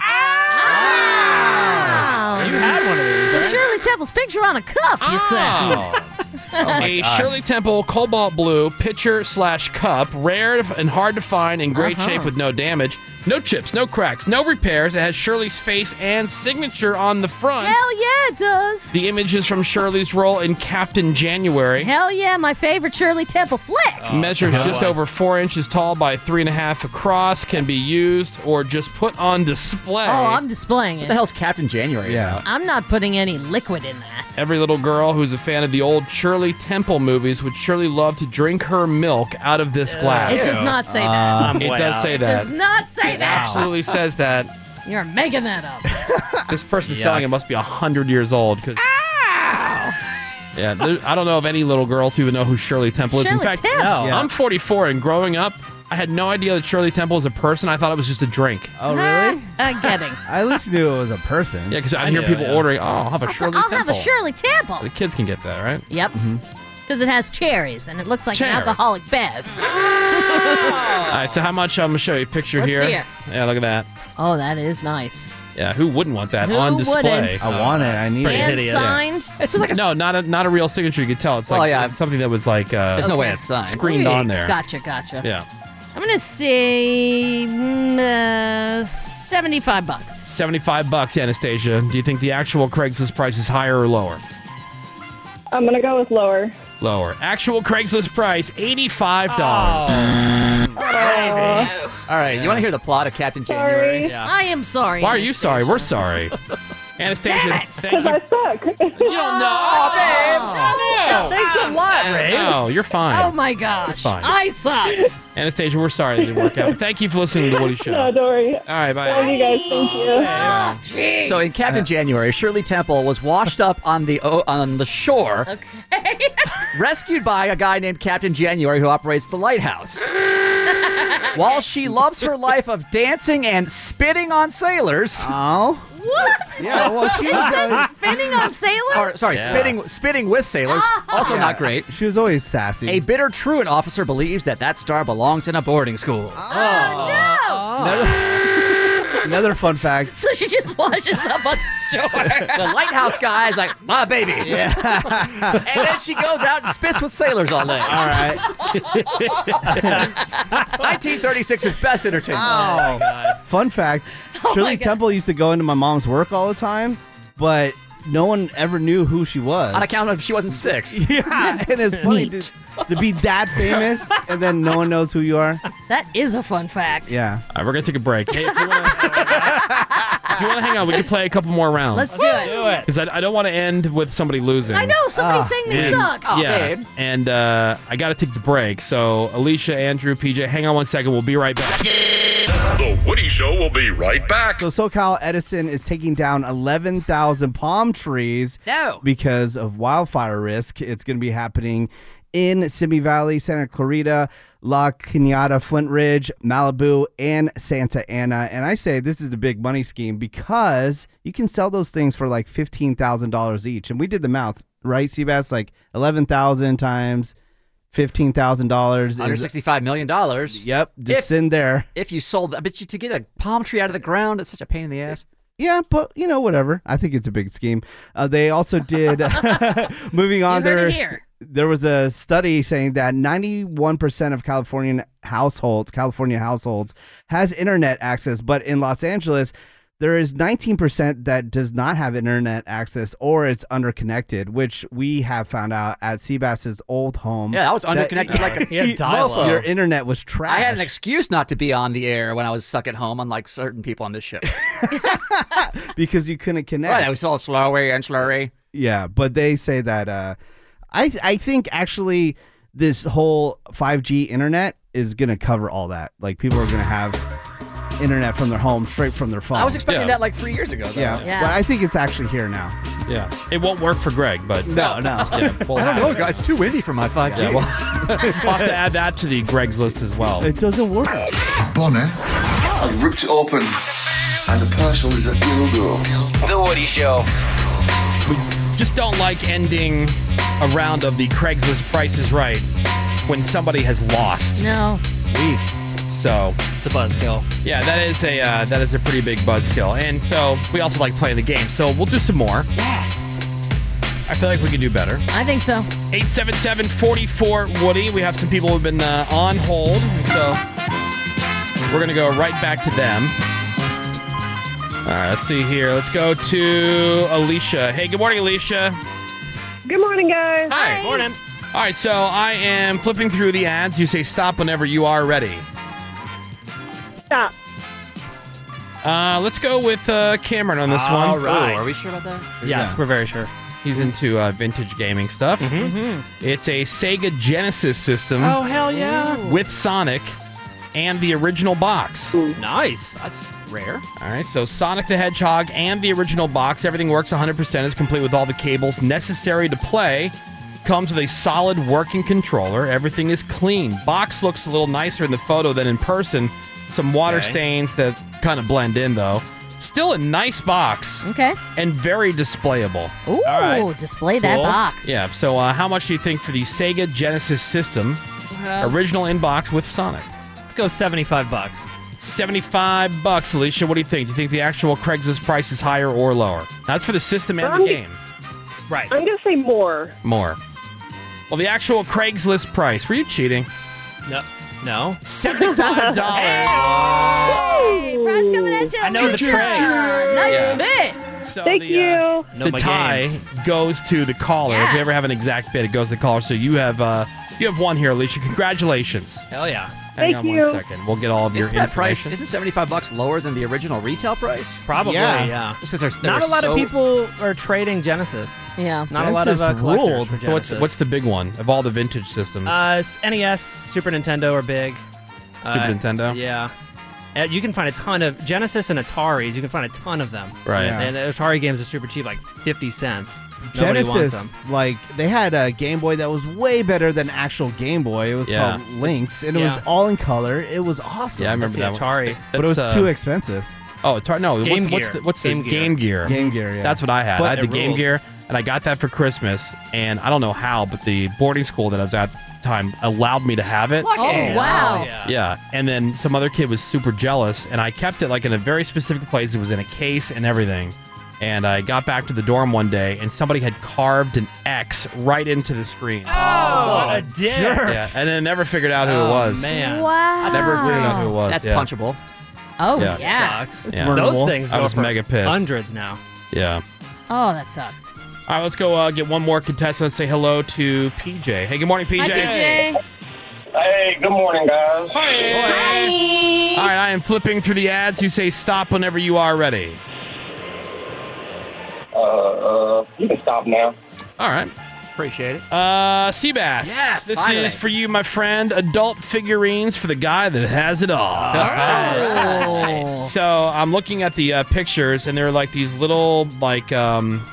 [SPEAKER 3] Wow.
[SPEAKER 2] You had one of these,
[SPEAKER 3] Um, So
[SPEAKER 2] right?
[SPEAKER 3] Shirley Temple's picture on a cup, you
[SPEAKER 2] Oh. a
[SPEAKER 3] God.
[SPEAKER 2] Shirley Temple cobalt blue pitcher slash cup, rare and hard to find, in great
[SPEAKER 3] Uh-huh.
[SPEAKER 2] shape with no damage, no chips, no cracks, no repairs. It has Shirley's face and signature on the
[SPEAKER 3] said.
[SPEAKER 2] front.
[SPEAKER 3] Hell yeah, it does.
[SPEAKER 2] The image is from Shirley's role in Captain January.
[SPEAKER 3] Hell yeah, my favorite Shirley Temple flick.
[SPEAKER 2] Measures just over four inches tall by three and a half across. Can be used or just put on display.
[SPEAKER 3] Oh, I'm displaying it.
[SPEAKER 2] hell's Captain January? Yeah.
[SPEAKER 3] I'm not putting any liquid in that.
[SPEAKER 2] Every little girl who's a fan of the old Shirley Temple movies would surely love to drink her milk out of this glass.
[SPEAKER 3] It does not say that.
[SPEAKER 4] Um,
[SPEAKER 2] it does say that.
[SPEAKER 3] Does not say
[SPEAKER 2] It
[SPEAKER 3] that.
[SPEAKER 2] absolutely says that.
[SPEAKER 3] You're making that up.
[SPEAKER 2] This person selling it must be 100 years old. Cause, yeah, there- I don't know of any little girls who would know who Shirley Temple is. In
[SPEAKER 3] Shirley
[SPEAKER 2] fact,
[SPEAKER 3] Temple. No. Yeah.
[SPEAKER 2] I'm 44 and growing up, I had no idea that Shirley Temple was a person. I thought it was just a drink.
[SPEAKER 4] Oh, really?
[SPEAKER 3] I'm kidding.
[SPEAKER 4] I at least knew it was a person.
[SPEAKER 2] Yeah, because I, hear people ordering, oh, I'll have a Shirley
[SPEAKER 3] I'll
[SPEAKER 2] Temple.
[SPEAKER 3] have a Shirley Temple.
[SPEAKER 2] The kids can get that, right? Mm-hmm.
[SPEAKER 3] Yep. Because it has cherries and it looks like an
[SPEAKER 2] Cherries. Ah!
[SPEAKER 3] alcoholic bev.
[SPEAKER 2] All right, so how much? I'm going to show you a picture
[SPEAKER 3] Let's
[SPEAKER 2] here.
[SPEAKER 3] see it.
[SPEAKER 2] Yeah, look at that.
[SPEAKER 3] oh, that is nice.
[SPEAKER 2] Yeah, who wouldn't want that
[SPEAKER 3] Who
[SPEAKER 2] on display?
[SPEAKER 3] wouldn't? I want
[SPEAKER 4] it. I need
[SPEAKER 3] and signed.
[SPEAKER 2] It's like no, not a not a real signature. You could tell it's like something that was like uh,
[SPEAKER 3] There's no way it's
[SPEAKER 7] signed.
[SPEAKER 2] screened on there.
[SPEAKER 3] Gotcha, gotcha.
[SPEAKER 2] Yeah,
[SPEAKER 3] I'm gonna say mm, uh, 75 bucks.
[SPEAKER 2] seventy-five bucks, Anastasia. Do you think the actual Craigslist price is higher or lower?
[SPEAKER 22] I'm gonna go with lower.
[SPEAKER 2] Lower. Actual Craigslist price eighty-five dollars.
[SPEAKER 7] Oh. All right, you want to hear the plot of Captain January?
[SPEAKER 3] I am sorry.
[SPEAKER 2] Why are you sorry? We're sorry, Anastasia. Thank you.
[SPEAKER 22] suck. You don't
[SPEAKER 3] know,
[SPEAKER 22] babe.
[SPEAKER 3] Oh, thanks a lot, Ray.
[SPEAKER 2] No, you're fine.
[SPEAKER 3] Oh my gosh,
[SPEAKER 2] Fine.
[SPEAKER 3] I suck.
[SPEAKER 2] Anastasia, we're sorry it didn't work out. But thank you for listening to the Woody Show.
[SPEAKER 22] No, don't worry.
[SPEAKER 2] All right, Uh, bye.
[SPEAKER 22] Love you guys. Thank you.
[SPEAKER 3] jeez.
[SPEAKER 7] So in Captain January, Shirley Temple was washed up on the o- on the shore, rescued by a guy named Captain January who operates the lighthouse. While she loves her life of dancing and spitting on sailors,
[SPEAKER 4] oh,
[SPEAKER 3] What?
[SPEAKER 4] Yeah, well, she
[SPEAKER 3] It
[SPEAKER 4] was,
[SPEAKER 3] says
[SPEAKER 4] uh,
[SPEAKER 3] spinning on sailors.
[SPEAKER 7] or sorry, spitting spitting with sailors, also
[SPEAKER 4] Yeah.
[SPEAKER 7] not great.
[SPEAKER 4] She was always sassy.
[SPEAKER 7] A bitter truant officer believes that that star belongs in a boarding school.
[SPEAKER 3] Oh,
[SPEAKER 4] Oh. Another fun fact.
[SPEAKER 3] So she just washes up on shore.
[SPEAKER 7] the lighthouse guy is like, my baby. and then she goes out and spits with sailors all day. All
[SPEAKER 4] right.
[SPEAKER 7] 1936 is best entertainment.
[SPEAKER 4] Oh. Fun fact
[SPEAKER 7] Oh my
[SPEAKER 4] Shirley
[SPEAKER 7] God.
[SPEAKER 4] Temple used to go into my mom's work all the time, but no one ever knew who she was.
[SPEAKER 7] On account of she wasn't six.
[SPEAKER 4] yeah, and it's funny to, to be that famous and then no one knows who you are.
[SPEAKER 3] That is a fun fact.
[SPEAKER 4] Yeah.
[SPEAKER 2] All right, we're gonna take a break. Hey, if you want to hang on, we can play a couple more rounds.
[SPEAKER 3] Let's do it.
[SPEAKER 2] Because I, I don't want to end with somebody losing.
[SPEAKER 3] I know
[SPEAKER 4] Oh,
[SPEAKER 3] somebody's saying they
[SPEAKER 2] And-
[SPEAKER 3] suck.
[SPEAKER 8] Oh,
[SPEAKER 2] yeah, and uh, I got to take the break. So Alicia, Andrew, PJ, hang on one second. We'll be right back.
[SPEAKER 9] The Woody Show will be right back.
[SPEAKER 4] So SoCal Edison is taking down 11,000 palm trees.
[SPEAKER 7] No.
[SPEAKER 4] Because of wildfire risk. It's going to be happening in Simi Valley, Santa Clarita, La Cunada, Flint Ridge, Malibu, and Santa Ana. And I say this is a big money scheme because you can sell those things for like $15,000 each. And we did the math, right, Seabass? Like 11,000 times $15,000 is-
[SPEAKER 7] $165 million.
[SPEAKER 4] Yep, just in there.
[SPEAKER 7] If you sold, I bet you to get a palm tree out of the ground, it's such a pain in the ass.
[SPEAKER 4] Yeah, but you know, whatever. I think it's a big scheme. Uh, they also did. moving on,
[SPEAKER 7] heard it
[SPEAKER 4] there
[SPEAKER 7] here.
[SPEAKER 4] there was a study saying that 91% of Californian households, California households, has internet access, but in Los Angeles. There is 19% that does not have internet access or it's underconnected, which we have found out at Seabass's old home.
[SPEAKER 7] Yeah, I was
[SPEAKER 4] that-
[SPEAKER 7] underconnected like a
[SPEAKER 4] Mofo, Your internet was trash.
[SPEAKER 7] I had an excuse not to be on the air when I was stuck at home, unlike certain people on this show.
[SPEAKER 4] because you couldn't connect.
[SPEAKER 7] Right, I was all slurry and slurry.
[SPEAKER 4] Yeah, but they say that uh, I I think actually this whole 5G internet is gonna cover all that. Like people are gonna have internet from their home straight from their phone.
[SPEAKER 7] I was expecting that like three years ago. Though.
[SPEAKER 4] yeah. but I think it's actually here now.
[SPEAKER 2] Yeah, it won't work for Greg, but
[SPEAKER 4] No, no.
[SPEAKER 2] Yeah,
[SPEAKER 7] I don't
[SPEAKER 2] we'll have
[SPEAKER 7] know, Oh,
[SPEAKER 2] it.
[SPEAKER 7] guys. It's too windy for my 5G.
[SPEAKER 2] Yeah, we'll, we'll have to add that to the Greg's list as well.
[SPEAKER 4] It doesn't work.
[SPEAKER 5] Bonnet. I ripped it open, and the parcel is a dildo.
[SPEAKER 2] The Woody Show. We just don't like ending a round of the Craigslist Price is Right when somebody has lost.
[SPEAKER 3] No.
[SPEAKER 2] Weak. So it's a buzzkill. Yeah, that is a uh, that is a pretty big buzzkill, and so we also like playing the game. So we'll do some more. Yes. I feel like we can do better.
[SPEAKER 3] I think so.
[SPEAKER 2] 877 44 Woody. We have some people who've been uh, on hold, and so we're going to go right back to them. All right, let's see here. Let's go to Alicia. Hey, good morning, Alicia.
[SPEAKER 22] Good morning, guys.
[SPEAKER 2] Hi. Morning. All right, so I am flipping through the ads. You say stop whenever you are ready.
[SPEAKER 22] Stop.
[SPEAKER 2] Uh, let's go with uh, Cameron on this one.
[SPEAKER 7] All right. Ooh, are we sure about that?
[SPEAKER 2] Yes, we're very sure. He's into uh, vintage gaming stuff. Mm-hmm.
[SPEAKER 7] Mhm.
[SPEAKER 2] It's a Sega Genesis system.
[SPEAKER 6] Oh, hell yeah.
[SPEAKER 2] With Sonic and the original box. Nice. That's rare. All right, so Sonic the Hedgehog and the original box. Everything works 100%. Is complete with all the cables necessary to play. Comes with a solid working controller. Everything is clean. Box looks a little nicer in the photo than in person. Some water
[SPEAKER 6] Okay.
[SPEAKER 2] stains that kind of blend in, though. Still a nice box.
[SPEAKER 3] Okay.
[SPEAKER 2] And very displayable.
[SPEAKER 3] Ooh, display that
[SPEAKER 2] Cool.
[SPEAKER 3] box.
[SPEAKER 2] Yeah. So, uh, how much do you think for the Sega Genesis system,
[SPEAKER 6] Uh,
[SPEAKER 2] original inbox with Sonic? Let's go seventy-five bucks. Seventy-five bucks, Alicia. What do you think? Do you think the actual Craigslist price is higher or lower? That's for the system and
[SPEAKER 22] Um,
[SPEAKER 2] the game. Right.
[SPEAKER 22] I'm gonna say more.
[SPEAKER 2] More. Well, the actual Craigslist price. Were you cheating? No. No. Seventy-five dollars.
[SPEAKER 3] Hey, prize coming at you.
[SPEAKER 2] I know the
[SPEAKER 3] Alicia.
[SPEAKER 2] trick.
[SPEAKER 3] Nice
[SPEAKER 2] Yeah.
[SPEAKER 3] bit.
[SPEAKER 2] So
[SPEAKER 3] Thank
[SPEAKER 2] the, uh,
[SPEAKER 3] you.
[SPEAKER 2] the tie goes to the caller. If you ever have an exact bid, it goes to the caller. So you have uh, you have one here, Alicia. Congratulations.
[SPEAKER 7] Hell yeah.
[SPEAKER 2] Hang on one second. We'll get all of
[SPEAKER 7] Isn't
[SPEAKER 2] your
[SPEAKER 7] that price?
[SPEAKER 2] information.
[SPEAKER 7] Isn't seventy-five bucks lower than the original retail price?
[SPEAKER 6] Probably, Yeah. yeah.
[SPEAKER 7] Just 'cause they're-
[SPEAKER 6] Not a
[SPEAKER 7] they're
[SPEAKER 6] lot
[SPEAKER 7] so-
[SPEAKER 6] of people are trading Genesis.
[SPEAKER 3] Yeah.
[SPEAKER 6] Not a lot of uh, collectors for
[SPEAKER 2] So what's
[SPEAKER 6] Genesis.
[SPEAKER 2] what's the big one of all the vintage systems?
[SPEAKER 6] Uh, s- NES, Super Nintendo are big.
[SPEAKER 2] Super Nintendo?
[SPEAKER 6] Yeah. Uh, you can find a ton of Genesis and Ataris. You can find a ton of them.
[SPEAKER 2] Right. Yeah.
[SPEAKER 6] And Atari games are super cheap, like fifty cents. Nobody wants
[SPEAKER 4] Genesis,
[SPEAKER 6] them.
[SPEAKER 4] like they had a Game Boy that was way better than actual Game Boy. It was
[SPEAKER 2] Yeah.
[SPEAKER 4] called Lynx, and it
[SPEAKER 2] Yeah.
[SPEAKER 4] was all in color. It was awesome.
[SPEAKER 2] Yeah, I remember that one. It-
[SPEAKER 4] but it was
[SPEAKER 2] that's, uh,
[SPEAKER 4] too expensive.
[SPEAKER 2] Oh, Atari. No, what's,
[SPEAKER 4] Game
[SPEAKER 2] what's
[SPEAKER 4] Gear.
[SPEAKER 2] the what's the
[SPEAKER 4] Game
[SPEAKER 2] Game
[SPEAKER 4] Gear.
[SPEAKER 2] Gear?
[SPEAKER 4] Game Gear, yeah.
[SPEAKER 2] That's what I had.
[SPEAKER 4] But
[SPEAKER 2] I had the
[SPEAKER 4] it
[SPEAKER 2] Game
[SPEAKER 4] ruled.
[SPEAKER 2] Gear, and I got that for Christmas. And I don't know how, but the boarding school that I was at at the time allowed me to have it.
[SPEAKER 3] Oh, wow.
[SPEAKER 2] Yeah. And then some other kid was super jealous, and I kept it like in a very specific place. It was in a case and everything. And I got back to the dorm one day, and somebody had carved an X right into the screen.
[SPEAKER 6] Oh, what a dick.
[SPEAKER 2] Yeah, and then never figured out who it was.
[SPEAKER 6] man.
[SPEAKER 3] Wow.
[SPEAKER 2] Oh, Never figured out who it was.
[SPEAKER 6] That's
[SPEAKER 2] yeah.
[SPEAKER 6] punchable.
[SPEAKER 3] Oh, yeah.
[SPEAKER 2] Yeah. It's Yeah. learnable.
[SPEAKER 6] Those things
[SPEAKER 2] I
[SPEAKER 6] go
[SPEAKER 2] was
[SPEAKER 6] for
[SPEAKER 2] mega pissed.
[SPEAKER 6] hundreds now.
[SPEAKER 2] Yeah.
[SPEAKER 3] Oh, that sucks.
[SPEAKER 2] All right, let's go uh, get one more contestant. Let's say hello to PJ. Hey, good morning, PJ.
[SPEAKER 9] Hey, good morning, guys.
[SPEAKER 2] All right, I am flipping through the ads. You say stop whenever you are ready.
[SPEAKER 3] Oh,
[SPEAKER 9] Uh, uh, you can stop now.
[SPEAKER 2] All right. Appreciate it. Uh, Seabass.
[SPEAKER 7] Yes,
[SPEAKER 2] This
[SPEAKER 7] finally.
[SPEAKER 2] is for you, my friend. Adult figurines for the guy that has it all. So I'm looking at the uh, pictures, and they're like these little, like, um,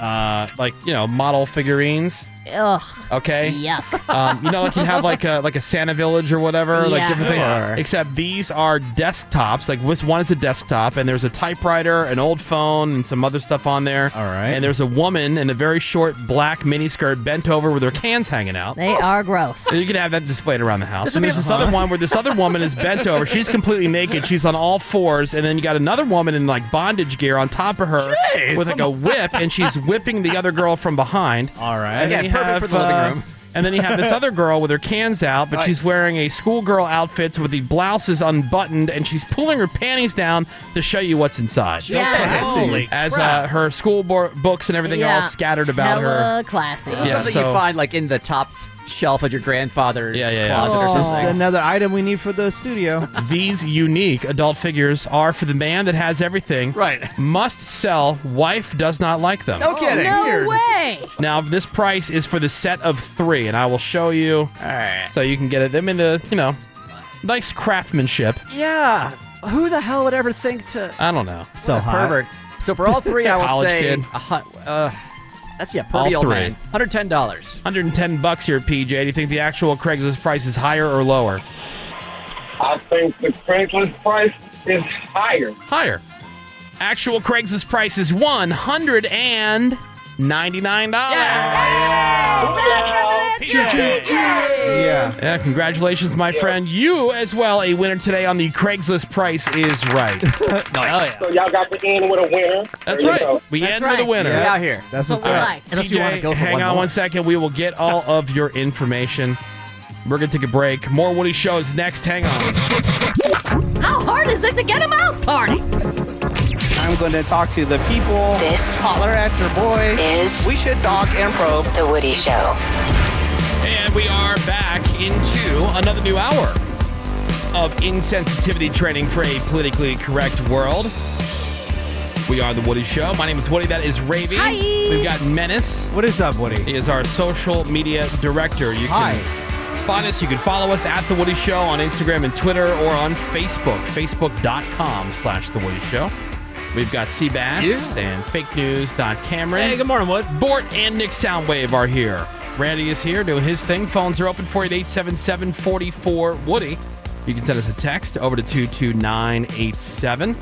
[SPEAKER 2] uh, like you know, model figurines.
[SPEAKER 3] Ugh.
[SPEAKER 2] Okay.
[SPEAKER 3] Yuck.
[SPEAKER 2] Um, you know, like you have like a like a Santa Village or whatever, like
[SPEAKER 3] Yeah.
[SPEAKER 2] different things.
[SPEAKER 3] Sure.
[SPEAKER 2] Except these are desktops. Like this one is a desktop, and there's a typewriter, an old phone, and some other stuff on there. All right. And there's a woman in a very short black miniskirt bent over with her cans hanging out.
[SPEAKER 3] They are gross.
[SPEAKER 2] So you can have that displayed around the house.
[SPEAKER 3] This
[SPEAKER 2] And
[SPEAKER 3] would be
[SPEAKER 2] there's this
[SPEAKER 3] fun.
[SPEAKER 2] other one where this other woman is bent over. She's completely naked. She's on all fours, and then you got another woman in like bondage gear on top of her
[SPEAKER 7] Jeez.
[SPEAKER 2] with like a whip, and she's whipping the other girl from behind. All right. And
[SPEAKER 7] Yeah,
[SPEAKER 2] then you
[SPEAKER 7] perfect
[SPEAKER 2] have,
[SPEAKER 7] for the living
[SPEAKER 2] uh,
[SPEAKER 7] room.
[SPEAKER 2] and then you have this other girl with her cans out, but
[SPEAKER 7] Right.
[SPEAKER 2] she's wearing a schoolgirl outfit with the blouses unbuttoned, and she's pulling her panties down to show you what's inside.
[SPEAKER 3] Yeah.
[SPEAKER 7] Holy
[SPEAKER 2] As
[SPEAKER 7] crap.
[SPEAKER 2] uh, her school bo- books and everything are
[SPEAKER 3] Yeah.
[SPEAKER 2] all scattered about
[SPEAKER 3] Hella
[SPEAKER 2] her.
[SPEAKER 3] classy.
[SPEAKER 2] Yeah,
[SPEAKER 7] something
[SPEAKER 2] so-
[SPEAKER 7] you find like in the top shelf of your grandfather's
[SPEAKER 2] yeah, yeah.
[SPEAKER 7] closet or
[SPEAKER 2] Oh.
[SPEAKER 7] something.
[SPEAKER 2] It's
[SPEAKER 4] another item we need for the studio.
[SPEAKER 2] These unique adult figures are for the man that has everything. Right. Must sell. Wife does not like them.
[SPEAKER 4] Oh,
[SPEAKER 7] No kidding.
[SPEAKER 3] No way.
[SPEAKER 2] Now this price is for the set of three, and I will show you. All right. So you can get it. them into you know, nice craftsmanship.
[SPEAKER 7] Yeah. Who the hell would ever think to
[SPEAKER 2] I don't know.
[SPEAKER 7] so pervert? So for all three, I will
[SPEAKER 2] College
[SPEAKER 7] say
[SPEAKER 2] kid.
[SPEAKER 7] a hun- uh, that's yeah,
[SPEAKER 2] All
[SPEAKER 7] pervy old
[SPEAKER 2] three.
[SPEAKER 7] man. Hundred ten dollars.
[SPEAKER 2] Hundred and ten bucks here, PJ. Do you think the actual Craigslist price is higher or lower?
[SPEAKER 9] I think the Craigslist price is higher.
[SPEAKER 2] Higher. Actual Craigslist price is one hundred and ninety-nine dollars. Yeah. Yeah. Congratulations, my friend. You as well, a winner today on the Craigslist price is right.
[SPEAKER 9] So y'all got to end with a winner. There
[SPEAKER 2] That's
[SPEAKER 9] you
[SPEAKER 2] right.
[SPEAKER 9] go.
[SPEAKER 2] We end with a winner.
[SPEAKER 7] Yeah. Out here.
[SPEAKER 4] That's
[SPEAKER 7] what's That's what we up. like. Unless you
[SPEAKER 2] TJ,
[SPEAKER 7] wanna go for
[SPEAKER 2] hang
[SPEAKER 7] one
[SPEAKER 2] on
[SPEAKER 7] more.
[SPEAKER 2] one second. We will get all of your information. We're gonna take a break. More Woody shows next. Hang on.
[SPEAKER 3] How hard is it to get him out, party?
[SPEAKER 11] I'm going to talk to the people. This holler at your boy. Is we should dog and probe the Woody Show.
[SPEAKER 2] And we are back into another new hour of insensitivity training for a politically correct world. We are the Woody Show. My name is Woody. That is Ravy.
[SPEAKER 3] Hi.
[SPEAKER 2] We've got Menace.
[SPEAKER 4] What is up, Woody?
[SPEAKER 2] He is our social media director. You can find us. You can follow us at the Woody Show on Instagram and Twitter, or on Facebook. Facebook.com/slash the Woody Show. We've got Seabass and Fake News. Cameron. Hey, good morning, Wood. Bort and Nick Soundwave are here. Randy is here doing his thing. Phones are open for you at 877 44 Woody. You can send us a text over to 22987.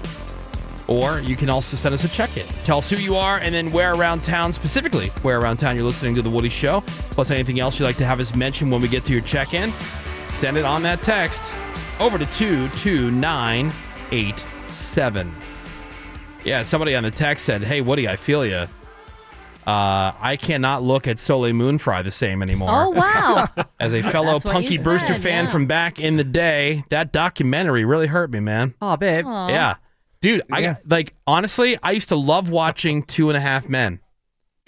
[SPEAKER 2] Or you can also send us a check in. Tell us who you are and then where around town, specifically where around town you're listening to The Woody Show. Plus, anything else you'd like to have us mention when we get to your check in, send it on that text over to 22987. Yeah, somebody on the text said, Hey, Woody, I feel you. Uh, I cannot look at Soleil Moonfry the same anymore.
[SPEAKER 3] Oh, wow.
[SPEAKER 2] As a fellow
[SPEAKER 3] That's what
[SPEAKER 2] Punky
[SPEAKER 3] you
[SPEAKER 2] Brewster
[SPEAKER 3] said,
[SPEAKER 2] fan
[SPEAKER 3] yeah.
[SPEAKER 2] from back in the day, that documentary really hurt me, man.
[SPEAKER 7] Oh, babe.
[SPEAKER 3] Aw.
[SPEAKER 2] Yeah. Dude, I
[SPEAKER 3] Yeah.
[SPEAKER 2] like honestly, I used to love watching Two and a Half Men.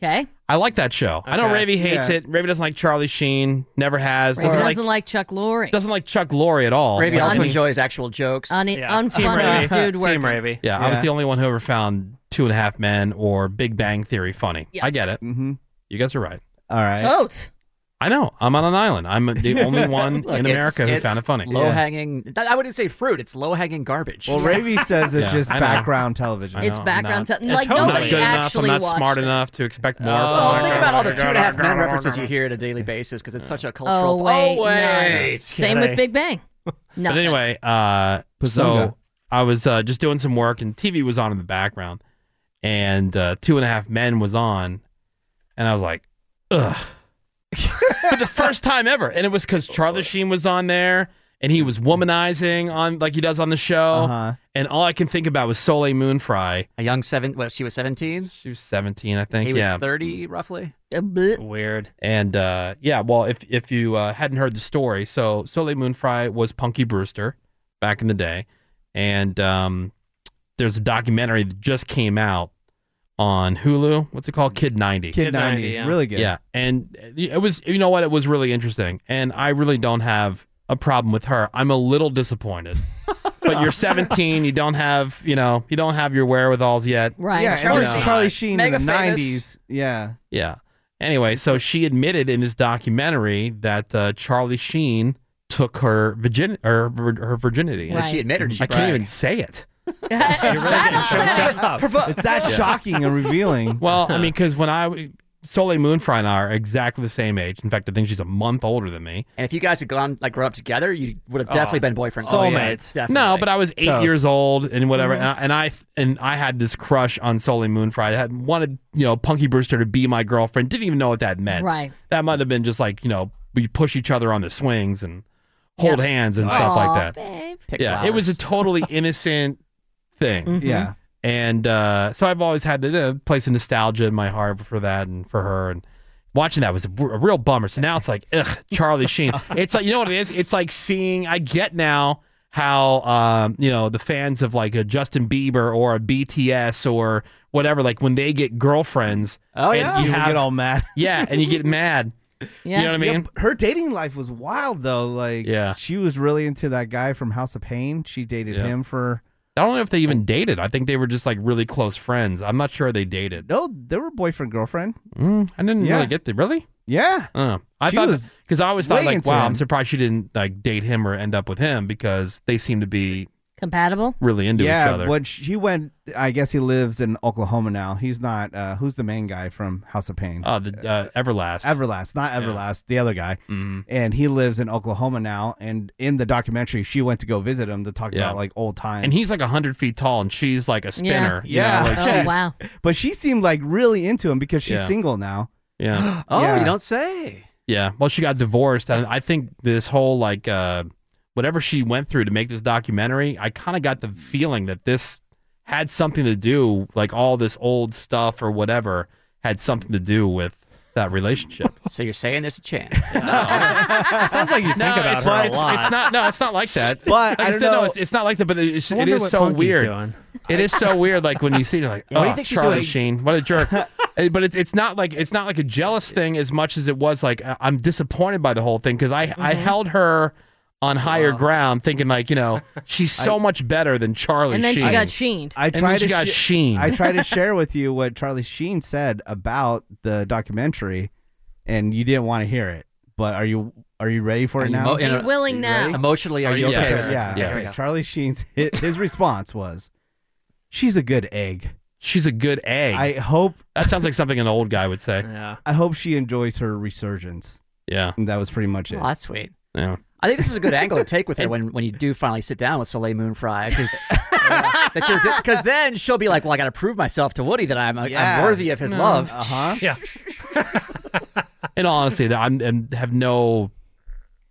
[SPEAKER 3] Okay.
[SPEAKER 2] I like that show. I know
[SPEAKER 3] Okay.
[SPEAKER 2] Ravi hates
[SPEAKER 3] Yeah.
[SPEAKER 2] it. Ravi doesn't like Charlie Sheen. Never has.
[SPEAKER 3] Doesn't,
[SPEAKER 2] Doesn't like
[SPEAKER 3] doesn't like Chuck Lorre.
[SPEAKER 2] doesn't like Chuck Lorre at all.
[SPEAKER 7] Ravy
[SPEAKER 2] Like,
[SPEAKER 7] also
[SPEAKER 2] any-
[SPEAKER 7] enjoys actual jokes.
[SPEAKER 3] Un- Unfunniest dude working.
[SPEAKER 2] Yeah, I was the only one who ever found Two and a Half Men or Big Bang Theory funny.
[SPEAKER 3] Yeah.
[SPEAKER 2] I get it.
[SPEAKER 4] Mm-hmm.
[SPEAKER 2] You guys are right.
[SPEAKER 4] All right.
[SPEAKER 3] Totes.
[SPEAKER 2] I know. I'm on an island. I'm the only one
[SPEAKER 7] Look,
[SPEAKER 2] in
[SPEAKER 7] it's-
[SPEAKER 2] America who
[SPEAKER 7] it's
[SPEAKER 2] found it funny.
[SPEAKER 7] Low hanging. I wouldn't say fruit. It's low hanging garbage.
[SPEAKER 4] Well, Ravy says it's
[SPEAKER 2] Yeah,
[SPEAKER 4] just
[SPEAKER 2] I know.
[SPEAKER 4] background television.
[SPEAKER 2] I It's know, I'm
[SPEAKER 3] background not- te-
[SPEAKER 7] like,
[SPEAKER 2] I'm not
[SPEAKER 7] nobody
[SPEAKER 2] good enough. I'm
[SPEAKER 7] actually
[SPEAKER 2] not
[SPEAKER 7] watched Oh,
[SPEAKER 2] smart enough to expect more. from
[SPEAKER 7] Well,
[SPEAKER 2] that
[SPEAKER 7] think
[SPEAKER 2] guy.
[SPEAKER 7] about all the two and a half men references you hear on a daily basis because it's such a cultural.
[SPEAKER 3] Oh, wait.
[SPEAKER 7] Oh,
[SPEAKER 3] no.
[SPEAKER 7] wait.
[SPEAKER 3] Same with Big Bang. No.
[SPEAKER 2] But anyway, uh,
[SPEAKER 4] Bazunga.
[SPEAKER 2] so I was uh, just doing some work and TV was on in the background, and uh, Two and a Half Men was on, and I was like, ugh. For the first time ever, and it was because Charlie Sheen was on there, and he was womanizing on like he does on the show,
[SPEAKER 7] Uh-huh.
[SPEAKER 2] and all I can think about was Soleil Moonfry,
[SPEAKER 7] a young seven. Well, she was seventeen.
[SPEAKER 2] She was seventeen, I think.
[SPEAKER 7] He was
[SPEAKER 2] yeah,
[SPEAKER 7] thirty, roughly.
[SPEAKER 2] Weird. And uh, yeah, well, if if you uh, hadn't heard the story, so Soleil Moonfry was Punky Brewster back in the day, and um, there's a documentary that just came out on Hulu. What's it called? Kid ninety.
[SPEAKER 4] Kid Kid 90, 90, yeah. really good.
[SPEAKER 2] Yeah, and it was you know what it was really interesting, and I really don't have a problem with her. I'm a little disappointed. But you're 17. You don't have, you know, you don't have your wherewithals yet.
[SPEAKER 4] Yeah, and
[SPEAKER 2] You
[SPEAKER 4] there's
[SPEAKER 2] know.
[SPEAKER 4] Charlie Sheen in the
[SPEAKER 7] Mega famous.
[SPEAKER 4] '90s. Yeah.
[SPEAKER 2] Yeah. Anyway, so she admitted in this documentary that uh, Charlie Sheen took her virgin or vir- her virginity.
[SPEAKER 7] Right. She admitted she
[SPEAKER 2] I can't
[SPEAKER 7] bragged.
[SPEAKER 2] even say it.
[SPEAKER 4] It's that
[SPEAKER 2] Yeah.
[SPEAKER 4] shocking and revealing.
[SPEAKER 2] Well, I mean, because when I Soleil Moonfry and I are exactly the same age. In fact, I think she's a month older than me.
[SPEAKER 7] And if you guys had gone like grown up together, you would have
[SPEAKER 2] Oh.
[SPEAKER 7] definitely been boyfriends.
[SPEAKER 2] Soulmates. No, but I was eight years old and whatever, and,
[SPEAKER 3] Mm-hmm.
[SPEAKER 2] I, and I and I had this crush on Sully Moonfry. I had wanted you know Punky Brewster to be my girlfriend. Didn't even know what that meant.
[SPEAKER 3] Right.
[SPEAKER 2] That might have been just like you know we push each other on the swings and hold
[SPEAKER 3] Yeah.
[SPEAKER 2] hands and stuff like
[SPEAKER 3] Aw,
[SPEAKER 2] that.
[SPEAKER 3] babe. Pick
[SPEAKER 2] Yeah, it was a totally innocent thing.
[SPEAKER 4] Mm-hmm.
[SPEAKER 3] Mhm. Yeah.
[SPEAKER 2] And uh, so I've always had the, the place of nostalgia in my heart for that and for her. And watching that was a, r- a real bummer. So now it's like, ugh, Charlie Sheen. It's like, you know what it is? It's like seeing, I get now how, um, you know, the fans of like a Justin Bieber or a BTS or whatever, like when they get girlfriends.
[SPEAKER 4] Oh, yeah.
[SPEAKER 2] And
[SPEAKER 4] You get all mad.
[SPEAKER 2] Yeah. And you get mad. You know what I mean?
[SPEAKER 4] but her dating life was wild though. Like,
[SPEAKER 2] Yeah.
[SPEAKER 4] she was really into that guy from House of Pain. She dated
[SPEAKER 2] Yeah.
[SPEAKER 4] him for
[SPEAKER 2] I don't know if they
[SPEAKER 4] Oh.
[SPEAKER 2] even dated. I think they were just like really close friends. I'm not sure they dated.
[SPEAKER 4] no, they were boyfriend girlfriend.
[SPEAKER 2] Mm, I didn't
[SPEAKER 4] Yeah.
[SPEAKER 2] really get the really.
[SPEAKER 4] Yeah,
[SPEAKER 2] Uh, I
[SPEAKER 4] She
[SPEAKER 2] thought
[SPEAKER 4] was
[SPEAKER 2] because I always thought
[SPEAKER 4] way
[SPEAKER 2] like,
[SPEAKER 4] into
[SPEAKER 2] wow, I'm
[SPEAKER 4] him.
[SPEAKER 2] surprised she didn't like date him or end up with him because they seem to be
[SPEAKER 3] Compatible?
[SPEAKER 2] really into
[SPEAKER 4] yeah.
[SPEAKER 2] each other.
[SPEAKER 4] When she went, I guess he lives in Oklahoma now. He's not. Uh, who's the main guy from House of Pain?
[SPEAKER 2] Oh, the uh, Everlast. Mm-hmm.
[SPEAKER 4] Everlast, not Everlast, the other guy, and he lives in Oklahoma now. And in the documentary, she went to go visit him to talk
[SPEAKER 2] Yeah.
[SPEAKER 4] about like old times.
[SPEAKER 2] and he's like hundred feet tall, and she's like a spinner. you know,
[SPEAKER 4] Yeah. Oh,
[SPEAKER 2] like, she's-
[SPEAKER 4] But she seemed like really into him because she's
[SPEAKER 2] Yeah.
[SPEAKER 4] single now.
[SPEAKER 2] Yeah.
[SPEAKER 7] Oh,
[SPEAKER 4] Yeah.
[SPEAKER 7] you don't say.
[SPEAKER 2] Yeah. Well, she got divorced, and I think this whole like uh, whatever she went through to make this documentary, I kind of got the feeling that this had something to do, like all this old stuff or whatever, had something to do with that relationship.
[SPEAKER 7] So you're saying there's a chance.
[SPEAKER 2] Sounds like you
[SPEAKER 7] think about
[SPEAKER 2] it's,
[SPEAKER 7] her a
[SPEAKER 2] it's,
[SPEAKER 7] lot.
[SPEAKER 2] It's not. No, it's not like that.
[SPEAKER 7] But
[SPEAKER 2] Like
[SPEAKER 7] I
[SPEAKER 2] I
[SPEAKER 7] don't
[SPEAKER 2] said, no,
[SPEAKER 7] know-
[SPEAKER 2] it's, it's not like that. But it's,
[SPEAKER 7] I
[SPEAKER 2] it
[SPEAKER 7] wonder
[SPEAKER 2] is
[SPEAKER 7] what
[SPEAKER 2] so
[SPEAKER 7] Punky's
[SPEAKER 2] weird.
[SPEAKER 7] doing.
[SPEAKER 2] It is so weird. Like when you see, it, you're like,
[SPEAKER 7] Yeah, what do you
[SPEAKER 2] oh,
[SPEAKER 7] think she's
[SPEAKER 2] Charlie
[SPEAKER 7] doing?"
[SPEAKER 2] Sheen, what a jerk. Eh, but it's it's not like it's not like a jealous thing as much as it was like I- I'm disappointed by the whole thing because I I
[SPEAKER 7] Mm-hmm.
[SPEAKER 2] held her on higher ground, thinking like you know she's so much better than Charlie.
[SPEAKER 3] And then she
[SPEAKER 2] Sheen.
[SPEAKER 3] got sheened.
[SPEAKER 4] I
[SPEAKER 2] And then
[SPEAKER 4] tried
[SPEAKER 2] she
[SPEAKER 4] to
[SPEAKER 2] got
[SPEAKER 4] sh-
[SPEAKER 2] sheen.
[SPEAKER 4] I tried to share with you what Charlie Sheen said about the documentary, and you didn't want to hear it. But are you are you ready for
[SPEAKER 7] Are
[SPEAKER 4] it
[SPEAKER 7] you
[SPEAKER 4] now?
[SPEAKER 7] mo- Be and- willing are you now. ready? Emotionally, are you okay?
[SPEAKER 4] prepared? Yeah.
[SPEAKER 7] Yeah.
[SPEAKER 4] okay.
[SPEAKER 7] Yeah.
[SPEAKER 4] Charlie Sheen's hi- his response was, "She's a good egg.
[SPEAKER 2] She's a good egg.
[SPEAKER 4] I hope
[SPEAKER 2] that sounds like something an old guy would say. Yeah.
[SPEAKER 4] I hope she enjoys her resurgence."
[SPEAKER 2] Yeah.
[SPEAKER 4] And that was pretty much it.
[SPEAKER 7] Oh, that's sweet.
[SPEAKER 2] Yeah.
[SPEAKER 7] I think this is a good angle to take with her when, when you do finally sit down with Soleil Moon Fry uh, because because then she'll be like, well, I got to prove myself to Woody that I'm
[SPEAKER 4] Yeah.
[SPEAKER 7] I'm worthy of his
[SPEAKER 2] Mm.
[SPEAKER 4] No.
[SPEAKER 7] love.
[SPEAKER 4] Uh-huh.
[SPEAKER 7] Yeah.
[SPEAKER 2] And honestly, that I'm, i have no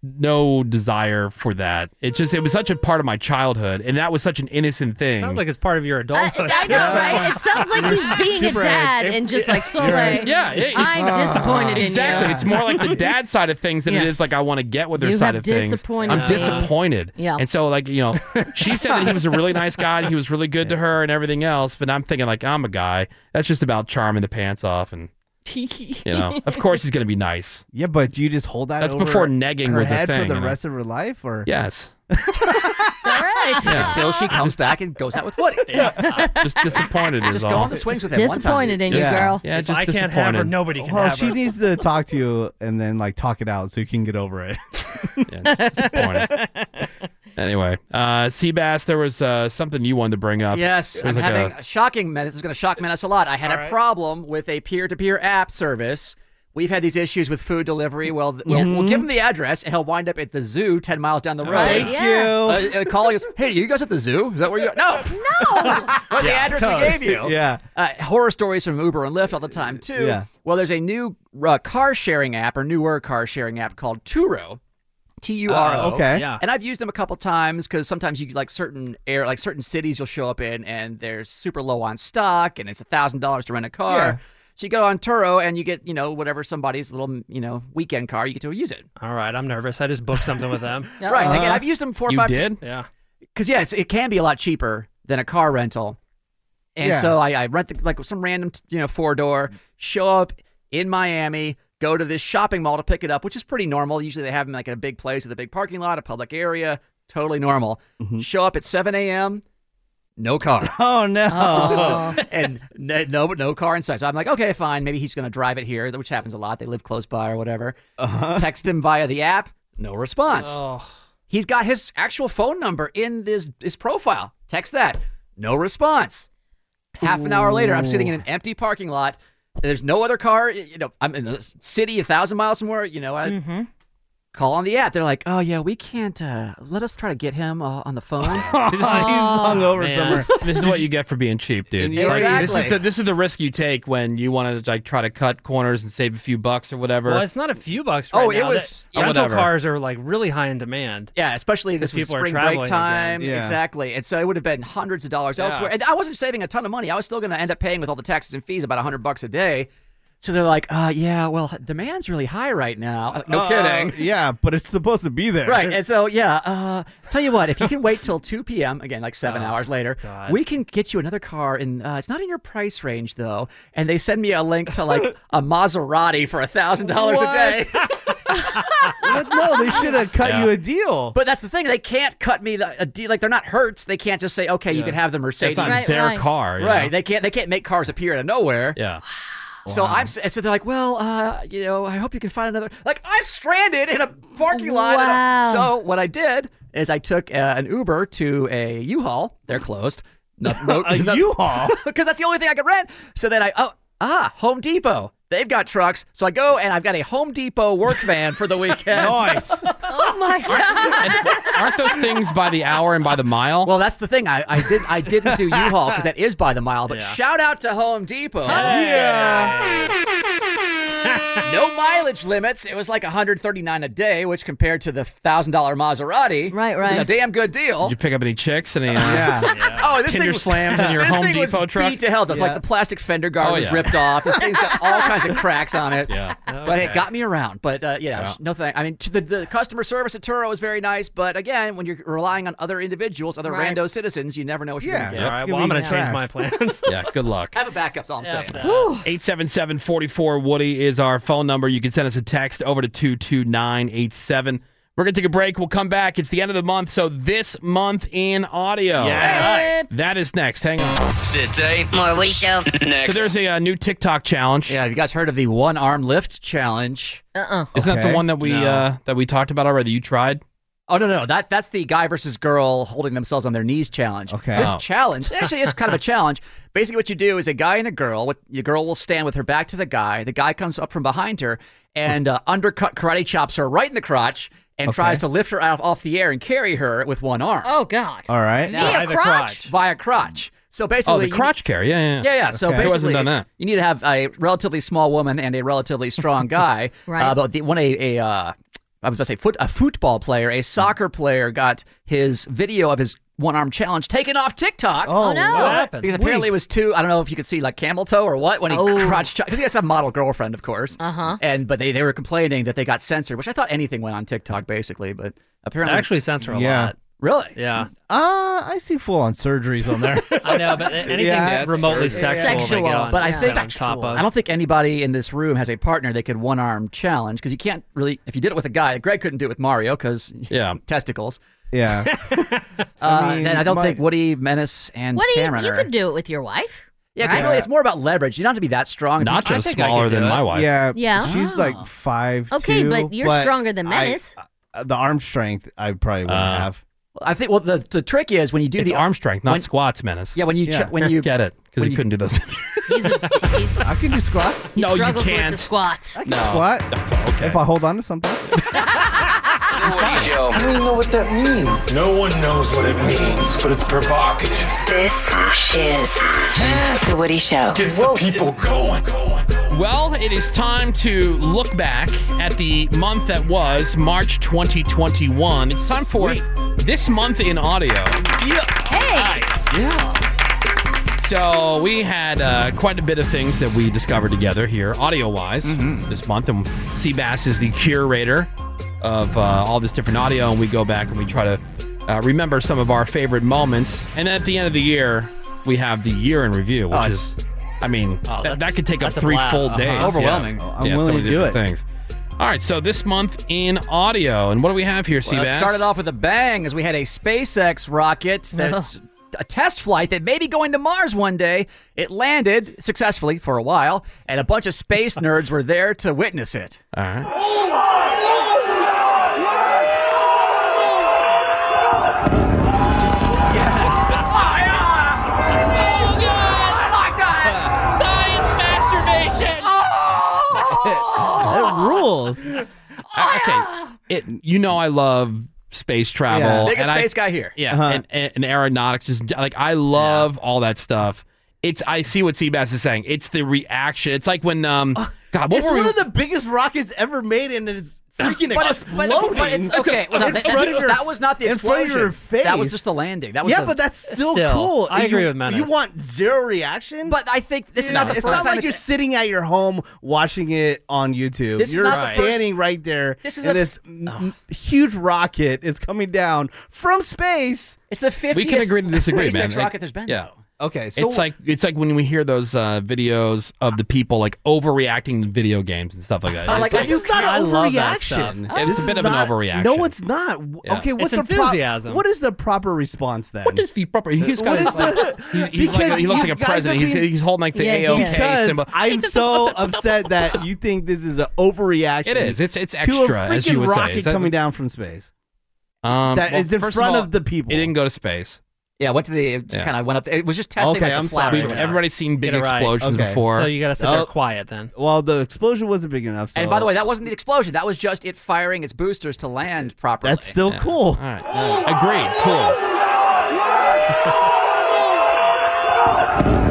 [SPEAKER 2] no desire for that. It just it was such a part of my childhood, and that was such an innocent thing.
[SPEAKER 6] Sounds like it's part of your adulthood.
[SPEAKER 3] I know, right? It sounds like he's being a dad and just like, Soleil,
[SPEAKER 2] yeah,
[SPEAKER 3] I'm disappointed in you.
[SPEAKER 2] Ah, Exactly. It's more like the dad side of things than it
[SPEAKER 3] Yes.
[SPEAKER 2] is like I want to get with her
[SPEAKER 3] You
[SPEAKER 2] side
[SPEAKER 3] have
[SPEAKER 2] of things.
[SPEAKER 3] disappointed
[SPEAKER 2] I'm
[SPEAKER 3] me.
[SPEAKER 2] disappointed.
[SPEAKER 3] Yeah.
[SPEAKER 2] And so like, you know, she said that he was a really nice guy, he was really good to her and everything else, but I'm thinking like I'm a guy. That's just about charming the pants off and you know, of course he's gonna be nice.
[SPEAKER 4] Yeah, but do you just hold that?
[SPEAKER 2] That's
[SPEAKER 4] over
[SPEAKER 2] before negging
[SPEAKER 4] her
[SPEAKER 2] was a
[SPEAKER 4] head
[SPEAKER 2] thing,
[SPEAKER 4] for the
[SPEAKER 2] you know?
[SPEAKER 4] rest of her life, or
[SPEAKER 2] Yes.
[SPEAKER 7] Until she comes back and goes out with Woody.
[SPEAKER 2] Uh, Just disappointed is
[SPEAKER 7] Just go
[SPEAKER 2] all.
[SPEAKER 7] on the swings with him one time.
[SPEAKER 3] disappointed in you,
[SPEAKER 2] Just-
[SPEAKER 3] girl.
[SPEAKER 2] Yeah,
[SPEAKER 3] If
[SPEAKER 2] just
[SPEAKER 3] I can't have
[SPEAKER 2] disappointed.
[SPEAKER 3] her, nobody can
[SPEAKER 4] well,
[SPEAKER 3] have
[SPEAKER 4] she
[SPEAKER 3] her.
[SPEAKER 4] needs to talk to you and then like talk it out so you can get over it.
[SPEAKER 2] yeah, just disappointed. Anyway, uh, Seabass, there was uh, something you wanted to bring up.
[SPEAKER 7] Yes,
[SPEAKER 2] There
[SPEAKER 7] I'm
[SPEAKER 2] was like
[SPEAKER 7] having
[SPEAKER 2] a-
[SPEAKER 7] a shocking. men- This is going to shock men us a lot. I had a problem with a peer-to-peer app service. We've had these issues with food delivery. Well, th- we'll,
[SPEAKER 4] Yes.
[SPEAKER 7] we'll give him the address, and he'll wind up at the zoo ten miles down the road.
[SPEAKER 4] Thank Yeah.
[SPEAKER 7] you. Uh, uh, calling us, hey, you guys at the zoo? Is that where you? No, no. what the
[SPEAKER 4] Yeah,
[SPEAKER 7] address
[SPEAKER 4] toes.
[SPEAKER 7] we gave you?
[SPEAKER 4] Yeah.
[SPEAKER 7] Uh, horror stories from Uber and Lyft all the time too.
[SPEAKER 4] Yeah.
[SPEAKER 7] Well, there's a new uh, car sharing app or newer car sharing app called Turo. T U R O.
[SPEAKER 4] Oh, okay. Yeah.
[SPEAKER 7] And I've used them a couple times because sometimes you like certain air, like certain cities you'll show up in, and they're super low on stock, and it's a thousand dollars to rent a car.
[SPEAKER 4] Yeah.
[SPEAKER 7] So you go on Turo and you get you know whatever somebody's little you know weekend car, you get to use it.
[SPEAKER 6] All right, I'm nervous. I just booked something with them.
[SPEAKER 7] Right. And Again, I've used them four or
[SPEAKER 6] You
[SPEAKER 7] five
[SPEAKER 6] did?
[SPEAKER 7] Yeah. Because yes, it can be a lot cheaper than a car rental. And
[SPEAKER 6] Yeah.
[SPEAKER 7] so I, I rent the, like some random you know four door, show up in Miami, go to this shopping mall to pick it up, which is pretty normal. Usually they have them like in a big place with a big parking lot, a public area, totally normal. Show up at 7 a.m. no car.
[SPEAKER 4] Mm-hmm. Oh no!
[SPEAKER 3] Oh.
[SPEAKER 7] and n- no, no car in sight. So I'm like, okay, fine. Maybe he's going to drive it here, which happens a lot. They live close by or whatever.
[SPEAKER 4] Uh-huh.
[SPEAKER 7] Text him via the app. No response.
[SPEAKER 4] Oh.
[SPEAKER 7] He's got his actual phone number in this his profile. Text that. No response. Half an hour later, I'm sitting in an empty parking lot. There's no other car. You know, I'm in the city, a thousand miles from where you know. I, Call on the app. They're like, oh yeah, we can't. Uh, let us try to get him uh, on the phone.
[SPEAKER 2] This is-
[SPEAKER 7] "Oh,
[SPEAKER 2] Man. This is what you get for being cheap, dude.
[SPEAKER 7] Yeah.
[SPEAKER 2] Like, This is
[SPEAKER 7] Exactly.
[SPEAKER 2] the this is the risk you take when you want to like try to cut corners and save a few bucks or whatever.
[SPEAKER 6] Well, it's not a few bucks. Right
[SPEAKER 7] Oh, it
[SPEAKER 6] now.
[SPEAKER 7] was-
[SPEAKER 6] That-
[SPEAKER 2] yeah.
[SPEAKER 6] rental
[SPEAKER 2] Whatever.
[SPEAKER 6] cars are like really high in demand.
[SPEAKER 7] Yeah, especially
[SPEAKER 6] Because
[SPEAKER 7] this was
[SPEAKER 6] people are
[SPEAKER 7] spring
[SPEAKER 6] traveling
[SPEAKER 7] break time.
[SPEAKER 6] again.
[SPEAKER 7] Exactly. And so it would have been hundreds of dollars
[SPEAKER 6] Yeah.
[SPEAKER 7] elsewhere. And I wasn't saving a ton of money. I was still going to end up paying with all the taxes and fees about 100 bucks a day. So they're like, uh, yeah, well, demand's really high right now. I'm like, No
[SPEAKER 4] Uh,
[SPEAKER 7] kidding.
[SPEAKER 4] Yeah, but it's supposed to be there.
[SPEAKER 7] Right. And so, yeah, uh, tell you what, if you can wait till 2 p.m., again, like seven hours later, we can get you another car. And uh, it's not in your price range, though. And they send me a link to like a Maserati for $1,000 a day.
[SPEAKER 4] But no, they should have cut
[SPEAKER 7] Yeah.
[SPEAKER 4] you a deal.
[SPEAKER 7] But that's the thing; they can't cut me the, a deal. Like they're not Hertz. They can't just say, "Okay, you
[SPEAKER 4] Yeah.
[SPEAKER 7] can have the Mercedes."
[SPEAKER 2] not Right, their right. car, you
[SPEAKER 7] right?
[SPEAKER 2] know?
[SPEAKER 7] They can't. They can't make cars appear out of nowhere.
[SPEAKER 2] Yeah.
[SPEAKER 7] So I'm. s- So they're like, "Well, uh, you know, I hope you can find another." Like I'm stranded in a parking lot. and I-
[SPEAKER 3] Wow.
[SPEAKER 7] so what I did is I took uh, an Uber to a U-Haul. They're closed. No, no,
[SPEAKER 4] A
[SPEAKER 7] no-
[SPEAKER 4] U-Haul?
[SPEAKER 7] because that's the only thing I could rent. So then I oh ah Home Depot. They've got trucks. So I go and I've got a Home Depot work van for the weekend.
[SPEAKER 4] Nice.
[SPEAKER 3] Oh my god.
[SPEAKER 2] Aren't those things by the hour and by the mile?
[SPEAKER 7] Well, that's the thing. I, I did I didn't do U-Haul because that is by the mile. But shout out to Home Depot.
[SPEAKER 4] Yeah.
[SPEAKER 7] no mileage limits. It was like 139 a day, which compared to the thousand dollar Maserati, right, was a
[SPEAKER 2] right.
[SPEAKER 7] damn good
[SPEAKER 2] Did
[SPEAKER 7] deal.
[SPEAKER 2] you pick up any chicks? Any, uh,
[SPEAKER 7] Oh, this
[SPEAKER 2] Kinder
[SPEAKER 7] thing was,
[SPEAKER 2] slams in your
[SPEAKER 7] this
[SPEAKER 2] Home
[SPEAKER 7] thing was
[SPEAKER 2] Depot truck.
[SPEAKER 7] beat to hell. The,
[SPEAKER 2] Yeah.
[SPEAKER 7] Like the plastic fender guard
[SPEAKER 2] Oh,
[SPEAKER 7] was
[SPEAKER 2] yeah.
[SPEAKER 7] ripped off. This thing's got all kinds of cracks on it.
[SPEAKER 2] Yeah.
[SPEAKER 7] But it got me around. But uh, you know,
[SPEAKER 2] Yeah.
[SPEAKER 7] no thank. I mean, to the, the customer service at Turo is very nice, but again, when you're relying on other individuals, other
[SPEAKER 6] Right.
[SPEAKER 7] rando citizens, you never know what you're
[SPEAKER 6] Yeah.
[SPEAKER 7] going to get.
[SPEAKER 6] All right, It's well, gonna I'm be gonna change trash. my plans.
[SPEAKER 2] yeah, good luck.
[SPEAKER 7] Have a backup's all I'm saying.
[SPEAKER 2] Uh, 877 44 Woody is our phone number. You can send us a text over to 22987. We're going to take a break. We'll come back. It's the end of the month, so this month in audio.
[SPEAKER 19] Yes.
[SPEAKER 2] That is next. Hang on.
[SPEAKER 19] Sit tight. More Woody Show. Next.
[SPEAKER 2] So there's a uh, new TikTok challenge.
[SPEAKER 7] Yeah, have you guys heard of the one arm lift challenge?
[SPEAKER 3] Uh-uh.
[SPEAKER 2] Isn't that the one that we uh, that we talked about already? You tried?
[SPEAKER 7] Oh no no that that's the guy versus girl holding themselves on their knees challenge. Okay, this
[SPEAKER 2] Oh.
[SPEAKER 7] challenge it actually is kind of a challenge. Basically, what you do is a guy and a girl. What your girl will stand with her back to the guy. The guy comes up from behind her and uh, undercut karate chops her right in the crotch and tries to lift her out off the air and carry her with one arm.
[SPEAKER 3] Oh god.
[SPEAKER 4] All right.
[SPEAKER 3] Via Via the crotch? crotch.
[SPEAKER 7] Via crotch. So basically,
[SPEAKER 2] oh, the
[SPEAKER 7] you-
[SPEAKER 2] crotch carry. Yeah, yeah.
[SPEAKER 7] yeah, yeah. So
[SPEAKER 2] Who
[SPEAKER 7] basically,
[SPEAKER 2] hasn't done that?
[SPEAKER 7] you need to have a relatively small woman and a relatively strong guy.
[SPEAKER 2] Right.
[SPEAKER 7] Uh, but the, when a, a uh, I was about to say foot a football player, a soccer player got his video of his one arm challenge taken off TikTok.
[SPEAKER 4] Oh,
[SPEAKER 3] no. what happened?
[SPEAKER 7] Because apparently it was too. I don't know if you could see like camel toe or what when he crotch. Ch- he has a model girlfriend, of course.
[SPEAKER 3] Uh-huh.
[SPEAKER 7] Uh huh. And but they they were complaining that they got censored, which I thought anything went on TikTok basically, but apparently
[SPEAKER 6] actually censor a
[SPEAKER 4] Yeah.
[SPEAKER 6] lot.
[SPEAKER 7] Really?
[SPEAKER 6] Yeah.
[SPEAKER 4] Uh, I see full on surgeries on there.
[SPEAKER 6] I know, but anything
[SPEAKER 4] Yeah.
[SPEAKER 6] remotely
[SPEAKER 4] Sexual.
[SPEAKER 6] sexual, they get on,
[SPEAKER 7] But I
[SPEAKER 6] get
[SPEAKER 7] think
[SPEAKER 6] on top of.
[SPEAKER 7] I don't think anybody in this room has a partner they could one arm challenge because you can't really. If you did it with a guy, Greg couldn't do it with Mario because yeah testicles.
[SPEAKER 4] Yeah.
[SPEAKER 7] Uh, then I don't think Woody Menace and
[SPEAKER 3] What do you
[SPEAKER 7] Cameron
[SPEAKER 3] you
[SPEAKER 7] are.
[SPEAKER 3] could do it with your wife?
[SPEAKER 7] yeah, 'cause
[SPEAKER 3] right?
[SPEAKER 7] really, it's more about leverage. You don't have to be that strong.
[SPEAKER 2] Nacho's smaller than my wife.
[SPEAKER 4] Yeah.
[SPEAKER 3] Yeah. Oh.
[SPEAKER 4] She's like five.
[SPEAKER 3] Okay,
[SPEAKER 4] two,
[SPEAKER 3] but you're stronger than
[SPEAKER 4] I-
[SPEAKER 3] Menace.
[SPEAKER 4] uh, the arm strength, I probably wouldn't have.
[SPEAKER 7] Uh, I think. Well, the, the trick is when you do
[SPEAKER 2] It's
[SPEAKER 7] the
[SPEAKER 2] arm strength, not
[SPEAKER 7] when-
[SPEAKER 2] squats, menace.
[SPEAKER 7] Yeah, when you ch- when you
[SPEAKER 2] get it, because he couldn't do those.
[SPEAKER 4] I can do squats.
[SPEAKER 3] He
[SPEAKER 2] No, you
[SPEAKER 3] struggles with the
[SPEAKER 2] can't.
[SPEAKER 3] squats.
[SPEAKER 4] I can squat if I hold on to something.
[SPEAKER 5] I don't even know what that means.
[SPEAKER 8] No one knows what it means, but it's provocative.
[SPEAKER 10] This is The Woody Show.
[SPEAKER 8] Gets the people going.
[SPEAKER 7] Oh,
[SPEAKER 2] Well, it is time to look back at the month that was March 2021. It's time for this month in audio. Yeah.
[SPEAKER 3] Hey.
[SPEAKER 2] Yeah. So we had uh, quite a bit of things that we discovered together here, audio-wise,
[SPEAKER 7] Mm-hmm.
[SPEAKER 2] this month. And Seabass is the curator of uh, all this different audio, and we go back and we try to uh, remember some of our favorite moments. And at the end of the year, we have the year in review, which
[SPEAKER 7] Oh,
[SPEAKER 2] is, I mean,
[SPEAKER 7] Oh,
[SPEAKER 2] that,
[SPEAKER 7] that's-
[SPEAKER 2] that could take up
[SPEAKER 7] that's a
[SPEAKER 2] three
[SPEAKER 7] blast.
[SPEAKER 2] full
[SPEAKER 7] Uh-huh.
[SPEAKER 2] days.
[SPEAKER 7] Overwhelming.
[SPEAKER 2] Yeah.
[SPEAKER 7] I'm
[SPEAKER 2] Yeah, so
[SPEAKER 7] willing
[SPEAKER 2] many
[SPEAKER 7] to do
[SPEAKER 2] different
[SPEAKER 7] it.
[SPEAKER 2] Things. All right, so this month in audio, and what do we have here,
[SPEAKER 7] Well,
[SPEAKER 2] Seabass?
[SPEAKER 7] it started off with a bang as we had a SpaceX rocket that's a test flight that may be going to Mars one day. It landed successfully for a while, and a bunch of space nerds were there to witness it.
[SPEAKER 2] All right.
[SPEAKER 12] Science masturbation!
[SPEAKER 7] Oh.
[SPEAKER 2] that
[SPEAKER 4] rules.
[SPEAKER 2] okay. It, you know I love space travel.
[SPEAKER 7] Yeah. Biggest
[SPEAKER 2] and I-
[SPEAKER 7] space guy here.
[SPEAKER 2] Yeah.
[SPEAKER 7] Uh-huh.
[SPEAKER 2] And, and, and aeronautics is like I love all that stuff. It's I see what Seabass is saying. It's the reaction. It's like when um God, what
[SPEAKER 4] Uh, it's
[SPEAKER 2] were we
[SPEAKER 4] one of the biggest rockets ever made, and it is freaking
[SPEAKER 7] But it's-
[SPEAKER 4] exploding.
[SPEAKER 7] but- but it's- okay,
[SPEAKER 4] In
[SPEAKER 7] well, that-
[SPEAKER 4] front of your-
[SPEAKER 7] that was not the
[SPEAKER 4] in front of your
[SPEAKER 7] explosion. That was
[SPEAKER 4] face.
[SPEAKER 7] just the landing. That was
[SPEAKER 4] yeah,
[SPEAKER 7] the-
[SPEAKER 4] but that's still,
[SPEAKER 7] Still,
[SPEAKER 4] cool.
[SPEAKER 7] I
[SPEAKER 4] You-
[SPEAKER 7] agree with Menace.
[SPEAKER 4] You want zero reaction?
[SPEAKER 7] But I think this is
[SPEAKER 4] Dude,
[SPEAKER 7] not the
[SPEAKER 4] It's
[SPEAKER 7] first
[SPEAKER 4] not
[SPEAKER 7] time
[SPEAKER 4] like
[SPEAKER 7] it's-
[SPEAKER 4] you're sitting at your home watching it on YouTube.
[SPEAKER 7] This is
[SPEAKER 4] you're
[SPEAKER 7] not the first-
[SPEAKER 4] standing right there,
[SPEAKER 7] This is
[SPEAKER 4] and
[SPEAKER 7] the-
[SPEAKER 4] this m- huge rocket is coming down from space.
[SPEAKER 7] It's the 50th
[SPEAKER 2] we can agree to disagree, man.
[SPEAKER 7] SpaceX rocket there's been.
[SPEAKER 2] Yeah.
[SPEAKER 4] Okay, so-
[SPEAKER 2] it's like it's like when we hear those uh, videos of the people like overreacting to video games and stuff like that.
[SPEAKER 4] Oh,
[SPEAKER 2] It's
[SPEAKER 4] like,
[SPEAKER 2] like-
[SPEAKER 4] this is not
[SPEAKER 2] I
[SPEAKER 4] an
[SPEAKER 2] love that
[SPEAKER 4] overreaction.
[SPEAKER 2] stuff. It's
[SPEAKER 4] This
[SPEAKER 2] a
[SPEAKER 4] is
[SPEAKER 2] bit of an
[SPEAKER 4] not-
[SPEAKER 2] overreaction.
[SPEAKER 4] No, it's not. W-
[SPEAKER 2] Yeah.
[SPEAKER 4] Okay,
[SPEAKER 2] It's
[SPEAKER 4] what's the pro-
[SPEAKER 2] enthusiasm.
[SPEAKER 4] What is the proper response then?
[SPEAKER 2] What is the proper? He's got
[SPEAKER 4] What
[SPEAKER 2] his,
[SPEAKER 4] is
[SPEAKER 2] like,
[SPEAKER 4] the-
[SPEAKER 2] he's, he's like,
[SPEAKER 4] Because
[SPEAKER 2] he looks
[SPEAKER 4] you
[SPEAKER 2] like a
[SPEAKER 4] guys are
[SPEAKER 2] president. He's,
[SPEAKER 4] being-
[SPEAKER 2] he's holding like the AOK
[SPEAKER 4] Because
[SPEAKER 2] symbol.
[SPEAKER 4] I'm so upset that you think this is an overreaction.
[SPEAKER 2] It is. It's- it's
[SPEAKER 4] to
[SPEAKER 2] extra,
[SPEAKER 4] a
[SPEAKER 2] as
[SPEAKER 4] freaking
[SPEAKER 2] you would say.
[SPEAKER 4] rocket
[SPEAKER 2] Is that-
[SPEAKER 4] coming down from space.
[SPEAKER 2] Um,
[SPEAKER 4] that it's in
[SPEAKER 2] first
[SPEAKER 4] front
[SPEAKER 2] all,
[SPEAKER 4] of the people.
[SPEAKER 2] It didn't go to space.
[SPEAKER 7] Yeah, went to the it just
[SPEAKER 2] Yeah.
[SPEAKER 7] kind of went up. It was just testing like the flaps
[SPEAKER 2] We've-
[SPEAKER 7] or whatnot.
[SPEAKER 2] Everybody's seen big explosions
[SPEAKER 4] Okay.
[SPEAKER 2] before.
[SPEAKER 4] Oh, Well, the explosion wasn't big enough. So
[SPEAKER 7] And by the way, that wasn't the explosion. That was just it firing its boosters to land properly.
[SPEAKER 4] that's still cool. All
[SPEAKER 2] right. Agreed. Cool.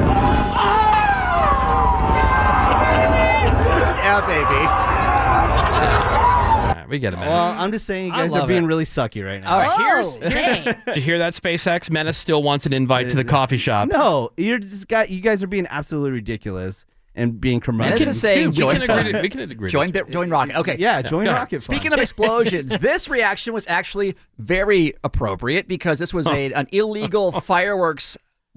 [SPEAKER 7] yeah, baby.
[SPEAKER 2] we get it, man.
[SPEAKER 4] Well, I'm just saying you
[SPEAKER 2] I
[SPEAKER 4] guys are
[SPEAKER 2] love
[SPEAKER 4] being
[SPEAKER 2] it.
[SPEAKER 4] really sucky right now.
[SPEAKER 2] All right,
[SPEAKER 4] here's,
[SPEAKER 7] Oh,
[SPEAKER 2] Did you hear that, SpaceX? Menace still wants an invite to the coffee shop.
[SPEAKER 4] no, you're just got you guys are being absolutely ridiculous and being curmudgeons.
[SPEAKER 7] Menace is saying join. Join,
[SPEAKER 4] Join
[SPEAKER 7] Bi- join rocket. Okay.
[SPEAKER 4] Yeah, join
[SPEAKER 7] Go ahead.
[SPEAKER 4] rocket fund.
[SPEAKER 7] Speaking of explosions, this reaction was actually very appropriate because this was a, an illegal fireworks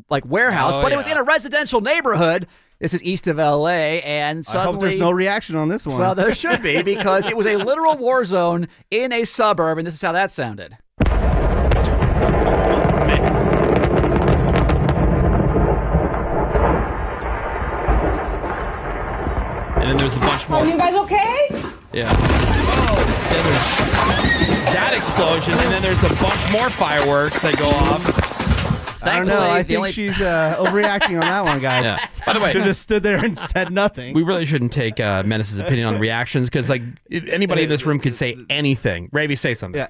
[SPEAKER 7] like warehouse,
[SPEAKER 4] Oh,
[SPEAKER 7] but it was
[SPEAKER 4] yeah.
[SPEAKER 7] in a residential neighborhood. This is east of LA, and
[SPEAKER 4] I
[SPEAKER 7] suddenly
[SPEAKER 4] hope there's no reaction on this one.
[SPEAKER 7] Well, there should be because it was a literal war zone in a suburb, and this is how that sounded.
[SPEAKER 2] And then there's a bunch
[SPEAKER 12] Are
[SPEAKER 2] more.
[SPEAKER 12] you guys okay?
[SPEAKER 2] Yeah. Then there's that explosion, and then there's a bunch more fireworks that go off.
[SPEAKER 4] I don't know.
[SPEAKER 2] Thankfully,
[SPEAKER 4] I
[SPEAKER 2] the
[SPEAKER 4] think
[SPEAKER 2] only-
[SPEAKER 4] she's uh, overreacting on that one, guys.
[SPEAKER 2] Yeah. By the way-
[SPEAKER 4] should have stood there and said nothing.
[SPEAKER 2] We really shouldn't take uh, Menace's opinion on reactions because, like, i- anybody in this room could say anything. Ravy, say something. Yeah.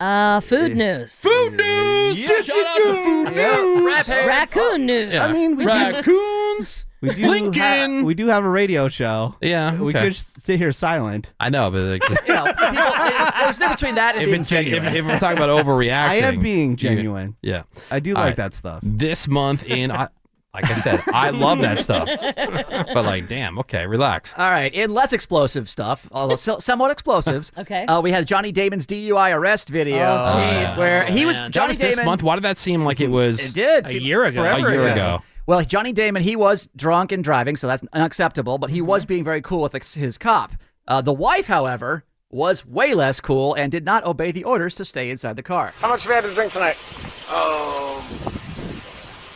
[SPEAKER 3] Uh, food news. Food news.
[SPEAKER 2] Shout out to food news.
[SPEAKER 3] Raccoon news.
[SPEAKER 2] Yeah.
[SPEAKER 4] I mean, we do-
[SPEAKER 2] raccoons.
[SPEAKER 4] We do Ha- we do have a radio show.
[SPEAKER 2] Yeah,
[SPEAKER 4] we
[SPEAKER 2] okay.
[SPEAKER 4] could s- sit here silent.
[SPEAKER 2] I know, but like, just-
[SPEAKER 7] You know, people, there's, there's no between that and
[SPEAKER 2] if,
[SPEAKER 7] being
[SPEAKER 2] it's, if,
[SPEAKER 7] genuine.
[SPEAKER 2] if we're talking about overreacting,
[SPEAKER 4] I am being
[SPEAKER 2] you-
[SPEAKER 4] genuine.
[SPEAKER 2] yeah,
[SPEAKER 4] I do
[SPEAKER 2] All
[SPEAKER 4] like
[SPEAKER 2] right.
[SPEAKER 4] that stuff.
[SPEAKER 2] This month in, I, like I said, I love that stuff. But like, damn, okay, relax.
[SPEAKER 7] All right, in less explosive stuff, although so- somewhat explosives.
[SPEAKER 3] Okay.
[SPEAKER 7] Uh, we had Johnny Damon's DUI arrest video, uh,
[SPEAKER 2] Oh, jeez.
[SPEAKER 7] where he was
[SPEAKER 2] That
[SPEAKER 7] Johnny
[SPEAKER 2] was
[SPEAKER 7] Damon.
[SPEAKER 2] this month. Why did that seem like it was?
[SPEAKER 7] It did
[SPEAKER 2] a
[SPEAKER 7] seem-
[SPEAKER 2] year ago. A
[SPEAKER 7] forever
[SPEAKER 2] year ago.
[SPEAKER 7] Well, Johnny Damon, he was drunk and driving, so that's unacceptable.
[SPEAKER 2] Mm-hmm.
[SPEAKER 7] But he was being very cool with ex- his cop. Uh, the wife, however, was way less cool and did not obey the orders to stay inside the car.
[SPEAKER 14] How much have you had to drink tonight?
[SPEAKER 8] Um,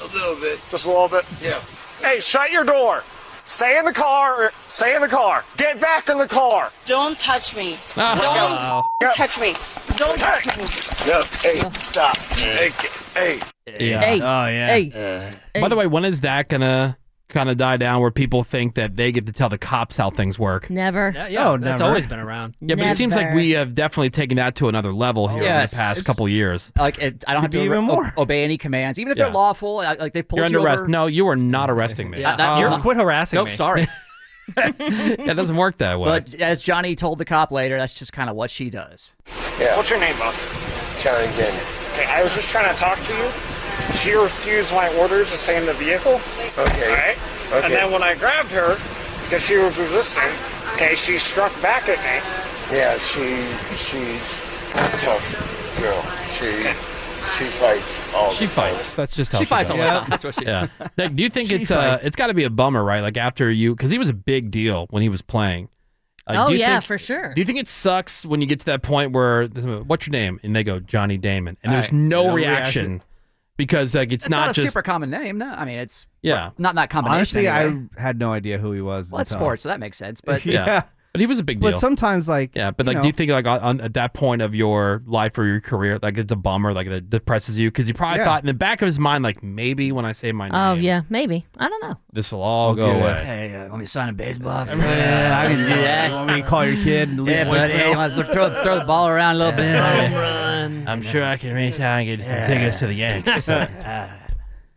[SPEAKER 8] a little bit.
[SPEAKER 14] Just a little bit.
[SPEAKER 8] Yeah.
[SPEAKER 14] Hey, shut your door. Stay in the car. or- Stay in the car. Get back in the car.
[SPEAKER 13] Don't touch me.
[SPEAKER 14] Ah.
[SPEAKER 13] Don't touch me. Don't touch me.
[SPEAKER 8] No, hey, stop. Hey, hey.
[SPEAKER 2] Yeah.
[SPEAKER 13] Hey.
[SPEAKER 4] Oh
[SPEAKER 13] yeah.
[SPEAKER 7] Uh,
[SPEAKER 13] Hey.
[SPEAKER 2] By the way, when is that gonna kind of die down where people think that they get to tell the cops how things work?
[SPEAKER 3] Never.
[SPEAKER 6] yeah, Oh, that's never. always been around.
[SPEAKER 2] Yeah, but it seems like
[SPEAKER 3] Never.
[SPEAKER 2] we have definitely taken that to another level here over
[SPEAKER 7] Yes.
[SPEAKER 2] the past
[SPEAKER 7] It's-
[SPEAKER 2] couple years.
[SPEAKER 7] Like it, I don't have
[SPEAKER 2] Could
[SPEAKER 7] to
[SPEAKER 2] be
[SPEAKER 7] re-
[SPEAKER 2] even
[SPEAKER 7] o-
[SPEAKER 2] more.
[SPEAKER 7] obey any commands, even if
[SPEAKER 2] Yeah.
[SPEAKER 7] they're lawful. Like like they pulled
[SPEAKER 2] You're under
[SPEAKER 7] you
[SPEAKER 2] arrest.
[SPEAKER 7] over.
[SPEAKER 2] No, you are not arresting me.
[SPEAKER 7] Yeah, that- you're- quit
[SPEAKER 6] harassing
[SPEAKER 7] Oh. Uh, Nope,
[SPEAKER 6] me.
[SPEAKER 7] sorry.
[SPEAKER 2] That doesn't work that way.
[SPEAKER 7] But as Johnny told the cop later, that's just kind of what she does.
[SPEAKER 8] Yeah.
[SPEAKER 14] What's your name, boss?
[SPEAKER 8] Johnny Damon.
[SPEAKER 14] Okay, I was just trying to talk to you. She refused my orders to stay in the vehicle.
[SPEAKER 8] Okay.
[SPEAKER 14] All right.
[SPEAKER 8] Okay.
[SPEAKER 14] And then when I grabbed her, because she was resisting, okay, she struck back at me.
[SPEAKER 8] Yeah, she she's a tough girl. She she fights all.
[SPEAKER 2] She
[SPEAKER 8] the
[SPEAKER 2] fights. That's just how
[SPEAKER 8] She
[SPEAKER 2] she,
[SPEAKER 8] fights
[SPEAKER 2] does
[SPEAKER 8] all the
[SPEAKER 2] it.
[SPEAKER 8] time. That's what she-
[SPEAKER 2] Yeah. Like, do you think
[SPEAKER 8] She
[SPEAKER 2] it's uh,
[SPEAKER 8] fights.
[SPEAKER 2] it's got to be a bummer, right? Like after you, because he was a big deal when he was playing. Like,
[SPEAKER 3] oh
[SPEAKER 2] do you
[SPEAKER 3] yeah,
[SPEAKER 2] think-
[SPEAKER 3] for sure.
[SPEAKER 2] Do you think it sucks when you get to that point where what's your name and they go Johnny Damon and
[SPEAKER 3] All
[SPEAKER 2] there's
[SPEAKER 3] right.
[SPEAKER 2] no,
[SPEAKER 3] No
[SPEAKER 2] reaction?
[SPEAKER 3] reaction.
[SPEAKER 2] because like it's,
[SPEAKER 7] It's not, a
[SPEAKER 2] just
[SPEAKER 7] super common name. No, I mean it's
[SPEAKER 2] Yeah.
[SPEAKER 7] not not combination.
[SPEAKER 4] Honestly,
[SPEAKER 7] anyway.
[SPEAKER 4] I had no idea who he was.
[SPEAKER 7] well, it's
[SPEAKER 4] until-
[SPEAKER 7] sports, so that makes sense. But
[SPEAKER 2] Yeah. But he was a big
[SPEAKER 4] But
[SPEAKER 2] deal.
[SPEAKER 4] sometimes, like
[SPEAKER 2] yeah, but like,
[SPEAKER 4] know,
[SPEAKER 2] do you think like on, on- at that point of your life or your career, like it's a bummer, like that depresses you because you probably
[SPEAKER 3] Yeah.
[SPEAKER 2] thought in the back of his mind, like maybe when I say
[SPEAKER 7] Uh,
[SPEAKER 2] my name,
[SPEAKER 3] Oh yeah, maybe. I don't know.
[SPEAKER 2] this will all
[SPEAKER 3] I'll
[SPEAKER 2] go
[SPEAKER 3] get it.
[SPEAKER 2] away.
[SPEAKER 7] Hey, uh, want me to sign a baseball?
[SPEAKER 2] Yeah,
[SPEAKER 7] yeah, I can do that.
[SPEAKER 4] You want me to call your kid and leave
[SPEAKER 7] yeah, but
[SPEAKER 4] voicemail?
[SPEAKER 7] hey, you want to throw, throw the ball around a little bit?
[SPEAKER 2] I'm sure I can reach out and get some
[SPEAKER 7] Yeah.
[SPEAKER 2] tickets to the Yanks. oh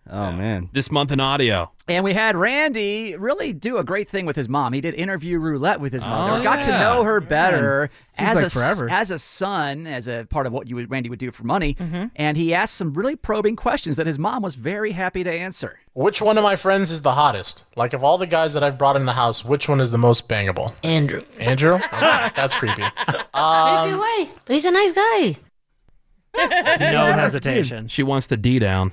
[SPEAKER 4] Oh, man,
[SPEAKER 2] this month in audio.
[SPEAKER 7] And we had Randy really do a great thing with his mom. He did interview roulette with his mom.
[SPEAKER 2] Oh,
[SPEAKER 7] Or got
[SPEAKER 2] yeah.
[SPEAKER 7] to know her better
[SPEAKER 2] Man,
[SPEAKER 7] as
[SPEAKER 2] seems
[SPEAKER 7] a
[SPEAKER 2] like forever.
[SPEAKER 7] as a son, as a part of what you would, Randy would do for money.
[SPEAKER 2] Mm-hmm.
[SPEAKER 7] And he asked some really probing questions that his mom was very happy to answer.
[SPEAKER 15] Which one of my friends is the hottest? Like, of all the guys that I've brought in the house, which one is the most bangable?
[SPEAKER 16] Andrew.
[SPEAKER 15] Andrew? Okay, that's creepy. Um,
[SPEAKER 16] Either way, but he's a nice guy.
[SPEAKER 6] No hesitation.
[SPEAKER 2] She wants the D down.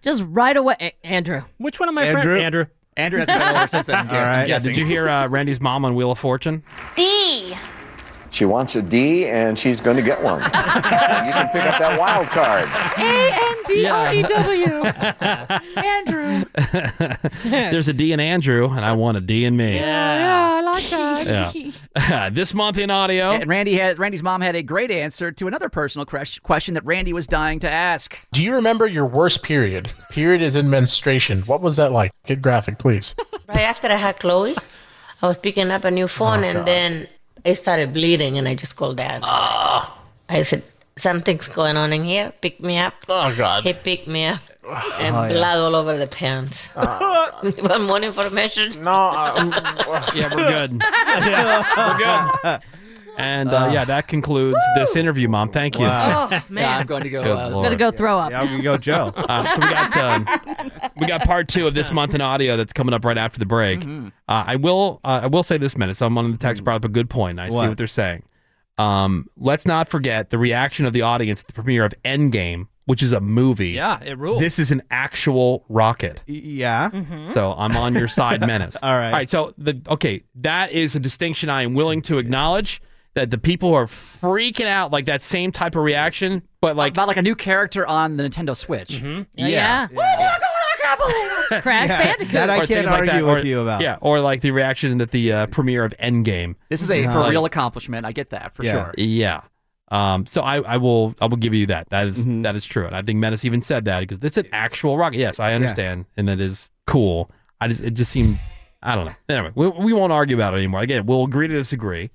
[SPEAKER 3] Just right away, A- Andrew.
[SPEAKER 6] Which one of
[SPEAKER 3] my friends- Andrew.
[SPEAKER 2] Andrew.
[SPEAKER 3] Andrew hasn't been over since then, I'm All guessing. right.
[SPEAKER 2] Yeah. Did you hear uh, Randy's mom on Wheel of Fortune?
[SPEAKER 3] Uh,
[SPEAKER 16] D.
[SPEAKER 23] She wants a D, and she's going to get one. you can pick up that wild card.
[SPEAKER 2] E
[SPEAKER 16] A-N-D-R-E-W. Andrew.
[SPEAKER 2] There's a D in Andrew, and I want a D in me.
[SPEAKER 16] Yeah, I like that.
[SPEAKER 2] Yeah. Uh, this month in audio.
[SPEAKER 7] And Randy had Randy's mom had a great answer to another personal crush, question that Randy was dying to ask.
[SPEAKER 15] Do you remember your worst period? Period is in menstruation. What was that like? Get graphic, please.
[SPEAKER 16] Right after I had Chloe, I was picking up a
[SPEAKER 15] Oh
[SPEAKER 16] new phone and then it started bleeding and I just called dad.
[SPEAKER 15] Ah.
[SPEAKER 16] I said, something's going on in here. Pick me up.
[SPEAKER 15] Oh, God.
[SPEAKER 16] He picked me up and
[SPEAKER 15] Oh, yeah. Ah.
[SPEAKER 16] blood all over the pants.
[SPEAKER 8] Uh,
[SPEAKER 16] One more information?
[SPEAKER 15] No.
[SPEAKER 2] yeah, we're good. we're good. And uh, yeah, that concludes this interview, Mom. Thank you.
[SPEAKER 3] Wow. Oh, man. Yeah, I'm
[SPEAKER 7] going to go.
[SPEAKER 2] Good
[SPEAKER 3] I'm
[SPEAKER 2] Lord.
[SPEAKER 3] gonna go throw up.
[SPEAKER 2] go Joe. so we got um, we got part two of this month in audio that's coming up right after the break. Uh, I will uh, I will say this minute. So I'm on the text brought up a good point. I see
[SPEAKER 24] What?
[SPEAKER 2] what they're saying. Um, let's not forget the reaction of the audience at the premiere of Endgame, which is a movie.
[SPEAKER 6] Yeah, it ruled.
[SPEAKER 2] This is an actual rocket.
[SPEAKER 4] Yeah.
[SPEAKER 7] Mm-hmm.
[SPEAKER 2] So I'm on your side, menace. Hmm? All right. All right. So the okay, that is a distinction I am willing to acknowledge. That the people who are freaking out like that same type of reaction, but like
[SPEAKER 7] about like a new character on the Nintendo Switch.
[SPEAKER 2] Mm-hmm. Yeah.
[SPEAKER 3] Crash
[SPEAKER 7] Yeah,
[SPEAKER 3] Bandicoot.
[SPEAKER 7] that I
[SPEAKER 2] Or things
[SPEAKER 7] can't
[SPEAKER 2] like that,
[SPEAKER 7] argue
[SPEAKER 2] or-
[SPEAKER 7] with you about.
[SPEAKER 2] Yeah, or like the reaction at the uh, premiere of Endgame.
[SPEAKER 7] This is a
[SPEAKER 2] Like-
[SPEAKER 7] for real accomplishment. I get that for
[SPEAKER 2] yeah,
[SPEAKER 7] sure.
[SPEAKER 2] Yeah. Um, so I, I will I will give you that. That is- that is true. And I think Menace even said that because it's an actual rocket. Yes, I understand, and that is cool. I just it just seems I don't know. Anyway, we, we won't argue about it anymore. Again, we'll agree to disagree.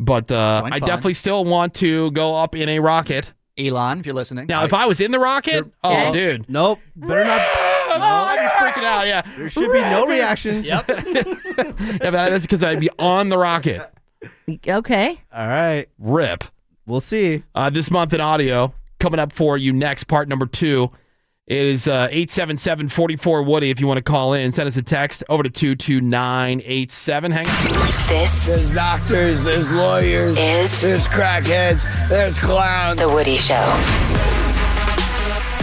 [SPEAKER 2] But uh,
[SPEAKER 7] Join
[SPEAKER 2] I
[SPEAKER 7] fun.
[SPEAKER 2] definitely still want to go up in a rocket.
[SPEAKER 7] Elon, if you're listening.
[SPEAKER 2] Now, if I was in the rocket, oh,
[SPEAKER 7] Yeah.
[SPEAKER 2] dude, nope, better not. I'd be freaking out. Yeah, there
[SPEAKER 4] should be no reaction.
[SPEAKER 2] Yep. yeah, but that's because I'd be on the rocket.
[SPEAKER 3] Okay.
[SPEAKER 2] All right. Rip. We'll see. Uh, this month in audio, coming up for you next, part number two. It is uh, 877 44 Woody if you want to call in. Send us a text over to 22987. Hang
[SPEAKER 10] This
[SPEAKER 8] There's doctors, there's lawyers, there's crackheads, there's clowns.
[SPEAKER 10] The Woody Show.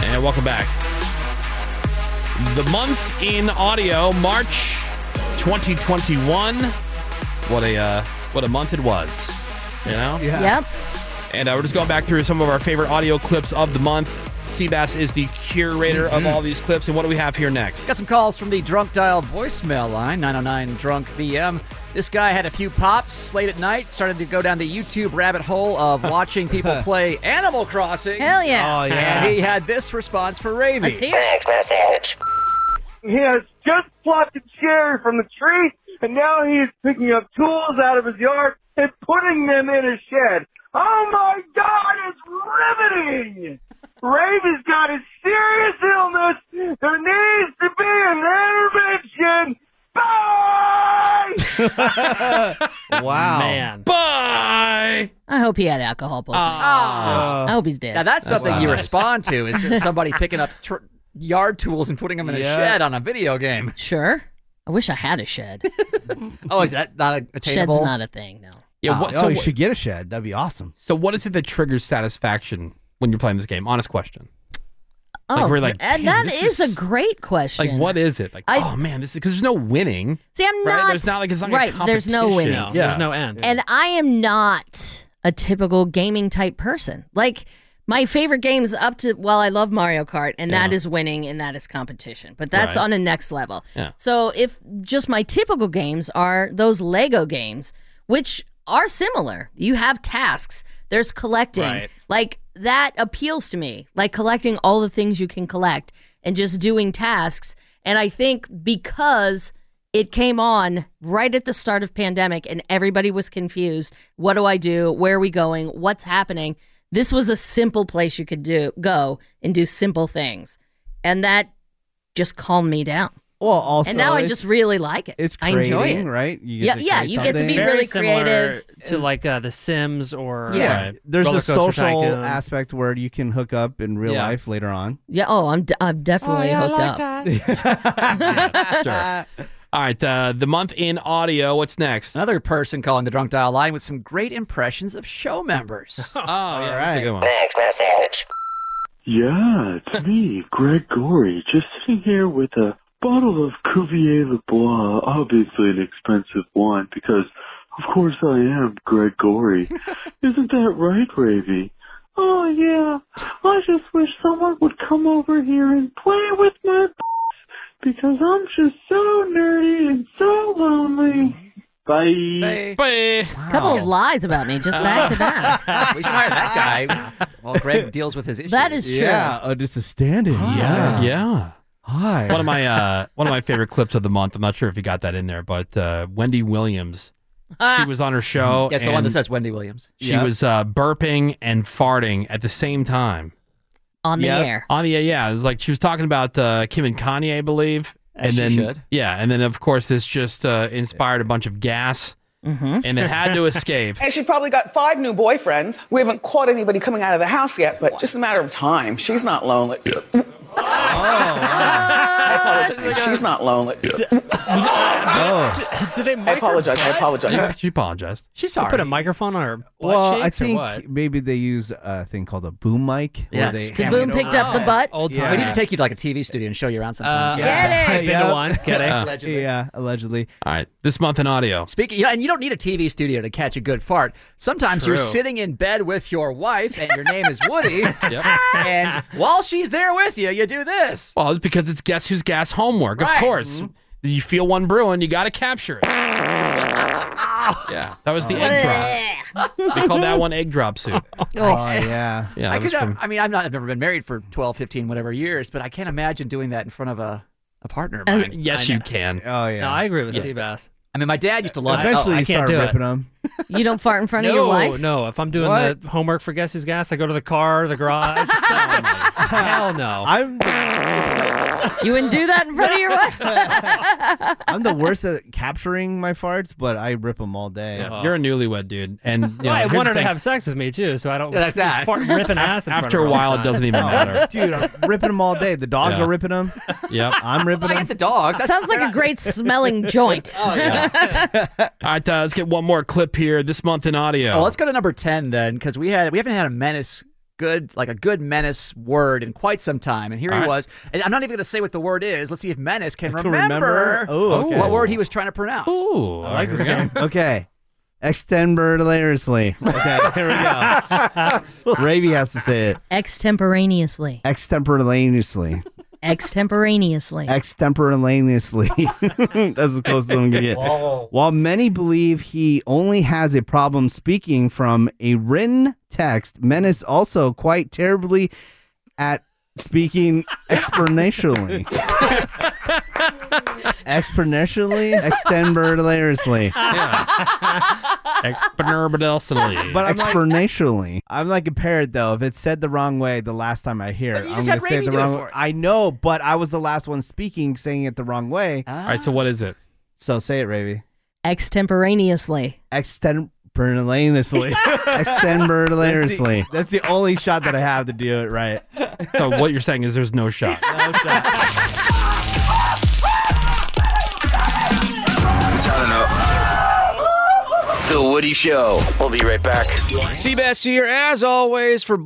[SPEAKER 2] And welcome back. The month in audio, March 2021. What a uh, what a month it was. You know?
[SPEAKER 3] Yep.
[SPEAKER 2] And uh, we're just going back through some of our favorite audio clips of the month. Seabass is the curator
[SPEAKER 4] Mm-hmm.
[SPEAKER 2] of all these clips. And what do we have here next?
[SPEAKER 7] Got some calls from the drunk dial voicemail line, 909 drunk VM. This guy had a few pops late at night, started to go down the YouTube rabbit hole of watching people play Animal Crossing.
[SPEAKER 16] Hell yeah. Oh, yeah.
[SPEAKER 7] And he had this response for Ravy.
[SPEAKER 16] Let's hear it.
[SPEAKER 7] message.
[SPEAKER 9] He has just plucked a cherry from the tree, and now he is picking up tools out of his yard and putting them in his shed. Oh my God, it's riveting! Raven's got a serious illness. There needs to be an intervention. Bye!
[SPEAKER 4] wow.
[SPEAKER 3] Man.
[SPEAKER 2] Bye.
[SPEAKER 3] I hope he had alcohol poisoning.
[SPEAKER 7] Ah.
[SPEAKER 3] I hope he's dead.
[SPEAKER 7] Now, that's, something
[SPEAKER 3] not
[SPEAKER 7] you
[SPEAKER 3] nice.
[SPEAKER 7] respond to is somebody picking up tr- yard tools and putting them in
[SPEAKER 3] Yeah.
[SPEAKER 7] a shed on a video game.
[SPEAKER 3] Sure. I wish I had a shed.
[SPEAKER 7] Oh, is that not attainable?
[SPEAKER 3] Shed's not a thing. No.
[SPEAKER 2] Yeah,
[SPEAKER 4] Oh,
[SPEAKER 2] what,
[SPEAKER 4] you
[SPEAKER 2] what-
[SPEAKER 4] should get a shed. That'd be awesome.
[SPEAKER 2] So what is it that triggers satisfaction when you're playing this game? Honest question. Like,
[SPEAKER 3] Oh,
[SPEAKER 2] we're like,
[SPEAKER 3] and
[SPEAKER 2] "Damn,
[SPEAKER 3] that
[SPEAKER 2] this
[SPEAKER 3] is, a great question.
[SPEAKER 2] Like what is it? Like
[SPEAKER 3] I-
[SPEAKER 2] oh man, this is because there's no winning.
[SPEAKER 3] See, I'm
[SPEAKER 2] right?
[SPEAKER 3] not
[SPEAKER 2] There's not like it's not like
[SPEAKER 3] right.
[SPEAKER 2] A
[SPEAKER 3] there's no
[SPEAKER 2] competition.
[SPEAKER 3] winning.
[SPEAKER 2] Yeah.
[SPEAKER 6] There's no end.
[SPEAKER 3] And I am not a typical gaming type person. Like My favorite games up to well, I love Mario Kart, and that
[SPEAKER 2] Yeah.
[SPEAKER 3] is winning, and that is competition. But that's
[SPEAKER 2] Right.
[SPEAKER 3] on a next level.
[SPEAKER 2] Yeah.
[SPEAKER 3] So if just my typical games are those Lego games, which are similar, you have tasks. There's collecting,
[SPEAKER 17] Right.
[SPEAKER 3] like that appeals to me. Like collecting all the things you can collect and just doing tasks. And I think because it came on right at the start of pandemic and everybody was confused what do i do where are we going what's happening this was a simple place you could do go and do simple things and that just calmed me down
[SPEAKER 4] well also
[SPEAKER 3] and now i
[SPEAKER 4] it's-
[SPEAKER 3] just really like it
[SPEAKER 4] it's
[SPEAKER 3] i enjoy it
[SPEAKER 4] creating, right? You get
[SPEAKER 3] yeah
[SPEAKER 4] to
[SPEAKER 3] yeah
[SPEAKER 4] create
[SPEAKER 3] you get to be
[SPEAKER 4] something.
[SPEAKER 3] really
[SPEAKER 6] similar
[SPEAKER 3] creative
[SPEAKER 6] to like uh, The Sims or
[SPEAKER 4] yeah.
[SPEAKER 6] uh,
[SPEAKER 4] There's
[SPEAKER 6] Roller
[SPEAKER 4] a
[SPEAKER 6] Coaster
[SPEAKER 4] social
[SPEAKER 6] Tycoon.
[SPEAKER 4] aspect where you can hook up in real
[SPEAKER 6] Yeah.
[SPEAKER 4] life later on.
[SPEAKER 3] yeah oh i'm, d- I'm definitely
[SPEAKER 2] Oh,
[SPEAKER 4] yeah, I
[SPEAKER 3] hooked
[SPEAKER 4] like
[SPEAKER 3] up
[SPEAKER 2] All right, uh, the month in audio. What's next?
[SPEAKER 7] Another person calling the drunk dial line with some great impressions of show members. oh,
[SPEAKER 2] yeah,
[SPEAKER 7] that's a good
[SPEAKER 2] one.
[SPEAKER 7] Next message.
[SPEAKER 18] Yeah, it's me, Greg Gorey, just sitting here with a bottle of Cuvier Le Bois, obviously an expensive one, because of course I am Greg Gorey. Isn't that right, Ravy?
[SPEAKER 12] Oh yeah, I just wish someone would come over here and play with my because I'm just so nerdy and so lonely.
[SPEAKER 18] Bye.
[SPEAKER 2] Bye.
[SPEAKER 3] couple of lies about me just back to back
[SPEAKER 7] we should hire that guy while Greg deals with his issues.
[SPEAKER 3] That is true.
[SPEAKER 4] Yeah, uh, just a stand-in.
[SPEAKER 2] Yeah. Yeah.
[SPEAKER 4] Hi.
[SPEAKER 2] One of my uh, one of my favorite clips of the month. I'm not sure if you got that in there, but uh, Wendy Williams.
[SPEAKER 3] uh, Ah.
[SPEAKER 2] She was on her show.
[SPEAKER 7] Yes, the one that
[SPEAKER 2] and
[SPEAKER 7] says Wendy Williams.
[SPEAKER 2] She was uh, burping and farting at the same time.
[SPEAKER 3] on the
[SPEAKER 2] Yeah.
[SPEAKER 3] air
[SPEAKER 2] On the air, yeah. It was like she was talking about uh, Kim and Kanye, I believe.
[SPEAKER 7] As
[SPEAKER 2] and
[SPEAKER 7] she
[SPEAKER 2] then,
[SPEAKER 7] should.
[SPEAKER 2] yeah, and then of course this just uh, inspired a bunch of gas,
[SPEAKER 3] Mm-hmm.
[SPEAKER 2] and it had to escape.
[SPEAKER 20] And she probably got five new boyfriends. We haven't caught anybody coming out of the house yet, but just a matter of time. She's not lonely.
[SPEAKER 6] Ah,
[SPEAKER 20] She's not lonely.
[SPEAKER 6] oh. Do they
[SPEAKER 20] I apologize. I apologize.
[SPEAKER 2] She apologized.
[SPEAKER 6] She
[SPEAKER 20] sorry.
[SPEAKER 6] put a microphone on her butt
[SPEAKER 4] Well, I
[SPEAKER 6] cheeks
[SPEAKER 4] think
[SPEAKER 6] or what?
[SPEAKER 4] maybe they use a thing called a boom mic.
[SPEAKER 7] Yes.
[SPEAKER 4] Where they
[SPEAKER 7] The
[SPEAKER 4] ham
[SPEAKER 7] boom
[SPEAKER 4] it
[SPEAKER 7] picked
[SPEAKER 4] over.
[SPEAKER 7] up the butt. Old
[SPEAKER 4] Yeah. Uh,
[SPEAKER 7] time. We need to take you to like a TV studio and show you around sometime.
[SPEAKER 4] Yeah.
[SPEAKER 7] I've been to
[SPEAKER 4] Yep.
[SPEAKER 7] one. Kidding.
[SPEAKER 4] Allegedly. Yeah, allegedly.
[SPEAKER 2] All right, this month in audio.
[SPEAKER 7] Speaking, you know, and you don't need a TV studio to catch a good fart. Sometimes you're
[SPEAKER 2] True.
[SPEAKER 7] sitting in bed with your wife, and your name is Woody,
[SPEAKER 2] Yep.
[SPEAKER 7] and while she's there with you, you do this.
[SPEAKER 2] Well, it's because it's guess who's gas homework,
[SPEAKER 7] Right.
[SPEAKER 2] of course.
[SPEAKER 3] Mm-hmm.
[SPEAKER 2] You feel one brewing, you got to capture it. yeah, that was the egg drop. They called that one egg drop soup.
[SPEAKER 3] Oh.
[SPEAKER 4] Oh, yeah.
[SPEAKER 2] Yeah,
[SPEAKER 7] I,
[SPEAKER 2] that was
[SPEAKER 7] could,
[SPEAKER 2] from-
[SPEAKER 7] I mean, I'm not, I've never been married for 12, 15, whatever years, but I can't imagine doing that in front of a, a partner. of
[SPEAKER 2] As-
[SPEAKER 7] mine.
[SPEAKER 2] Yes,
[SPEAKER 7] I
[SPEAKER 2] you
[SPEAKER 7] know.
[SPEAKER 2] can.
[SPEAKER 4] Oh yeah.
[SPEAKER 6] No, I agree with Oh, Seabass.
[SPEAKER 7] I mean, my dad used to love
[SPEAKER 6] Eventually
[SPEAKER 7] it.
[SPEAKER 6] you start ripping
[SPEAKER 4] them.
[SPEAKER 3] you don't fart in front of your wife
[SPEAKER 6] No, if I'm doing
[SPEAKER 3] What?
[SPEAKER 6] the homework for Guess Who's Gas, I go to the car, the garage. No, no. Hell no.
[SPEAKER 4] I'm.
[SPEAKER 3] you wouldn't do that in front of your wife
[SPEAKER 4] I'm the worst at capturing my farts, but I rip them all day.
[SPEAKER 2] Yeah, You're a newlywed dude, and you know,
[SPEAKER 6] I
[SPEAKER 2] here's
[SPEAKER 6] want her to
[SPEAKER 2] the thing.
[SPEAKER 6] have sex with me too, so I don't
[SPEAKER 2] Yeah, that's that.
[SPEAKER 6] fart ripping ass. In front
[SPEAKER 2] After
[SPEAKER 6] of her
[SPEAKER 2] a
[SPEAKER 6] all the
[SPEAKER 2] while, it
[SPEAKER 6] time.
[SPEAKER 2] doesn't even
[SPEAKER 4] Oh,
[SPEAKER 2] matter.
[SPEAKER 4] Dude, I'm ripping them all day. The dogs
[SPEAKER 2] Yeah.
[SPEAKER 4] are ripping them.
[SPEAKER 2] Yep.
[SPEAKER 4] I'm ripping them.
[SPEAKER 7] the dogs.
[SPEAKER 3] sounds like a great smelling joint
[SPEAKER 4] Oh,
[SPEAKER 2] All right, uh, let's get one more clip here. This month in audio.
[SPEAKER 7] Oh, let's go to number ten then, because we had we haven't had a menace good like a good menace word in quite some time, and here
[SPEAKER 2] All
[SPEAKER 7] he
[SPEAKER 2] right.
[SPEAKER 7] was. And I'm not even going to say what the word is. Let's see if menace can remember,
[SPEAKER 4] remember? Oh, okay.
[SPEAKER 7] what word he was trying to pronounce.
[SPEAKER 2] Ooh, oh,
[SPEAKER 4] I like this game. Okay. Extemporaneously. Okay, here we go. Ravy has to say it.
[SPEAKER 3] extemporaneously
[SPEAKER 4] Extemporaneously.
[SPEAKER 3] extemporaneously
[SPEAKER 4] Extemporaneously. That's as close as I'm going to get.
[SPEAKER 3] Whoa.
[SPEAKER 4] While many believe he only has a problem speaking from a written text, Menace also quite terribly at speaking exponentially. exponentially? Extemporaneously.
[SPEAKER 2] Exponentially.
[SPEAKER 4] But I'm exponentially. I'm like a parrot though. If it's said the wrong way the last time I hear it,
[SPEAKER 7] you
[SPEAKER 4] I'm
[SPEAKER 7] just
[SPEAKER 4] gonna
[SPEAKER 7] had
[SPEAKER 4] say
[SPEAKER 7] Raimi
[SPEAKER 4] the
[SPEAKER 7] do it
[SPEAKER 4] wrong
[SPEAKER 7] for it.
[SPEAKER 4] I know, but I was the last one speaking saying it the wrong way.
[SPEAKER 2] All
[SPEAKER 7] Ah.
[SPEAKER 2] right, so what is it?
[SPEAKER 4] So say it, Ravy.
[SPEAKER 3] extemporaneously
[SPEAKER 4] Extemporaneously. Extemporaneously. That's, the only shot that I have to do it right.
[SPEAKER 2] So what you're saying is there's no shot.
[SPEAKER 8] It's hot enough. The Woody Show. We'll be right back.
[SPEAKER 7] Seabass here, as always, for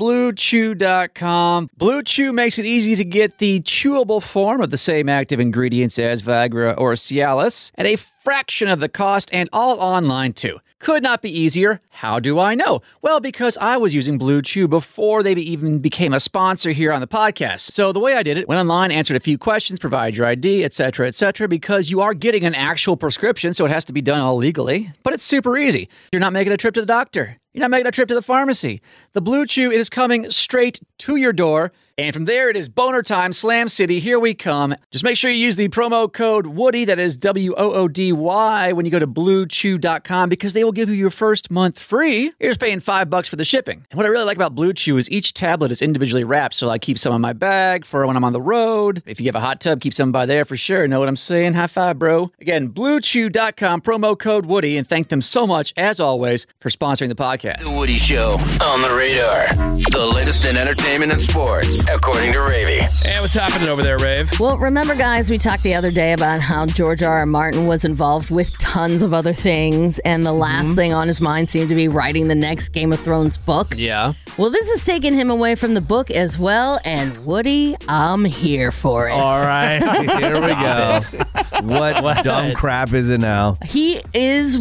[SPEAKER 7] BlueChew.com. Blue Chew makes it easy to get the chewable form of the same active ingredients as Viagra or Cialis at a fraction of the cost and all online, too. Could not be easier. How do I know? Well, because I was using Blue Chew before they be- even became a sponsor here on the podcast. So the way I did it, went online, answered a few questions, provided your ID, etc., etc., because you are getting an actual prescription, so it has to be done all legally. But it's super easy. You're not making a trip to the doctor. You're not making a trip to the pharmacy. The Blue Chew is coming straight to your door. And from there, it is boner time, Slam City. Here we come. Just make sure you use the promo code Woody, that is W O O D Y, when you go to bluechew.com because they will give you your first month free. You're just paying five bucks for the shipping. And what I really like about Blue Chew is each tablet is individually wrapped. So I keep some in my bag for when I'm on the road. If you have a hot tub, keep some by there for sure. Know what I'm saying? High five, bro. Again, bluechew.com, promo code Woody, and thank them so much, as always, for sponsoring the podcast.
[SPEAKER 8] The Woody Show on the radar. The latest in entertainment and sports, according to Ravy.
[SPEAKER 2] Hey, what's happening over there, Rave?
[SPEAKER 3] Well, remember, guys, we talked the other day about how George R. R. Martin was involved with tons of other things, and the last
[SPEAKER 4] Mm-hmm.
[SPEAKER 6] Mhm.
[SPEAKER 3] thing on his mind seemed to be writing the next Game of Thrones book.
[SPEAKER 6] Yeah.
[SPEAKER 3] Well, this has taken him away from the book as well, and Woody, I'm here for it.
[SPEAKER 4] All right, here we go. What, dumb crap is it now?
[SPEAKER 3] He is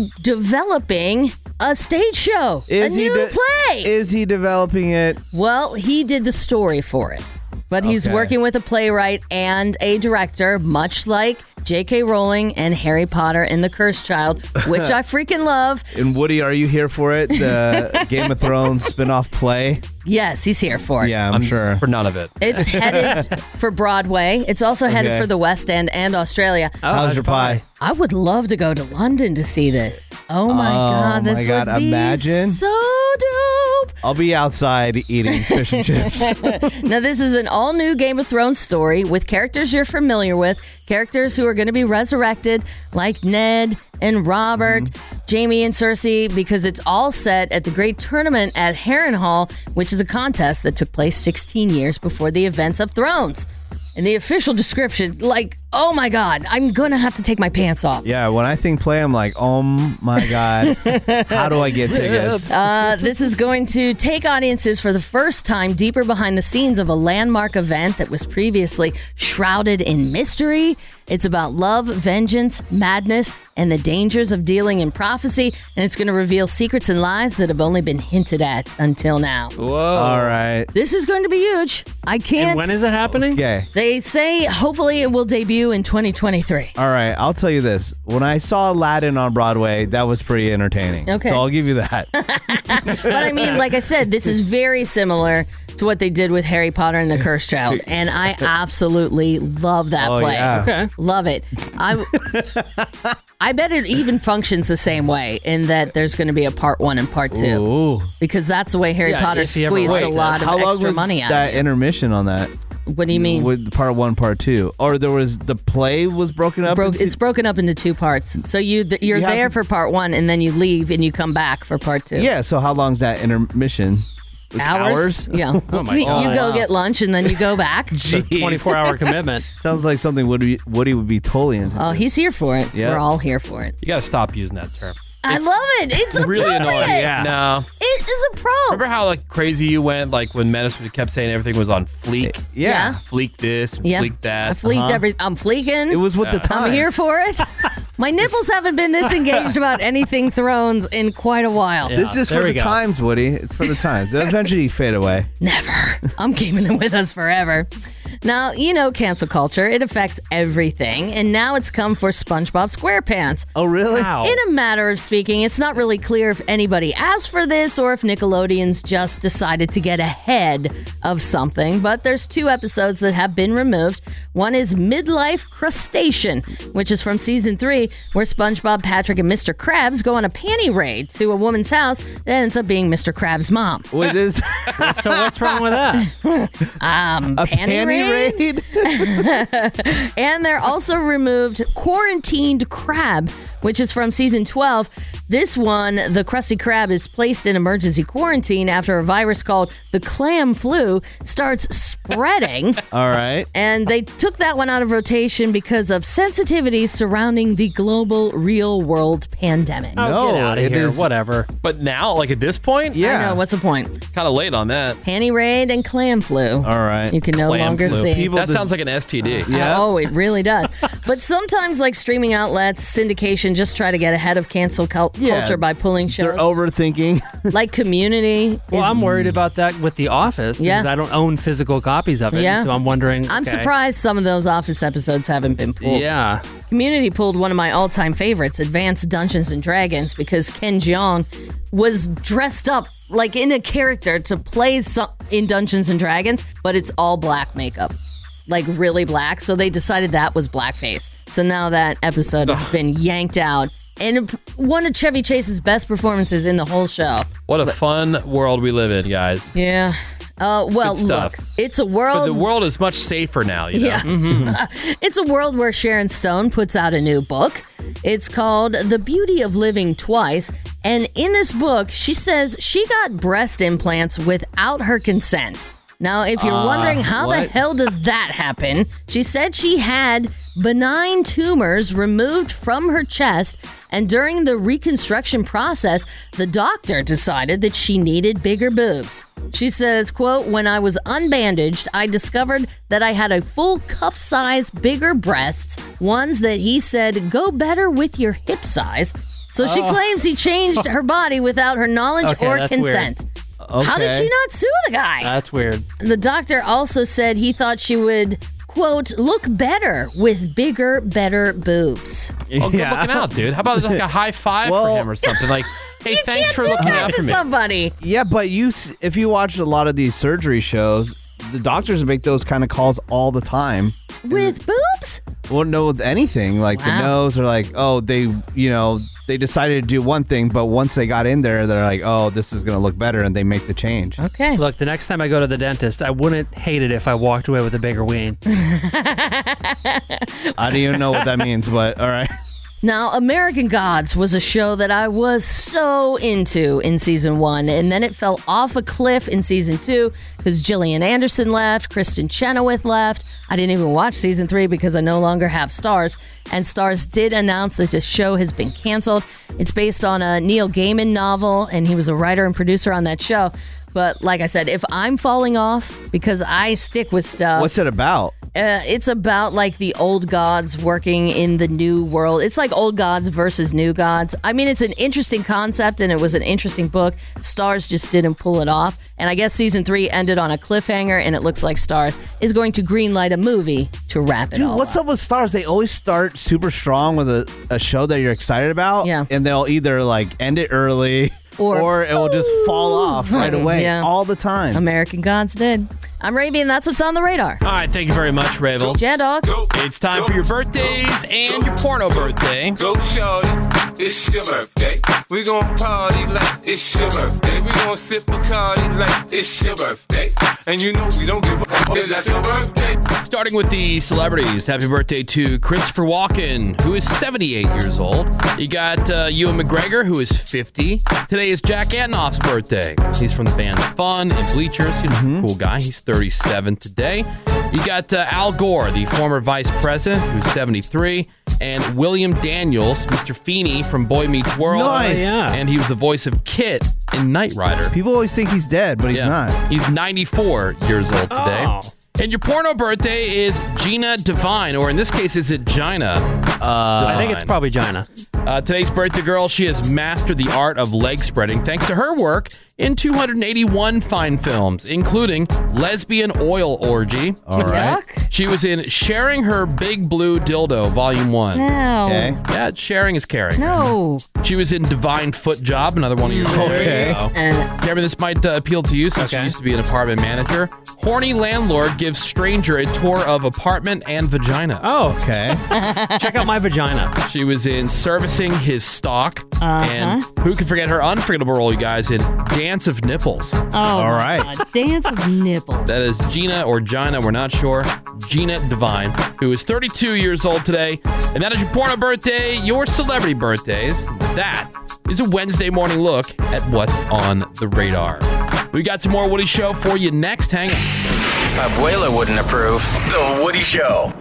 [SPEAKER 3] developing a stage show,
[SPEAKER 4] Is
[SPEAKER 3] a
[SPEAKER 4] he
[SPEAKER 3] new
[SPEAKER 4] de-
[SPEAKER 3] play.
[SPEAKER 4] Is he developing it?
[SPEAKER 3] Well, he did the story for it, but he's
[SPEAKER 4] Okay.
[SPEAKER 3] working with a playwright and a director, much like J.K. Rowling and Harry Potter and the Cursed Child, which I freaking love.
[SPEAKER 4] And Woody, are you here for it? The Game of Thrones spin-off play?
[SPEAKER 3] Yes, he's here for it.
[SPEAKER 4] Yeah, I'm, sure. For
[SPEAKER 2] none of it.
[SPEAKER 3] It's headed for Broadway. It's also headed
[SPEAKER 4] Okay. Oh,
[SPEAKER 3] for the West End and Australia.
[SPEAKER 4] How's
[SPEAKER 7] Oh,
[SPEAKER 4] your pie?
[SPEAKER 3] I would love to go to London to see this. Oh my
[SPEAKER 4] Oh
[SPEAKER 3] god, this
[SPEAKER 4] my God,
[SPEAKER 3] would be
[SPEAKER 4] imagine.
[SPEAKER 3] so dope.
[SPEAKER 4] I'll be outside eating fish and chips.
[SPEAKER 3] now, this is an all new Game of Thrones story with characters you're familiar with, characters who are going to be resurrected, like Ned and Robert, Jamie and Cersei, because it's all set at the Great Tournament at Harrenhal, which is a contest that took place 16 years before the events of Thrones. And the official description, like, oh my God, I'm going to have to take my pants off.
[SPEAKER 4] Yeah, when I think play, I'm like, oh my god, how do I get tickets?
[SPEAKER 3] Uh, this is going to take audiences for the first time deeper behind the scenes of a landmark event that was previously shrouded in mystery. It's about love, vengeance, madness, and the dangers of dealing in prophecy, and it's going to reveal secrets and lies that have only been hinted at until now.
[SPEAKER 4] Whoa! All right.
[SPEAKER 3] This is going to be huge. I can't.
[SPEAKER 4] when is it happening? Okay.
[SPEAKER 3] They say hopefully it will debut in 2023.
[SPEAKER 4] All right, I'll tell you this. When I saw Aladdin on Broadway, that was pretty entertaining.
[SPEAKER 3] Okay.
[SPEAKER 4] So I'll give you that.
[SPEAKER 3] but I mean, like I said, this is very similar to what they did with Harry Potter and the Cursed Child, and I absolutely love that
[SPEAKER 4] Oh,
[SPEAKER 3] play.
[SPEAKER 4] yeah. Okay.
[SPEAKER 3] Love it. I I bet it even functions the same way in that there's going to be a part one and part two
[SPEAKER 4] Ooh.
[SPEAKER 3] because that's the way Harry
[SPEAKER 4] Yeah,
[SPEAKER 3] Potter
[SPEAKER 4] if he ever
[SPEAKER 3] squeezed a
[SPEAKER 4] writes
[SPEAKER 3] lot
[SPEAKER 4] How
[SPEAKER 3] of
[SPEAKER 4] long
[SPEAKER 3] extra
[SPEAKER 4] was
[SPEAKER 3] money out.
[SPEAKER 4] that
[SPEAKER 3] of it.
[SPEAKER 4] intermission on that.
[SPEAKER 3] What do you mean?
[SPEAKER 4] With part one, part two, or there was the play was broken up.
[SPEAKER 3] Broke,
[SPEAKER 4] into-
[SPEAKER 3] it's broken up into two parts. So you th- you're
[SPEAKER 4] You have
[SPEAKER 3] there
[SPEAKER 4] to-
[SPEAKER 3] for part one, and then you leave and you come back for part two.
[SPEAKER 4] yeah. So how long's that intermission? Like
[SPEAKER 3] hours. Yeah. you go get lunch and then you go back.
[SPEAKER 4] Oh Jeez. Sounds like something Woody Woody would be totally into.
[SPEAKER 3] Oh, he's here for it.
[SPEAKER 4] Yeah.
[SPEAKER 3] We're all here for it.
[SPEAKER 2] You got to stop using that term.
[SPEAKER 3] I love it. It's
[SPEAKER 2] really annoying.
[SPEAKER 3] appropriate.
[SPEAKER 2] No.
[SPEAKER 3] It is a pro.
[SPEAKER 2] Remember how like crazy you went like when Menace kept saying everything was on fleek?
[SPEAKER 3] Yeah.
[SPEAKER 2] Fleek this, and
[SPEAKER 3] Yeah.
[SPEAKER 2] fleek that. Uh-huh.
[SPEAKER 3] I fleeked every. I'm fleeking.
[SPEAKER 2] It was with the time.
[SPEAKER 3] I'm here for it. My nipples haven't been this engaged about anything Thrones in quite a while.
[SPEAKER 4] this is for the times, Woody. It's for the times. They'll eventually fade away.
[SPEAKER 3] I'm keeping it with us forever. Now, you know cancel culture, it affects everything, and now it's come for SpongeBob SquarePants.
[SPEAKER 4] Oh, really? How?
[SPEAKER 3] In a matter of speaking, it's not really clear if anybody asked for this or if Nickelodeon's just decided to get ahead of something, but there's two episodes that have been removed. One is Midlife Crustacean, which is from season three, where SpongeBob, Patrick, and Mr. Krabs go on a panty raid to a woman's house that ends up being Mr. Krabs' mom.
[SPEAKER 4] Wait, this
[SPEAKER 6] so what's wrong with that?
[SPEAKER 3] Um,
[SPEAKER 6] A
[SPEAKER 3] panty,
[SPEAKER 6] panty
[SPEAKER 3] raid. and they're also removed quarantined crab, which is from season 12. This one, the crusty crab is placed in emergency quarantine after a virus called the clam flu starts spreading.
[SPEAKER 4] All right.
[SPEAKER 3] And they took that one out of rotation because of sensitivities surrounding the global real world pandemic.
[SPEAKER 2] no,
[SPEAKER 6] Oh, outta it here, is-
[SPEAKER 2] Whatever. But now, like at this point,
[SPEAKER 3] Yeah. know, what's the point?
[SPEAKER 2] Kind of late on that.
[SPEAKER 3] Panty raid and clam flu.
[SPEAKER 4] All right.
[SPEAKER 3] You can no longer see.
[SPEAKER 2] that sounds like an STD.
[SPEAKER 3] Oh, it really does. but sometimes, like streaming outlets, syndication just try to get ahead of cancel cult- culture by pulling shows.
[SPEAKER 4] They're overthinking.
[SPEAKER 3] like Community.
[SPEAKER 6] Well,
[SPEAKER 3] is-
[SPEAKER 6] I'm worried about that with The Office because
[SPEAKER 3] Yeah.
[SPEAKER 6] I don't own physical copies of it.
[SPEAKER 3] Yeah.
[SPEAKER 6] So I'm wondering.
[SPEAKER 3] I'm
[SPEAKER 6] okay.
[SPEAKER 3] surprised some of those Office episodes haven't been pulled.
[SPEAKER 6] Yeah.
[SPEAKER 3] Community pulled one of my all time favorites, Advanced Dungeons and Dragons, because Ken Jeong was dressed up like in a character to play some, in Dungeons and Dragons, but it's all black makeup. Like really black. So they decided that was blackface. So now that episode has been yanked out and p- one of Chevy Chase's best performances in the whole show.
[SPEAKER 2] What a fun world we live in, guys.
[SPEAKER 3] Yeah. Uh, well,
[SPEAKER 2] Good stuff.
[SPEAKER 3] look, it's a
[SPEAKER 2] But
[SPEAKER 3] world.
[SPEAKER 2] the world is much safer now, you know?
[SPEAKER 3] Yeah. it's a world where Sharon Stone puts out a new book. It's called The Beauty of Living Twice. And in this book, she says she got breast implants without her consent. Now, if you're
[SPEAKER 2] Ah,
[SPEAKER 21] Uh,
[SPEAKER 3] wondering how the
[SPEAKER 21] what?
[SPEAKER 3] hell does that happen, she said she had benign tumors removed from her chest. And during the reconstruction process, the doctor decided that she needed bigger boobs. She says, quote, when I was unbandaged, I discovered that I had a full cup size bigger breasts, ones that he said go better with your hip size. So she
[SPEAKER 21] Oh.
[SPEAKER 3] claims he changed her body without her knowledge
[SPEAKER 6] Okay,
[SPEAKER 3] or
[SPEAKER 6] that's weird.
[SPEAKER 3] consent. How did
[SPEAKER 6] Okay.
[SPEAKER 3] she not sue the guy?
[SPEAKER 6] That's weird.
[SPEAKER 3] The doctor also said he thought she would, quote, look better with bigger, better boobs.
[SPEAKER 2] Oh, good looking out, dude. How about like a high five for him or something? Like, hey, thanks for looking
[SPEAKER 3] that
[SPEAKER 2] out
[SPEAKER 3] to
[SPEAKER 2] for me.
[SPEAKER 3] somebody.
[SPEAKER 4] Yeah, but you s- if you watch a lot of these surgery shows, the doctors make those kind of calls all the time.
[SPEAKER 3] With boobs?
[SPEAKER 4] Well, no, with anything like the
[SPEAKER 3] Wow.
[SPEAKER 4] nose, or like, oh, they, you know, they decided to do one thing, but once they got in there, they're like, oh, this is gonna look better, and they make the change.
[SPEAKER 3] Okay.
[SPEAKER 6] Look, the next time I go to the dentist, I wouldn't hate it if I walked away with a bigger ween.
[SPEAKER 4] I don't even know what that means, but all right.
[SPEAKER 3] Now, American Gods was a show that I was so into in season one, and then it fell off a cliff in season two because Gillian Anderson left, Kristen Chenoweth left. I didn't even watch season three because I no longer have Stars, and Stars did announce that the show has been canceled. It's based on a Neil Gaiman novel, and he was a writer and producer on that show. But like I said, if I'm falling off because I stick with stuff,
[SPEAKER 4] What's it about?
[SPEAKER 3] uh, it's about like the old gods working in the new world. It's like old gods versus new gods. I mean, it's an interesting concept and it was an interesting book. Stars just didn't pull it off. And I guess season three ended on a cliffhanger and it looks like Stars is going to greenlight a movie to wrap it
[SPEAKER 4] Dude,
[SPEAKER 3] all
[SPEAKER 4] what's up with stars? They always start super strong with a, a show that you're excited about, yeah, and they'll either like end it early or, it will just fall off right away,
[SPEAKER 3] Yeah.
[SPEAKER 4] all the time.
[SPEAKER 3] American Gods did. I'm Ravy and that's what's on the radar.
[SPEAKER 2] All right, thank you very much, Ravel.
[SPEAKER 3] Yeah, dog.
[SPEAKER 2] It's time for your birthdays and your porno birthday.
[SPEAKER 17] Go, Charlie. It's your birthday. We gon' party like it's your birthday. We gon' sip a party like it's your birthday. And you know we don't give a fuck. It's not your birthday.
[SPEAKER 2] Starting with the celebrities, happy birthday to Christopher Walken, who is 78 years old. You got uh, Ewan McGregor, who is 50. Today is Jack Antonoff's birthday. He's from the band Fun and Bleachers. He's
[SPEAKER 4] Mm-hmm.
[SPEAKER 2] a cool guy. He's 37 today. You got uh, Al Gore, the former vice president, who's 73, and William Daniels, Mr. Feeney from Boy Meets World.
[SPEAKER 4] Nice. Oh, yeah.
[SPEAKER 2] And he was the voice of Kit in Knight Rider.
[SPEAKER 4] People always think he's dead, but he's not.
[SPEAKER 2] He's 94 years old today.
[SPEAKER 4] Oh.
[SPEAKER 2] And your porno birthday is Gina Divine, or in this case, is it Gina? Uh,
[SPEAKER 6] I think it's probably Gina.
[SPEAKER 2] Uh, today's birthday girl, she has mastered the art of leg spreading thanks to her work in 281 fine films, including Lesbian Oil Orgy. All
[SPEAKER 3] right.
[SPEAKER 2] She was in Sharing Her Big Blue Dildo, Volume 1.
[SPEAKER 3] Ow. Okay.
[SPEAKER 2] Yeah, sharing is caring.
[SPEAKER 3] No.
[SPEAKER 2] She was in Divine Foot Job, another one of
[SPEAKER 8] Mm.
[SPEAKER 2] your
[SPEAKER 3] Okay.
[SPEAKER 2] favorites.
[SPEAKER 8] uh,
[SPEAKER 2] Cameron, this might uh, appeal to you since you used to be an apartment manager. Horny landlord gives stranger a tour of apartment and vagina.
[SPEAKER 6] Oh,
[SPEAKER 4] okay.
[SPEAKER 2] Check out my vagina. She was in servicing his stock,
[SPEAKER 3] Uh-huh.
[SPEAKER 2] and who can forget her unforgettable role, you guys, in Dance of Nipples.
[SPEAKER 3] Oh, my God. Dance of Nipple.
[SPEAKER 2] That is Gina or Gina, we're not sure. Gina Divine, who is 32 years old today. And that is your porno birthday, your celebrity birthdays. That is a Wednesday morning look at what's on the radar. We got some more Woody Show for you next. Hang on.
[SPEAKER 19] Abuela wouldn't approve. The Woody Show.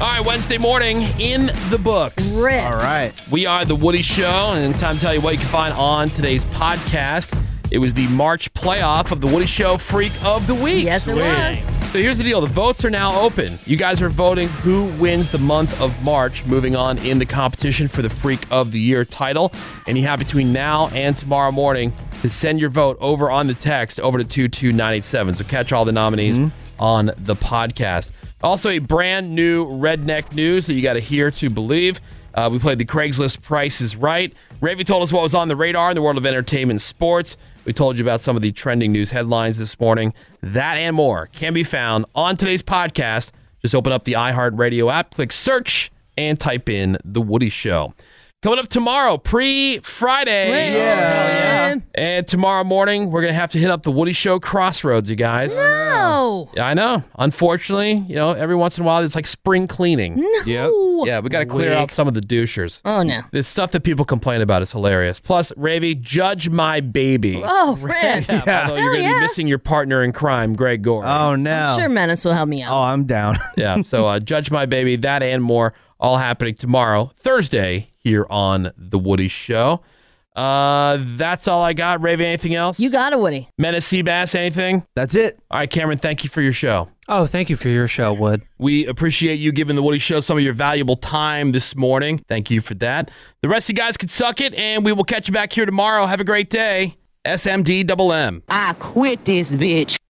[SPEAKER 2] All right, Wednesday morning in the books.
[SPEAKER 3] All
[SPEAKER 4] right.
[SPEAKER 2] We are The Woody Show, and time to tell you what you can find on today's podcast. It was the March playoff of The Woody Show Freak of the Week.
[SPEAKER 3] Yes, it was.
[SPEAKER 2] So here's the deal the votes are now open. You guys are voting who wins the month of March, moving on in the competition for the Freak of the Year title. And you have between now and tomorrow morning to send your vote over on the text over to 22987. So catch all the nominees on the podcast. Also, a brand new redneck news that you got to hear to believe. Uh, we played the Craigslist Price is Right. Ravy told us what was on the radar in the world of entertainment and sports. We told you about some of the trending news headlines this morning. That and more can be found on today's podcast. Just open up the iHeartRadio app, click search, and type in The Woody Show. Coming up tomorrow, pre Friday.
[SPEAKER 3] Yeah.
[SPEAKER 2] And tomorrow morning, we're going to have to hit up the Woody Show Crossroads, you guys.
[SPEAKER 3] No.
[SPEAKER 2] Yeah, I know. Unfortunately, you know, every once in a while, it's like spring cleaning.
[SPEAKER 3] No.
[SPEAKER 2] Yeah, we got to clear out some of the douchers.
[SPEAKER 3] Oh, no.
[SPEAKER 2] The stuff that people complain about is hilarious. Plus, Ravy, judge my baby.
[SPEAKER 3] Oh, Rick.
[SPEAKER 2] Yeah, although you're going to be missing your partner in crime, Greg Gore. Oh, no.
[SPEAKER 3] I'm sure Menace will help me out.
[SPEAKER 2] Oh, I'm down. yeah, so uh, Judge My Baby, that and more, all happening tomorrow, Thursday, here on The Woody Show. Uh, that's all I got. Ravy, anything else? You
[SPEAKER 3] got it, Woody.
[SPEAKER 2] Menace Seabass, anything? That's it. All right, Cameron, thank you for your show.
[SPEAKER 6] Oh, thank you for your show, Wood.
[SPEAKER 2] We appreciate you giving The Woody Show some of your valuable time this morning. Thank you for that. The rest of you guys can suck it, and we will catch you back here tomorrow. Have a great day. SMD double M.
[SPEAKER 21] I quit this bitch.